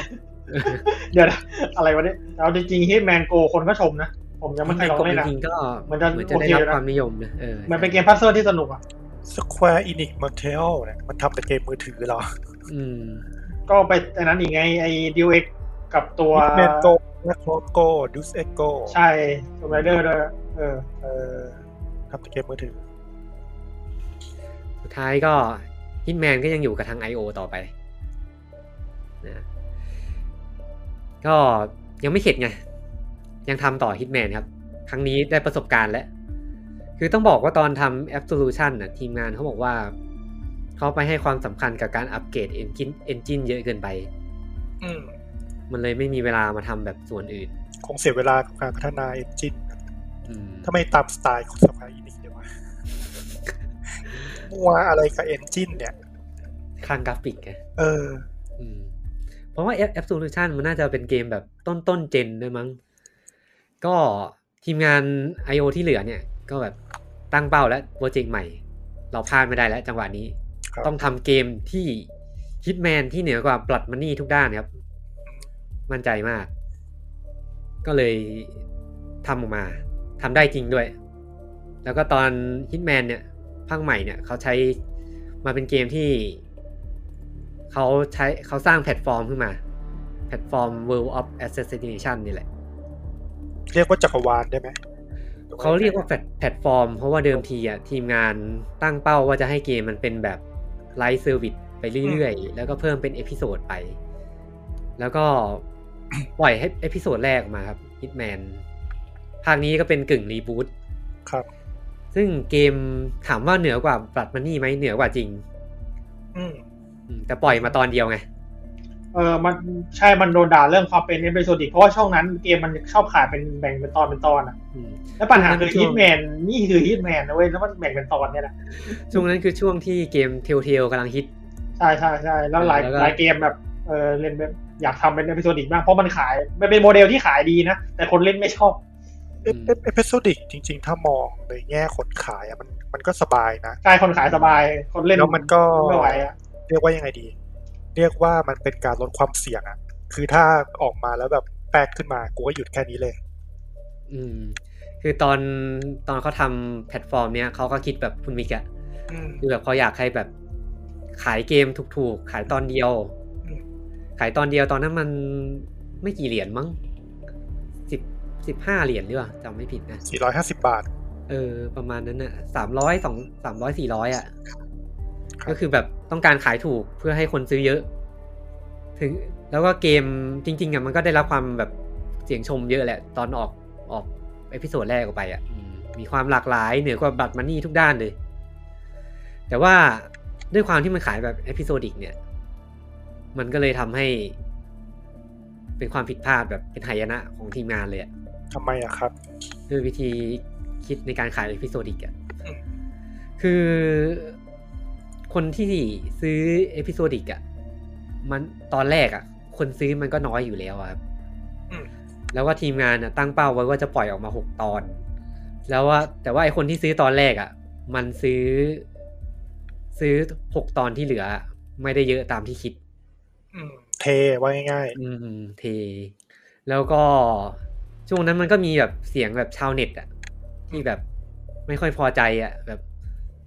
[SPEAKER 4] เดี๋ยวนะอะไรวะเนี่ยเอาจริงๆฮิตแมนโกคนก็ชมนะผมยังไม่เคย
[SPEAKER 1] Hitman
[SPEAKER 4] ลอ
[SPEAKER 1] Go
[SPEAKER 4] งเล่น
[SPEAKER 1] จ
[SPEAKER 4] นะ
[SPEAKER 1] ริงๆก็เห
[SPEAKER 4] มั
[SPEAKER 1] มือน
[SPEAKER 4] นจะ
[SPEAKER 1] จะได้
[SPEAKER 4] โอ
[SPEAKER 1] รับ
[SPEAKER 4] เคนะ
[SPEAKER 1] ความนิยมนะเออ
[SPEAKER 4] มันเป็นเกมพัซเซิลที่สนุกอ่ะ
[SPEAKER 2] Square Enix Montreal เนี่ยมันทำแต่เกมมือถือเหรอ
[SPEAKER 1] อืม
[SPEAKER 4] ก็ไปอันนั้นอีกไงไอ้ดิวเอ็กกับตัว
[SPEAKER 2] มิแมนโกนักโลโก้ดูสเอ็กโก
[SPEAKER 4] ใช่สมัยเดอร์ด้วยเออ
[SPEAKER 2] เออทำแต่เกมมือถือ
[SPEAKER 1] สุดท้ายก็ Hitman ก็ยังอยู่กับทาง I.O. ต่อไปนะก็ยังไม่เข็ดไง ยังทำต่อ Hitman ครับ ครั้งนี้ได้ประสบการณ์แล้ว คือต้องบอกว่าตอนทำ Absolution นะทีมงานเขาบอกว่า เขาไปให้ความสำคัญกับการอัปเกรด Engine Engine เยอะเกินไป
[SPEAKER 2] อืม
[SPEAKER 1] มันเลยไม่มีเวลามาทำแบบส่วนอื่น
[SPEAKER 2] คงเสียเวลากับการพัฒนาเอนจินถ้าไม่ตามสไตล์ของ Square Enix เดี๋ยวว่ามัวอะไรกับเอนจินเนี่ย
[SPEAKER 1] ข้างกราฟิกไง
[SPEAKER 2] เออ
[SPEAKER 1] อืมเพราะว่า App- Absolution มันน่าจะเป็นเกมแบบต้นต้นเจนด้วยมั้ง ก็ทีมงาน I.O. ที่เหลือเนี่ย ก็แบบตั้งเป้าแล้วโปรเจกต์ใหม่ เราพลาดไม่ได้แล้วจังหวะนี้
[SPEAKER 2] ครับ
[SPEAKER 1] ต้องทำเกมที่ฮิตแมนที่เหนือกว่าปลัดมันนี่ทุกด้านครับ มั่นใจมาก ก็เลยทำออกมาทำได้จริงด้วย แล้วก็ตอน Hitman เนี่ยภาคใหม่เนี่ย เขาใช้มาเป็นเกมที่ เขาใช้เขาสร้างแพลตฟอร์มขึ้นมา แพลตฟอร์ม World of Assassination นี่แหละ
[SPEAKER 2] เรียกว่าจักรวาลได้ไหม
[SPEAKER 1] เขาเรียกว่าแพลตแพลตฟอร์ม เพราะว่าเดิมทีอ่ะทีมงานตั้งเป้าว่าจะให้เกมมันเป็นแบบไลฟ์เซอร์วิสไปเรื่อยๆ แล้วก็เพิ่มเป็นเอพิโซดไป แล้วก็ ปล่อยให้เอพิโซดแรกออกมาครับ Hitman ภาคนี้ก็เป็นกึ่งรีบูต
[SPEAKER 2] ครับ
[SPEAKER 1] ซึ่งเกมถามว่าเหนือกว่าบลัดมันนี่ไหมเหนือกว่าจริง
[SPEAKER 2] อืม
[SPEAKER 1] อืมแต่ปล่อยมาตอนเดียวไง
[SPEAKER 4] เออมันใช่มันโดนด่าเรื่องความเป็นเอพิโซดิกเพราะว่าช่องนั้นเกมมันชอบขายเป็นแบ่งเป็นตอนเป็นตอนอ่ะ
[SPEAKER 1] อืม
[SPEAKER 4] แล้วปัญหาคือ
[SPEAKER 1] ช่วง
[SPEAKER 4] ฮิตแมนนี่คือฮิตแมนนะเว้ยแล้วมันแบ่งเป็นตอนเนี่ยนะ
[SPEAKER 1] ช่วงนั้นคือช่วงที่เกมเทลเทลกำลังฮิต
[SPEAKER 4] ใช่ใช่ใช่แล้วหลาย
[SPEAKER 1] แล้วก็
[SPEAKER 4] หลายเกมแบบเออเล่นแบบ อยากทำเป็นเอพิโซดอีกมากเพราะมันขายมันเป็นโมเดลที่ขายดีนะ แต่คนเล่นไม่ชอบ
[SPEAKER 2] เอเอเอพิโซดิกจริง ๆ ถ้ามองในแง่คนขายอะมันมันก็สบายนะ
[SPEAKER 4] ใช่คนขายสบาย คนเล่น
[SPEAKER 2] แล้วมันก็
[SPEAKER 4] ไม่ไหวอะ
[SPEAKER 2] เรียกว่ายังไงดี เรียกว่ามันเป็นการลดความเสี่ยงอะคือถ้าออกมาแล้วแบบแตกขึ้นมากูก็หยุดแค่นี้เลย
[SPEAKER 1] อืม คือตอนตอนเขาทำแพลตฟอร์มเนี้ยเขาก็คิดแบบคุณมิกอะ
[SPEAKER 2] อืม
[SPEAKER 1] คือแบบเขาอยากให้แบบขายเกมถูกๆ ขายตอนเดียว
[SPEAKER 2] อืม
[SPEAKER 1] ขายตอนเดียวตอนนั้นมันไม่กี่เหรียญมั้งสิบสิบห้าเหรียญหรือเปล่าจำไม่ผิดนะ
[SPEAKER 2] สี่ร้อยห้าสิบบาท
[SPEAKER 1] เออ ประมาณนั้นน่ะสามร้อยสองสามร้อยสี่ร้อยอ่ะ
[SPEAKER 2] ครับ
[SPEAKER 1] ก็คือแบบต้องการขายถูกเพื่อให้คนซื้อเยอะ ถึง แล้วก็เกมจริง ๆอ่ะมันก็ได้รับความแบบเสียงชมเยอะแหละ ตอนออกออกเอพิโซดแรกออกไปอ่ะอืมมีความหลากหลายเหนือกว่าบัตรมันนี่ทุกด้านเลย แต่ว่าด้วยความที่มันขายแบบเอพิโซดิกเนี่ย มันก็เลยทำให้ เป็นความผิดพลาดแบบเป็นหายนะของทีมงานเลยอ่ะ
[SPEAKER 2] ทำไมอะครับ
[SPEAKER 1] ด้วยวิธีคิดในการขายเอพิโซดิกอะ
[SPEAKER 2] อืม
[SPEAKER 1] คือคนที่ซื้อเอพิโซดิกอะมันตอนแรกอะคนซื้อมันก็น้อยอยู่แล้วอะครับ
[SPEAKER 2] อืม
[SPEAKER 1] แล้วว่าทีมงานอะตั้งเป้าไว้ว่าจะปล่อยออกมาหกตอน แล้วว่าแต่ว่าไอคนที่ซื้อตอนแรกอะมันซื้อ ซื้อหกตอนที่เหลือ ไม่ได้เยอะตามที่คิด
[SPEAKER 2] อืมเทว่าง่าย
[SPEAKER 1] อืมเทแล้วก็ช่วงนั้นมันก็มีแบบเสียงแบบชาวเน็ตอะที่แบบไม่ค่อยพอใจอะแบบ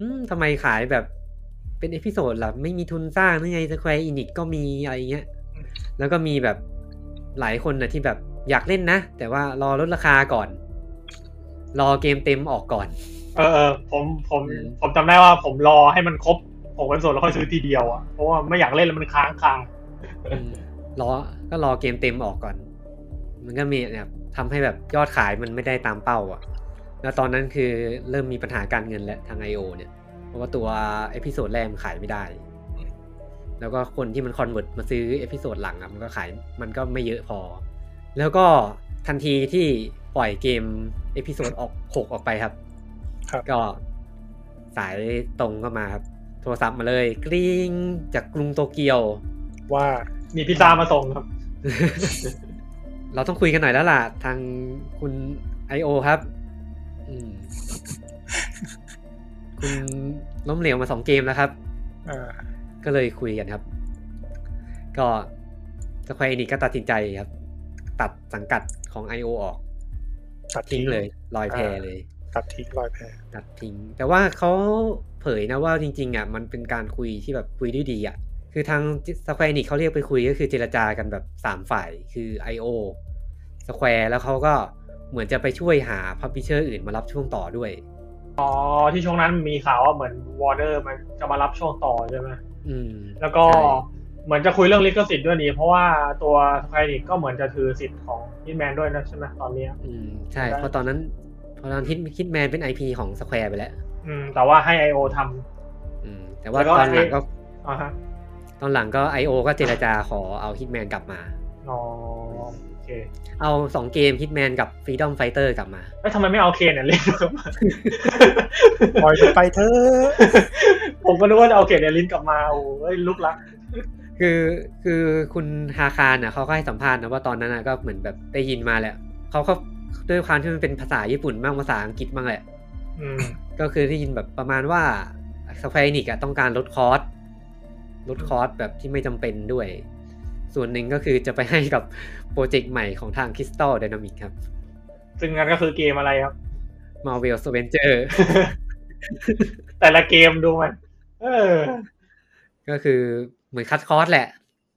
[SPEAKER 1] อืมทำไมขายแบบเป็นเอพิโซดล่ะไม่มีทุนสร้างหรือไงสแควร์อินิกก็มีอะไรเงี้ย แล้วก็มีแบบหลายคนนะที่แบบอยากเล่นนะ แต่ว่ารอลดราคาก่อน รอเกมเต็มออกก่อน
[SPEAKER 4] เออเออผมผม
[SPEAKER 1] อืม
[SPEAKER 4] ผมจำได้ว่าผมรอให้มันครบผมเอพิโซดแล้วค่อยซื้อทีเดียวอ่ะเพราะว่าไม่อยากเล่นแล้วมันค้างคาง
[SPEAKER 1] อืมรอก็รอเกมเต็มออกก่อน มันก็มีเนี่ยทำให้แบบยอดขายมันไม่ได้ตามเป้าอะแล้วตอนนั้นคือเริ่มมีปัญหาการเงินและทาง I.O. เนี่ย เพราะว่าตัวเอพิโซดแรกมันขายไม่ได้ แล้วก็คนที่มันคอนเวิร์ตมาซื้อเอพิโซดหลังอะมันก็ขายมันก็ไม่เยอะพอ แล้วก็ทันทีที่ปล่อยเกมเอพิโซดออกหกออกไปครับ
[SPEAKER 2] ๆ ครับ
[SPEAKER 1] ก็สายตรงก็มาครับ โทรศัพท์มาเลย กริ๊งจากกรุงโตเกียว
[SPEAKER 2] ว่า
[SPEAKER 4] มีพิซซ่ามาส่งครับ
[SPEAKER 1] เราต้องคุยกันหน่อยแล้วล่ะ ทางคุณ I.O. ครับ อืม คุณล้มเหลวมาสองเกมแล้วครับ
[SPEAKER 2] อ่า
[SPEAKER 1] ก็เลยคุยกันครับ ก็สแควร์นี่ก็ตัดสินใจครับ ตัดสังกัดของ I.O. ออก
[SPEAKER 2] ตัด
[SPEAKER 1] ทิ้
[SPEAKER 2] ทิ้
[SPEAKER 1] ง
[SPEAKER 2] ง
[SPEAKER 1] เลย ลอยแพเลย
[SPEAKER 2] ตัดทิ้งรอยแผล
[SPEAKER 1] ตัดทิ้ง แต่ว่าเขาเผยนะว่าจริง ๆ อ่ะ มันเป็นการคุยที่แบบคุยด้วยดีอ่ะ คือทางสแควร์นิกเขาเรียกไปคุยก็คือเจรจากันแบบสามฝ่ายคือ I.O. สแควร์แล้วเขาก็เหมือนจะไปช่วยหาพับพิเชอร์อื่นมารับช่วงต่อด้วย
[SPEAKER 4] อ๋อที่ช่วงนั้นมีข่าวว่าเหมือนวอร์เนอร์มันจะมารับช่วงต่อใช่ไหม
[SPEAKER 1] อืม
[SPEAKER 4] แล้วก็
[SPEAKER 1] ใช่
[SPEAKER 4] เหมือนจะคุยเรื่องลิขสิทธิ์ด้วยนี่เพราะว่าตัวสควอนิกก็เหมือนจะถือสิทธิ์ของฮิตแมนด้วยนะใช่ไหมตอนเนี้ย
[SPEAKER 1] อืมใช่เพราะตอนนั้นเพราะตอนฮิตคิดแมนเป็น IP ของสแควร์ไปแล้ว
[SPEAKER 4] อืม แต่ว่าให้ I.O. ทำ
[SPEAKER 1] อืม แต่ว่า
[SPEAKER 4] แล้วก็
[SPEAKER 1] ตอนหลัง
[SPEAKER 4] ไอ้
[SPEAKER 1] ก็
[SPEAKER 4] อ่าฮะ
[SPEAKER 1] ตอนหลังก็ I.O. ก็เจรจาขอเอาฮิตแมนกลับมา
[SPEAKER 4] อ๋อโอเค
[SPEAKER 1] เอาสองเกมฮิตแมนกับ Freedom Fighter กลับมา
[SPEAKER 4] แล้วทำไมไม่เอาเคนเนี่ยเล่นกลับ มา
[SPEAKER 2] ปล่อยมันไปเถอะ
[SPEAKER 4] ผมก็นึกว่าจะเอาเคนเนี่ยลิ้นกลับมาโอ้ยลุกลัก
[SPEAKER 1] คือคือคุณฮาคารน่ะเขาก็ให้สัมภาษณ์นะว่าตอนนั้นน่ะก็เหมือนแบบได้ยินมาแหละเขาก็ด้วยความที่มันเป็นภาษาญี่ปุ่นบ้างภาษาอังกฤษบ้างแหละ
[SPEAKER 4] อืม
[SPEAKER 1] ก็คือได้ยินแบบประมาณว่าสแควร์นิกอะต้องการลดคอร์สลดคอร์สแบบที่ไม่จำเป็นด้วย ส่วนหนึ่งก็คือจะไปให้กับ โปรเจกต์ใหม่ของทางคริสตัลไดนามิกครับ
[SPEAKER 4] ซึ่งงั้นก็คือเกมอะไรครับ
[SPEAKER 1] มาเวลสเวนเจอร์
[SPEAKER 4] แต่ละเกมดูมันเออ
[SPEAKER 1] ก็คือเหมือนคัดคอร์สแหละ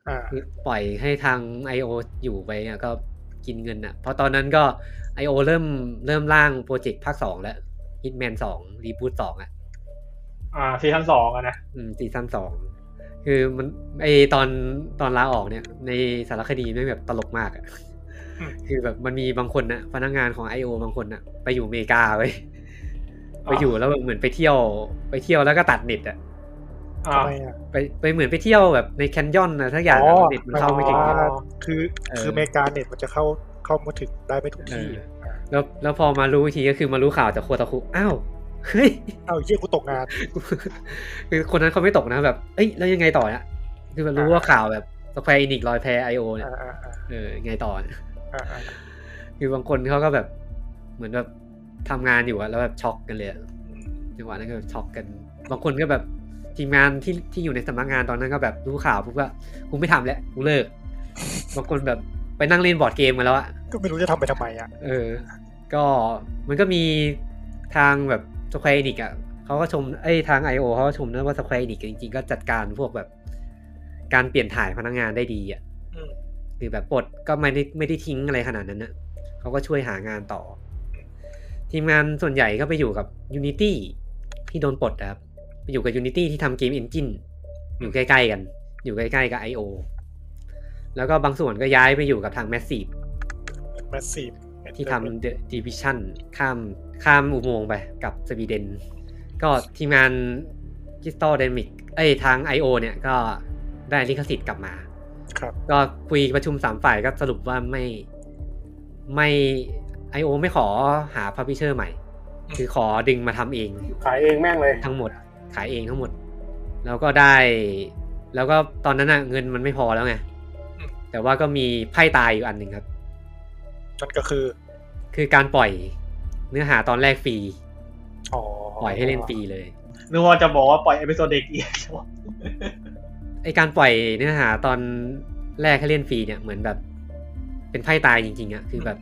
[SPEAKER 2] อ่า
[SPEAKER 1] คือปล่อยให้ทาง I.O. อยู่ไปเนี่ยก็กินเงินอ่ะ เพราะตอนนั้นก็ I.O. เริ่มเริ่มร่างโปรเจกต์ภาคสองแล้ว Hitman สองรีบูตสองอ่ะ
[SPEAKER 4] อ่าซีซั่นสองอะนะ
[SPEAKER 1] อืมซีซั่นสองคือมันไอตอนตอนลาออกเนี่ย ในสารคดีไม่งแบบตลกมากอ่ะ คือแบบมันมีบางคนนะพนักงานของ I.O. บางคนนะไปอยู่อเมริกาเว้ยไปอยู่แล้วแบบเหมือนไปเที่ยวไปเที่ยวแล้วก็ตัดเน็ตอ่ะ
[SPEAKER 4] อ่า
[SPEAKER 2] ทำไมอะ
[SPEAKER 1] ไปไปเหมือนไปเที่ยวแบบในแคนยอนนะทั้งอย่าง
[SPEAKER 2] อ๋อ
[SPEAKER 1] แล้วเน็ตมันเข้าไม่ถึง
[SPEAKER 2] อ่าคือ
[SPEAKER 1] เออ
[SPEAKER 2] คืออเมริกาเน็ตมันจะเข้าเข้ามาถึงได้ไม่ทุกที่
[SPEAKER 1] แล้วแล้วพอมารู้อีกทีก็คือมารู้ข่าวจากโคตาคุอ้าว เฮ้ย
[SPEAKER 2] เอ้าเยี่ยกูตกงาน
[SPEAKER 1] คือคนนั้นเขาไม่ตกนะแบบ เอ้ยแล้วยังไงต่อนะคือมันรู้ว่าข่าวแบบ สแควร์อินิกรอยแพ้ไอโอเนี่ย
[SPEAKER 2] อ่าอ่าอ่า
[SPEAKER 1] เออไงต่อเนี่ย
[SPEAKER 2] อ่าอ่า
[SPEAKER 1] คือบางคนเขาก็แบบเหมือนแบบทำงานอยู่อะแล้วแบบช็อกกันเลยอะจังหวะนั้นก็แบบช็อกกัน บางคนก็แบบทีมงานที่ที่อยู่ในสำนักงานตอนนั้นก็แบบรู้ข่าวปุ๊บก็กูไม่ทำแล้วกูเลิก บางคนแบบไปนั่งเล่นบอร์ดเกมกันแล้วอะ
[SPEAKER 2] ก็ไม่รู้จะทำไปทำไมอ่ะ
[SPEAKER 1] เออ ก็มันก็มีทางแบบสแควร์อินิกอะเขาก็ชมไอ้ยทาง IO เขาก็ชมนะว่าสแควร์อินิกจริงๆ ก็จัดการพวกแบบการเปลี่ยนถ่ายพนักงานได้ดีอะ
[SPEAKER 2] อืม
[SPEAKER 1] หรือแบบปลดก็ไม่ได้ไม่ได้ทิ้งอะไรขนาดนั้นนะเขาก็ช่วยหางานต่อ ทีมงานส่วนใหญ่ก็ไปอยู่กับ Unity ที่โดนปลดนะครับ ไปอยู่กับ Unity ที่ทำเกม Engine อยู่ใกล้ๆกัน อยู่ใกล้ๆกับ I.O. แล้วก็บางส่วนก็ย้ายไปอยู่กับทาง Massive
[SPEAKER 2] แมสซีฟ
[SPEAKER 1] ที่ทำ The Division ข้ามข้ามอุโมงค์ไปกับสวีเดน ก็ทีมงาน Crystal Dynamic เอ้ยทาง I.O. เนี่ยก็ได้ลิขสิทธิ์กลับมา
[SPEAKER 2] ครับ
[SPEAKER 1] ก็คุยประชุมสามฝ่ายก็สรุปว่าไม่ไม่ไอโอไม่ขอหาพับพิเชอร์ใหม่ คือขอดึงมาทำเอง
[SPEAKER 3] ขายเองแม่งเลย
[SPEAKER 1] ทั้งหมด ขายเองทั้งหมด แล้วก็ได้ แล้วก็ตอนนั้นน่ะเงินมันไม่พอแล้วไง แต่ว่าก็มีไพ่ตายอยู่อันหนึ่งครับ
[SPEAKER 2] นั่นก็คือ
[SPEAKER 1] คือการปล่อยเนื้อหาตอนแรกฟรี
[SPEAKER 2] อ๋อ
[SPEAKER 1] ปล่อยให้เล่นฟรีเลย
[SPEAKER 4] นึกว่าจะบอกว่าปล่อยเอพิโซดเด็กอีก
[SPEAKER 1] ไอการปล่อยเนื้อหาตอนแรกให้เล่นฟรีเนี่ยเหมือนแบบ เป็นไพ่ตายจริงๆอะคือแบบ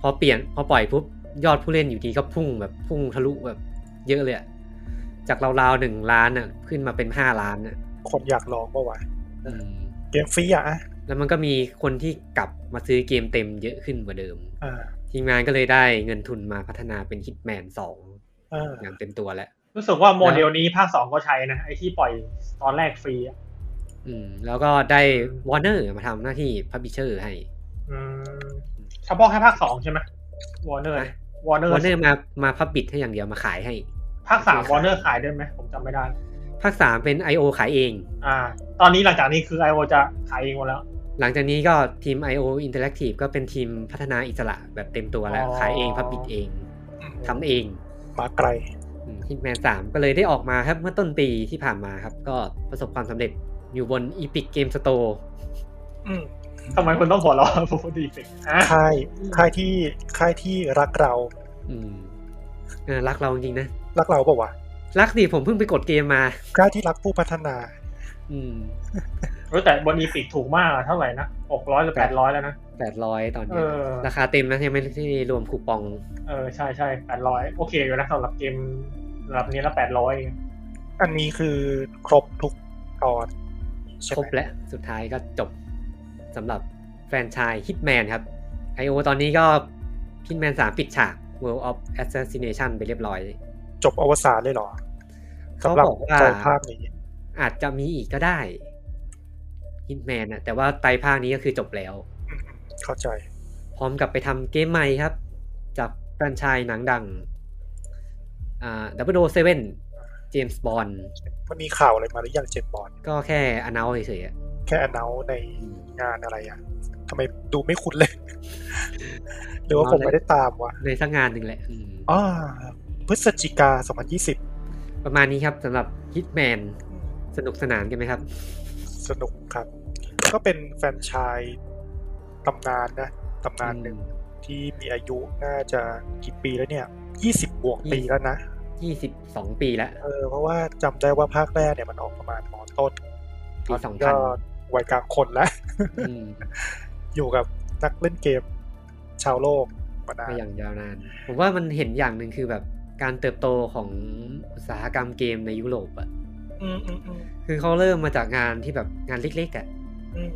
[SPEAKER 1] พอเปลี่ยนพอปล่อยปุ๊บยอดผู้เล่นอยู่ดีก็พุ่งแบบพุ่งทะลุแบบ เยอะเลยอะจากราวๆหนึ่งล้านน่ะขึ้นมาเป็นห้าล้านน่ะ
[SPEAKER 2] คนอยากลองปะวะ
[SPEAKER 1] อืม
[SPEAKER 2] เกมฟรีอ่ะ
[SPEAKER 1] แล้วมันก็มีคนที่กลับมาซื้อเกมเต็มเยอะขึ้นกว่าเดิม
[SPEAKER 2] อ่า
[SPEAKER 1] ทีมงานก็เลยได้เงินทุนมาพัฒนาเป็น Hitman 2
[SPEAKER 2] อ่า
[SPEAKER 1] อย่างเต็มตัวแล้ว
[SPEAKER 4] รู้สึกว่าโมเดลนี้ภาคสองก็ใช้นะ ไอที่ปล่อยตอนแรกฟรีอ่ะ
[SPEAKER 1] อืม แล้วก็ได้ Warner มาทำหน้าที่ Publisher ให้
[SPEAKER 4] อืมเฉพาะแค่ภาคสองใช่ไหมวอร์เนอร์
[SPEAKER 1] ฮะ
[SPEAKER 4] วอร์เนอร์
[SPEAKER 1] Warner มามา Publish ให้อย่างเดียวมาขายให้
[SPEAKER 4] ภาคสาม
[SPEAKER 1] โอเคว ขาย
[SPEAKER 4] อร์เนอร์ขายด้วยไหมผมจำไม่ได้
[SPEAKER 1] ภาคสามเป็น I.O. ขายเอง
[SPEAKER 4] อ่า ตอนนี้หลังจากนี้คือไอโอจะขายเองหมดแล้ว
[SPEAKER 1] หลังจากนี้ก็ทีม I.O. Interactive ก็เป็นทีมพัฒนาอิสระแบบเต็มตัวแล้ว
[SPEAKER 4] อ๋อ
[SPEAKER 1] ขายเองพับบิดเองทำเอง
[SPEAKER 2] มาไกล
[SPEAKER 1] ฮิตแมนสามก็เลยได้ออกมาครับเมื่อต้นปีที่ผ่านมาครับ ก็ประสบความสำเร็จอยู่บน Epic Game Store
[SPEAKER 2] อืม
[SPEAKER 4] ทำไมคนต้องหัวเราะผมพูดดีเป็นอ่ะ
[SPEAKER 2] ค่ายค่ายที่ค่ายที่รักเรา
[SPEAKER 1] อืมเออรักเราจริงๆนะ
[SPEAKER 2] รักเราเปล่าวะ
[SPEAKER 1] รักดิผมเพิ่งไปกดเกมมา
[SPEAKER 2] ค่ายที่รักผู้พัฒนา
[SPEAKER 1] อืม
[SPEAKER 4] รู้แต่บนอีพิกถูกมากอะเท่าไหร่นะหกร้อยหรือแปดร้อยแล้วนะ
[SPEAKER 1] แปดร้อยตอน
[SPEAKER 4] เอ
[SPEAKER 1] นี้
[SPEAKER 4] อ
[SPEAKER 1] ราคาเต็มนะยังไม่ที่รวมคูปอง
[SPEAKER 4] เออใช่ใช่แปดร้อยโอเคอยู่นะสำหรับเกมระดับนี้ละแปดร้อย
[SPEAKER 2] อันนี้คือครบทุกตอนใช่
[SPEAKER 1] คร
[SPEAKER 2] ไห
[SPEAKER 1] บ
[SPEAKER 2] ม
[SPEAKER 1] แล้วสุดท้ายก็จบสำหรับแฟรนไชาย Hitman ครับ I.O. ตอนนี้ก็ Hitman 3 ปิดฉาก World of Assassination ไปเรียบร้อย
[SPEAKER 2] จบอวสานเลยเหรอ
[SPEAKER 1] เขา
[SPEAKER 2] สำหรับ
[SPEAKER 1] บอกว่า
[SPEAKER 2] ไตรภาคนี้
[SPEAKER 1] อาจจะมีอีกก็ได้ Hitman นะแต่ว่าไตรภาคนี้ก็คือจบแล้ว
[SPEAKER 2] อืมเข้าใจ
[SPEAKER 1] พร้อมกับไปทำเกมใหม่ครับ จากแฟรนไชายหนังดังอ่า 007 James Bond
[SPEAKER 2] มันมีข่าวอะไรมาหรือยังเจมบอล
[SPEAKER 1] ก็แค่อนา e เฉยๆอะ
[SPEAKER 2] แค่อน c นในงานอะไรอ่ะทำไมดูไม่คุ้น เลย หรือว่าผมไม่ได้ตามวะ
[SPEAKER 1] ในสักงานหนึ่งแหละอืม
[SPEAKER 2] อ๋อพฤศจิกา 2020
[SPEAKER 1] ประมาณนี้ครับสำหรับ Hitman สนุกสนานกันไหมครับ
[SPEAKER 2] สนุกครับ ก็เป็นแฟรนไชายตำนานนะตำนานหนึ่ง ที่มีอายุน่าจะกี่ปีแล้วเนี่ยยี่สิบบวกปี
[SPEAKER 1] 20
[SPEAKER 2] แล้วนะ
[SPEAKER 1] ยี่สิบสองปีแล้ว
[SPEAKER 2] เออ เพราะว่าจำได้ว่าภาคแรกเนี่ยมันออกประมาณมอต้น
[SPEAKER 1] ปี
[SPEAKER 2] ตนนี้ก็วัยกลางคนแล้ว
[SPEAKER 1] อืม
[SPEAKER 2] อยู่กับนักเล่นเกมชาวโลกมานาน
[SPEAKER 1] มาอย่างยาวนาน ผมว่ามันเห็นอย่างหนึ่งคือแบบการเติบโตของอุตสาหกรรมเกมในยุโรปอะ
[SPEAKER 2] อืมอืมอืม
[SPEAKER 1] คือเขาเริ่มมาจากงานที่แบบงานเล็กๆอะ
[SPEAKER 2] อืม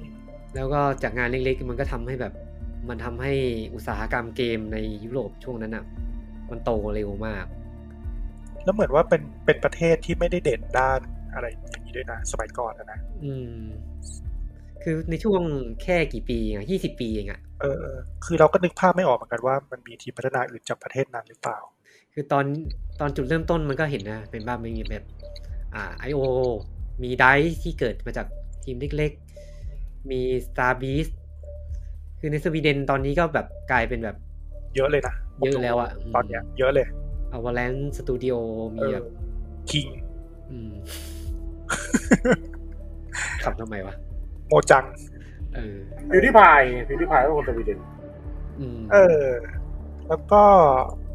[SPEAKER 1] แล้วก็จากงานเล็กๆ มันก็ทำให้แบบ มันทำให้อุตสาหกรรมเกมในยุโรปช่วงนั้นอะมันโตเร็วมาก
[SPEAKER 2] แล้วเหมือนว่าเป็นเป็นประเทศที่ไม่ได้เด่นด้านอะไรอย่างนี้ด้วยนะ สมัยก่อนอะนะ
[SPEAKER 1] อืม คือในช่วงแค่กี่ปีอะยี่สิบปีเองอะ
[SPEAKER 2] เออเออคือเราก็นึกภาพไม่ออกเหมือนกันว่ามันมีทีมพัฒนาอื่นจากประเทศนั้นหรือเปล่า
[SPEAKER 1] คือตอนตอนจุดเริ่มต้นมันก็เห็นนะ เป็นบ้านไม่มีแบบ อ่าไอโอมีไดที่เกิดมาจากทีมเล็กๆ มี Star Beast คือในสวีเดนตอนนี้ก็แบบกลายเป็นแบบ
[SPEAKER 2] เยอะเลยนะ
[SPEAKER 1] เยอะแล้วอะ
[SPEAKER 2] ตอนเนี้ย เยอะเลย
[SPEAKER 1] อวาแลนสตูดิโอมีแบบ
[SPEAKER 2] คิง
[SPEAKER 1] มขับทำไมวะ
[SPEAKER 2] โมจัง
[SPEAKER 1] เออ
[SPEAKER 3] พิวที่พายพิวที่พายก็คนสวีเดน
[SPEAKER 1] อืม
[SPEAKER 2] เออ แล้วก็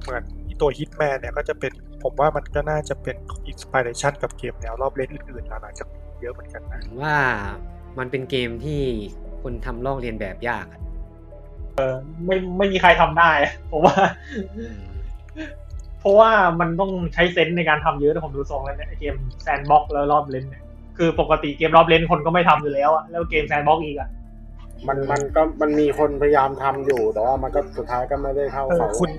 [SPEAKER 2] เหมือนตัวฮิตแมนเนี่ยก็จะเป็นผมว่ามันก็น่าจะเป็นอินสปิเรชันกับเกมแนวรอบเล่นอื่นๆหลายๆจากนี้เยอะเหมือนกันนะ
[SPEAKER 1] ผมว่ามันเป็นเกมที่คนทำลอกเรียนแบบยากอะ
[SPEAKER 4] ไม่ไม่มีใครทำได้ ผมว่า
[SPEAKER 1] อืม
[SPEAKER 4] เพราะว่ามันต้องใช้เซนส์ในการทำเยอะนะผมดูทรงแล้วเนี่ยไอ้เกมแซนด์บ็อกซ์แล้วรอบเลนเนี่ยคือปกติเกมรอบเลนคนก็ไม่ทำอยู่แล้วอะแล้วเกมแซนด์บ็อกซ์อีกอะ
[SPEAKER 3] มันมันก็มันมีคนพยายามทำอยู่ แต่ว่ามันก็สุดท้ายก็ไม่ได้เท่า
[SPEAKER 2] เออ
[SPEAKER 3] เขา
[SPEAKER 2] คุณ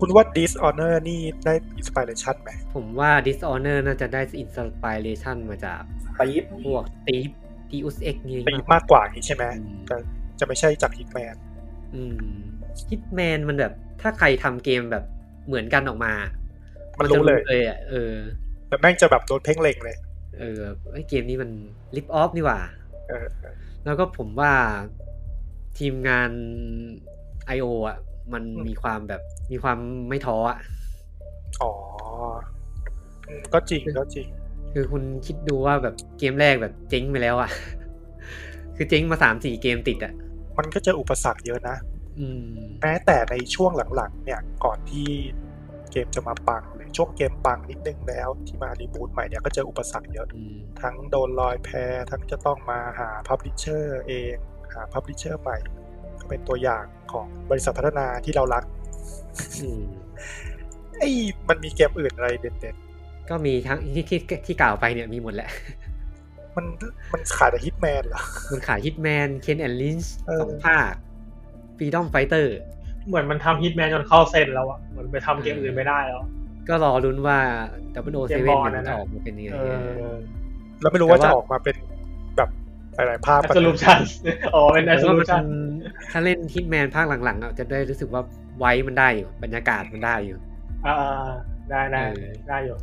[SPEAKER 2] คุณว่า Dishonor นี่ได้อินสปิเรชันไหม
[SPEAKER 1] ผมว่า Dishonor น่าจะได้อินสปิเรชันมาจาก
[SPEAKER 3] ตีบ
[SPEAKER 1] พวกตีฟตีอุสเอ็กนี่
[SPEAKER 2] ตีมากกว่านี้ใช่ไหม
[SPEAKER 1] อืม
[SPEAKER 2] แต่จะไม่ใช่จากฮิตแมน
[SPEAKER 1] อืมฮิตแมนมันแบบ ถ้าใครทำเกมแบบเหมือนกันออกมา
[SPEAKER 2] มั
[SPEAKER 1] มัน
[SPEAKER 2] รู้เลย
[SPEAKER 1] เลยอ่ะเออ
[SPEAKER 2] แต่แม่งจะแบบโดนเพ่งเล็งเลย
[SPEAKER 1] เออไอยเกมนี้มันลิฟออฟนี่หว่า
[SPEAKER 2] เออ
[SPEAKER 1] แล้วก็ผมว่าทีมงาน I.O. อ่ะ มันมีความแบบมีความไม่ท้ออ่ะ
[SPEAKER 2] อ๋ออืมก็จริงก็จริง
[SPEAKER 1] คือคุณคิดดูว่าแบบเกมแรกแบบเจ๊งไปแล้วอ่ะ คือเจ๊งมาสามสี่เกมติดอ่ะ
[SPEAKER 2] มันก็เจออุปสรรคเยอะนะ
[SPEAKER 1] อืม
[SPEAKER 2] แม้แต่ในช่วงหลังๆ เนี่ยก่อนที่เกมจะมาปังหรือช่วงเกมปังนิดนึงแล้ว ที่มารีบูตใหม่เนี่ยก็เจออุปสรรคเยอะ
[SPEAKER 1] อืม
[SPEAKER 2] ทั้งโดนลอยแพทั้งจะต้องมาหาพับลิเชอร์เองหาพับลิเชอร์ใหม่ก็เป็นตัวอย่างของบริษัทพัฒนาที่เรารัก
[SPEAKER 1] อืม
[SPEAKER 2] ไอ้ยมันมีเกมอื่นอะไรเด่น
[SPEAKER 1] ก็มีทั้งที่ที่ที่กล่าวไปเนี่ยมีหมดแหละ
[SPEAKER 2] ๆ มันมันขายแต่ฮิตแมนเหรอ
[SPEAKER 1] มันขายฮิตแมนเคนแอนลินช์
[SPEAKER 2] เออ
[SPEAKER 1] สองภาคฟรีดอมไฟเตอร์
[SPEAKER 4] เหมือนมันทำฮิตแมนจนเข้าเส้นแล้วอะเหมือนไปทำเกมอื่นไม่ได้แล้ว
[SPEAKER 1] ก็รอรุ้นว่า w 0 o
[SPEAKER 4] เกม
[SPEAKER 1] 7
[SPEAKER 4] บอล
[SPEAKER 1] มัน
[SPEAKER 4] นะ
[SPEAKER 1] จะออกมาเป็นยังไง
[SPEAKER 4] เออ
[SPEAKER 2] แล้วไม่รู้ว่าจะออกมาเป็นแบบหลายๆภาพ
[SPEAKER 4] สรุป ชันอ๋อเป็น
[SPEAKER 1] แต่
[SPEAKER 4] ส
[SPEAKER 1] ว่า
[SPEAKER 4] รุป
[SPEAKER 1] มัน
[SPEAKER 4] ชัน
[SPEAKER 1] ถ้าเล่นฮิตแมนภาคหลังๆอ่ะจะได้รู้สึกว่าไว้มันได้อยู่ บรรยากาศมันได้อยู่
[SPEAKER 4] อ่าๆได้ได้
[SPEAKER 1] เออ
[SPEAKER 4] ได้อยู่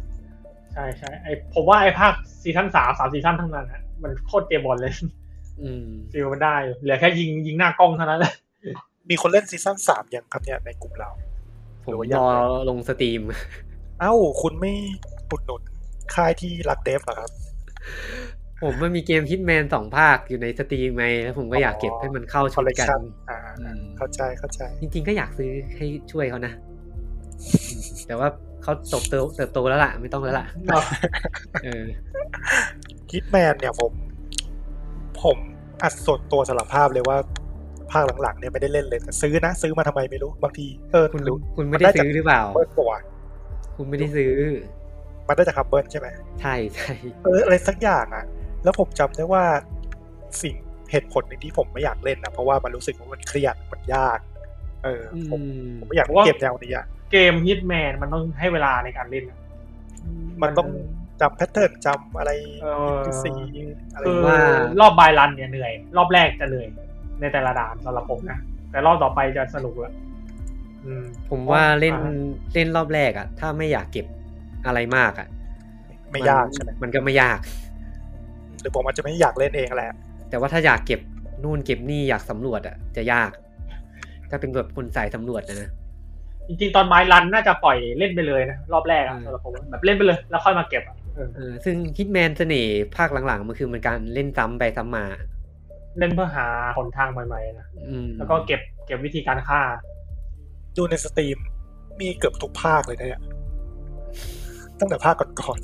[SPEAKER 4] ใช่ใช่ไอผมว่าไอภาคซีซั่นสามสามซีซั่นทั้งนั้นอะมันโคตรเกมบอลเลย
[SPEAKER 1] อืม
[SPEAKER 4] ฟิลมันได้อยู่เหลือแค่ยิงยิงหน้ากล้องเท่านั้นแหละ
[SPEAKER 2] มีคนเล่นซีซั่นสามยังครับเนี่ยในกลุ่มเรา
[SPEAKER 1] ผม
[SPEAKER 2] หรือว่าร ยาก
[SPEAKER 1] อ
[SPEAKER 2] ไหม
[SPEAKER 1] ลงสตรีม
[SPEAKER 2] เอ้าคุณไม่ปุดหนุนค่ายที่รักเดฟเหรอครับ
[SPEAKER 1] ผมมันมีเกมฮิตแมนสองภาคอยู่ในสตรีมไงแล้วผมก็อยากเก็บให้มันเข้า
[SPEAKER 2] ค
[SPEAKER 1] ชุ
[SPEAKER 2] อ
[SPEAKER 1] ด
[SPEAKER 2] ลเลก
[SPEAKER 1] กัน
[SPEAKER 2] ชันอ่า
[SPEAKER 1] อืม
[SPEAKER 2] เข้าใจเข้าใจ
[SPEAKER 1] จริงๆก็อยากซื้อให้ช่วยเขา นะอืมแต่ว่าเขาเติบโตเติบโตแล้วล่ะ ไม่ต้องแล้วล่ะเออ
[SPEAKER 2] คิดแมนเนี่ยผม ผมอัดส่วนตัวสารภาพเลยว่าภาคหลังๆเนี่ยไม่ได้เล่นเลยแต่ซื้อนะ ซื้อมาทำไมไม่รู้ บางทีเออ
[SPEAKER 1] คุณ
[SPEAKER 2] หรือ
[SPEAKER 1] คุณไม่ได้ซื้อหรือเปล่า
[SPEAKER 2] เบิร์ดกว่า
[SPEAKER 1] คุณไม่ได้ซื้อ
[SPEAKER 2] มันได้จากคับเบิร์ดใช่ไหม
[SPEAKER 1] ใช่ใช่
[SPEAKER 2] เอออะไรสักอย่างอ่ะ แล้วผมจำได้ว่าสิ่งเหตุผลหนึ่งที่ผมไม่อยากเล่นนะเพราะว่ามันรู้สึกว่ามันเครียดมันยาก เออ
[SPEAKER 1] อื
[SPEAKER 2] ผม
[SPEAKER 1] ม
[SPEAKER 2] ผมไม่อยาก
[SPEAKER 4] ผมว่า
[SPEAKER 2] เก็บแนวนี้อ่ะ
[SPEAKER 4] เกมฮิตแมนมันต้องให้เวลาในการเล่นอะ
[SPEAKER 2] มันต้องจำแพทเทิร์นจำอะไร
[SPEAKER 4] เออ
[SPEAKER 2] สีอะไร
[SPEAKER 4] คือ
[SPEAKER 2] ว่าร
[SPEAKER 4] อบบายรันเนี่ยเหนื่อย รอบแรกจะเหนื่อยในแต่ละด่านสำหรับผมนะ แต่รอบต่อไปจะสนุกละอืม
[SPEAKER 1] ผมว่าเล่น
[SPEAKER 4] อ่ะ
[SPEAKER 1] เล่นรอบแรกอะถ้าไม่อยากเก็บอะไรมากอะ
[SPEAKER 2] ไม่ยากใช่ไหม
[SPEAKER 1] มันก็ไม่ยาก
[SPEAKER 2] หรือผมอาจจะไม่อยากเล่นเองแหละ
[SPEAKER 1] แต่ว่าถ้าอยากเก็บนู่นเก็บนี่อยากสำรวจอะจะยาก ถ้าเป็นแบบคนสายสำรวจนะนะ
[SPEAKER 4] จริงๆ ตอนไม้รันน่าจะปล่อยเล่นไปเลยนะรอบแรกอะ
[SPEAKER 1] อืม
[SPEAKER 4] สำหรับผมอะแบบเล่นไปเลยแล้วค่อยมาเก็บอะเออ
[SPEAKER 1] เออซึ่งฮิตแมนเสน่ห์ภาคหลังๆ มันคือมันการเล่นซ้ำไปซ้ำมา
[SPEAKER 4] เล่นเพื่อหาหนทางใหม่ๆนะ
[SPEAKER 1] อืม
[SPEAKER 4] แล้วก็เก็บเก็บวิธีการฆ่า
[SPEAKER 2] ดูในสตรีมมีเกือบทุกภาคเลยนะ เนี่ยตั้งแต่ภาคก่อน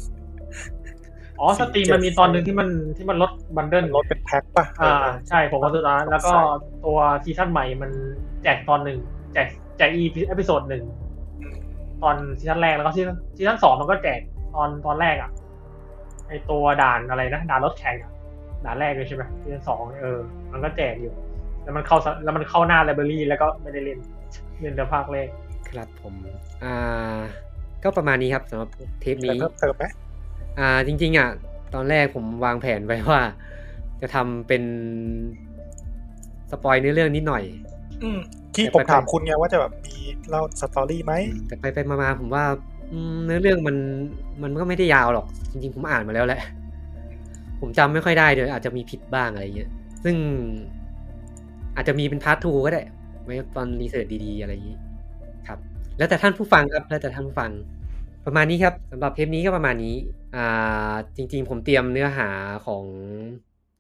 [SPEAKER 4] อ๋อสตรีมมันมีตอนหนึ่งที่มันที่มันลดบันเดิล
[SPEAKER 2] ๆรถเป็นแพ็คปะ
[SPEAKER 4] อ่า
[SPEAKER 2] เออ
[SPEAKER 4] ใช่ผมก็ตัวนั้นแล้วก็
[SPEAKER 2] ใช่
[SPEAKER 4] ตัวซีซั่นใหม่มันแจกตอนหนึ่งแจกแจกอีเอพิโซดหนึ่ง ตอนซีซั่นแรกแล้วก็ซีซั่นซีซั่นสองมันก็แจกตอนตอนแรกอะ่ะไอตัวด่านอะไรนะด่านรถแข่งอะ่ะด่านแรกเลยใช่ไหมซีซั่นสองเออ มันก็แจกอยู่ แล้วมันเข้าสแล้วมันเข้าหน้าไลบรารีแล้วก็ไม่ได้เล่นเล่นแต่ภาคแรก
[SPEAKER 1] ครับผมอ่าก็ประมาณนี้ครับสำหรับเทป
[SPEAKER 2] มีอะไร
[SPEAKER 1] นี้
[SPEAKER 2] เพิ่มเติมไหม
[SPEAKER 1] อ่าจริงๆอ่ะตอนแรกผมวางแผนไว้ว่า จะทำเป็นสปอยเนื้อเรื่องนิดหน่อย
[SPEAKER 2] อืม ที่
[SPEAKER 1] ไป
[SPEAKER 2] ผม
[SPEAKER 1] ไป
[SPEAKER 2] ถามคุณไงว่าจะแบบมีเล่าสตอรี่ไหม
[SPEAKER 1] แต่ไปไปๆมาๆผมว่าอืมเนื้อเรื่องมันมันก็ไม่ได้ยาวหรอก จริงๆ ผมอ่านมาแล้วแหละ ผมจำไม่ค่อยได้เลยอาจจะมีผิดบ้างอะไรเงี้ยซึ่งอาจจะมีเป็นพาร์ททูก็ได้ไว้ตอนรีเสิร์ชดีๆ อะไรอย่างนี้ครับ แล้วแต่ท่านผู้ฟังครับ แล้วแต่ท่านผู้ฟัง ประมาณนี้ครับสำหรับเทปนี้ก็ประมาณนี้ อ่า จริง ๆ ผมเตรียมเนื้อหาของ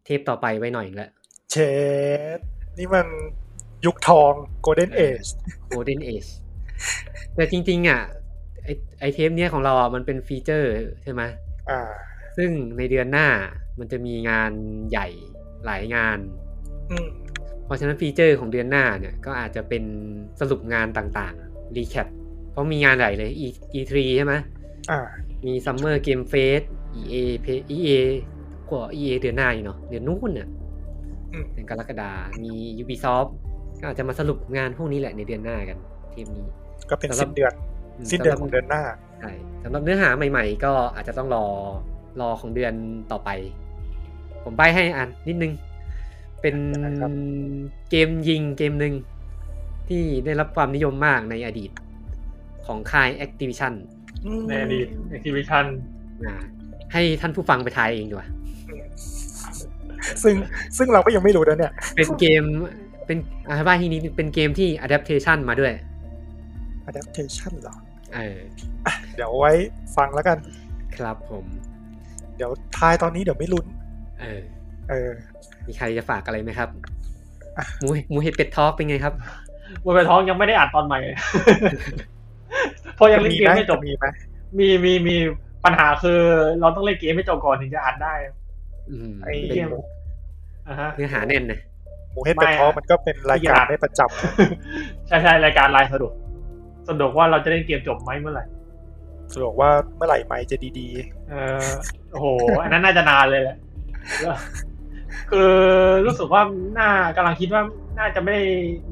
[SPEAKER 1] เทปต่อไปไว้หน่อยหนึ่งแล้ว
[SPEAKER 2] เชดนี่มันยุคทองโกลเด้นเอจ
[SPEAKER 1] โ o ลเด้นเอชแต่จริง ๆ อ่ะ ไอไอเทปเนี้ยของเราอ่ะมันเป็นฟีเจอร์ใช่ไหม
[SPEAKER 2] อ่า
[SPEAKER 1] ซึ่งในเดือนหน้ามันจะมีงานใหญ่หลายงาน
[SPEAKER 2] อืม
[SPEAKER 1] เพราะฉะนั้นฟีเจอร์ของเดือนหน้าเนี่ยก็อาจจะเป็นสรุปงานต่างๆ รีแคป เพราะมีงานใหญ่เลย E E3 ใช่ไหม
[SPEAKER 2] อ่า
[SPEAKER 1] มี Summer Game Fest EA Play- EA กว่า EA เดือนหน้าอีกเนาะเดือนนู้นเนี่ย
[SPEAKER 2] อืม
[SPEAKER 1] เดือนกรกฎามี Ubisoft ก็อาจจะมาสรุปงานพวกนี้แหละในเดือนหน้ากันเทปนี้
[SPEAKER 2] ก็เป็นสิ้นเดือน
[SPEAKER 1] ม
[SPEAKER 2] สิ้นเดือน
[SPEAKER 1] สำหรับ
[SPEAKER 2] ของเดือนหน้า
[SPEAKER 1] ใช่สำหรับเนื้อหาใหม่ๆ ก็อาจจะต้องรอรอของเดือนต่อไป ผมใบให้อันนิดนึง เป็น
[SPEAKER 2] ได้ครับ
[SPEAKER 1] เกมยิงเกมหนึ่งที่ได้รับความนิยมมากในอดีตของค่าย Activision
[SPEAKER 2] อืม
[SPEAKER 4] ในอดีต Activision
[SPEAKER 1] อ่าให้ท่านผู้ฟังไปทายเองดีกว่า
[SPEAKER 2] ซึ่งซึ่งเราก็ยังไม่รู้นะเนี่ย
[SPEAKER 1] เป็นเกมเป็นอาบ้าทีนี้เป็นเกมที่ adaptation มาด้วย
[SPEAKER 2] adaptation เหรอ
[SPEAKER 1] เออ
[SPEAKER 2] เดี๋ยวไว้ฟังแล้วกัน
[SPEAKER 1] ครับผม
[SPEAKER 2] เดี๋ยวทายตอนนี้เดี๋ยวไม่ลุ้น
[SPEAKER 1] เออ
[SPEAKER 2] เออ
[SPEAKER 1] มีใครจะฝากอะไรไหมครับ
[SPEAKER 2] อ่ะ
[SPEAKER 1] หมูหมูเห็ดเป็ดทอล์กเป็นไงครับ
[SPEAKER 4] บนไปท้องยังไม่ได้อัดตอนใหม่เลยเพราะยังเล่นเกมไม่จบ
[SPEAKER 2] มีไหม
[SPEAKER 4] มีมีมีปัญหาคือเราต้องเล่นเกมให้จบก่อนถึงจะอัดได้
[SPEAKER 1] อืม
[SPEAKER 2] ไอ้
[SPEAKER 1] เป็น
[SPEAKER 4] เกมอ่าฮะ
[SPEAKER 1] เนื้อหาแน่นนะ
[SPEAKER 2] หมูเห็ดเป็ดทอล์ก
[SPEAKER 4] ไม่อะ
[SPEAKER 2] มันก็เป็นรายการได้ประจ
[SPEAKER 4] ใช่ใช่รายการไลน์สะดวกสะดวกว่าเราจะเล่นเกมจบไหมเมื่อไหร่
[SPEAKER 2] ำสะดวกว่าเมื่อไหร่ไมค์จะดี
[SPEAKER 4] เออโอ้โห อันนั้นน่าจะนานเลยแหละ แล้วคือรู้สึกว่าน่ากำลังคิดว่าน่าจะไม่ได้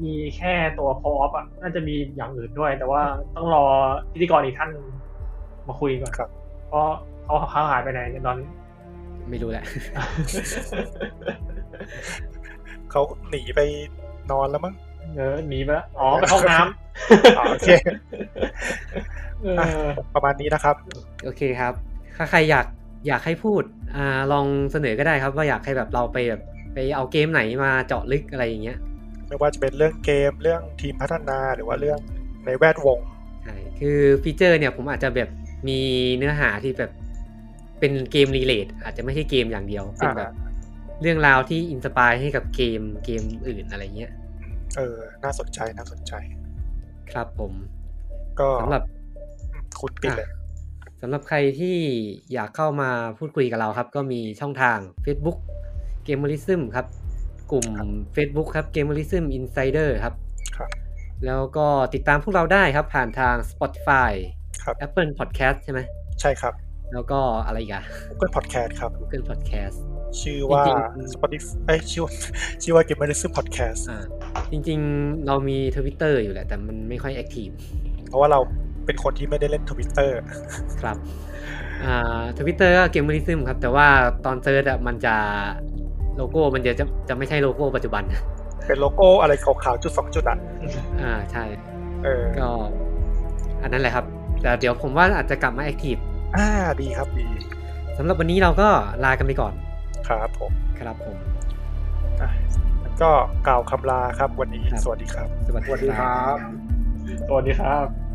[SPEAKER 4] มีแค่ตัวพออฟอ่ะน่าจะมีอย่างอื่นด้วย แต่ว่าต้องรอพิธีกรอีกท่านมาคุยก่อนเพราะเขาเขาหายไปไหนกันตอนนี้
[SPEAKER 1] ไม่รู้แหละ
[SPEAKER 2] ๆ เขาหนีไปนอนแล้วมั้ง
[SPEAKER 4] เออหนีไปแล้วอ๋อไปเข้าห้องน้
[SPEAKER 2] อ๋อ
[SPEAKER 4] ำ
[SPEAKER 2] โอเค
[SPEAKER 4] เออ
[SPEAKER 2] ประมาณนี้นะครับ
[SPEAKER 1] โอเคครับ ถ้าใครอยากอยากให้พูดอ่าลองเสนอก็ได้ครับ ว่าอยากให้แบบเราไปแบบไปเอาเกมไหนมาเจาะลึกอะไรอย่างเงี้ย
[SPEAKER 2] ไม่ว่าจะเป็นเรื่องเกมเรื่องทีมพัฒนาหรือว่าเรื่องในแวดวง
[SPEAKER 1] ใช่คือฟีเจอร์เนี่ยผมอาจจะแบบมีเนื้อหาที่แบบเป็นเกมรีเลทอาจจะไม่ใช่เกมอย่างเดียวเป็นแบบ เรื่องราวที่อินสปายให้กับเกมเกมอื่นอะไรเงี้ย
[SPEAKER 2] เออ น่าสนใจน่าสนใจ
[SPEAKER 1] ครับผม
[SPEAKER 2] ก็
[SPEAKER 1] สำหรับ
[SPEAKER 2] คุณปิดเลย
[SPEAKER 1] สำหรับใครที่อยากเข้ามาพูดคุยกับเราครับ ก็มีช่องทาง Facebook g a m e r i s m ครับ กลุ่ม Facebook ครับ g a m e r i s m Insider ครับ
[SPEAKER 2] ครับ
[SPEAKER 1] แล้วก็ติดตามพวกเราได้ครับ ผ่านทาง Spotify
[SPEAKER 2] ครับ
[SPEAKER 1] Apple Podcast ใช่ไหม
[SPEAKER 2] ใช่ครับ
[SPEAKER 1] แล้วก็อะไรอีกอะ
[SPEAKER 2] Google Podcast ครับ
[SPEAKER 1] Google Podcast
[SPEAKER 2] ชื่อว่า
[SPEAKER 1] จริงๆ
[SPEAKER 2] Spotify เอ้ยชื่อ ชื่อว่า Gamerism Podcast
[SPEAKER 1] อ่าจริงๆเรามี Twitter อยู่แหละ แต่มันไม่ค่อยแอคทีฟ
[SPEAKER 2] เพราะว่าเราเป็นคนที่ไม่ได้เล่น Twitter
[SPEAKER 1] ครับทวิตเตอร์ก็เกมเมอริซึมครับ แต่ว่าตอนเซิร์ชอะมันจะโลโก้มันจะจะจะไม่ใช่โลโก้ปัจจุบัน
[SPEAKER 2] เป็นโลโก้อะไรขาวๆจุดสองจุดอ่ะ
[SPEAKER 1] อ่าใช่
[SPEAKER 2] เออ
[SPEAKER 1] ก็ อันนั้นแหละครับ แต่เดี๋ยวผมว่าอาจจะกลับมาแอคทีฟ
[SPEAKER 2] อ่าดีครับดี
[SPEAKER 1] สำหรับวันนี้เราก็ลากันไปก่อน
[SPEAKER 2] ครับผม
[SPEAKER 1] ครับผม
[SPEAKER 2] อ่ะงั้นก็กล่าวคำลาครับวันนี้
[SPEAKER 1] ครับ
[SPEAKER 2] สวัสดีครับ
[SPEAKER 1] สวัส
[SPEAKER 3] สวัส
[SPEAKER 1] ดี
[SPEAKER 3] ดี
[SPEAKER 1] ค
[SPEAKER 3] ครับ รับ
[SPEAKER 4] สวัสดีครับ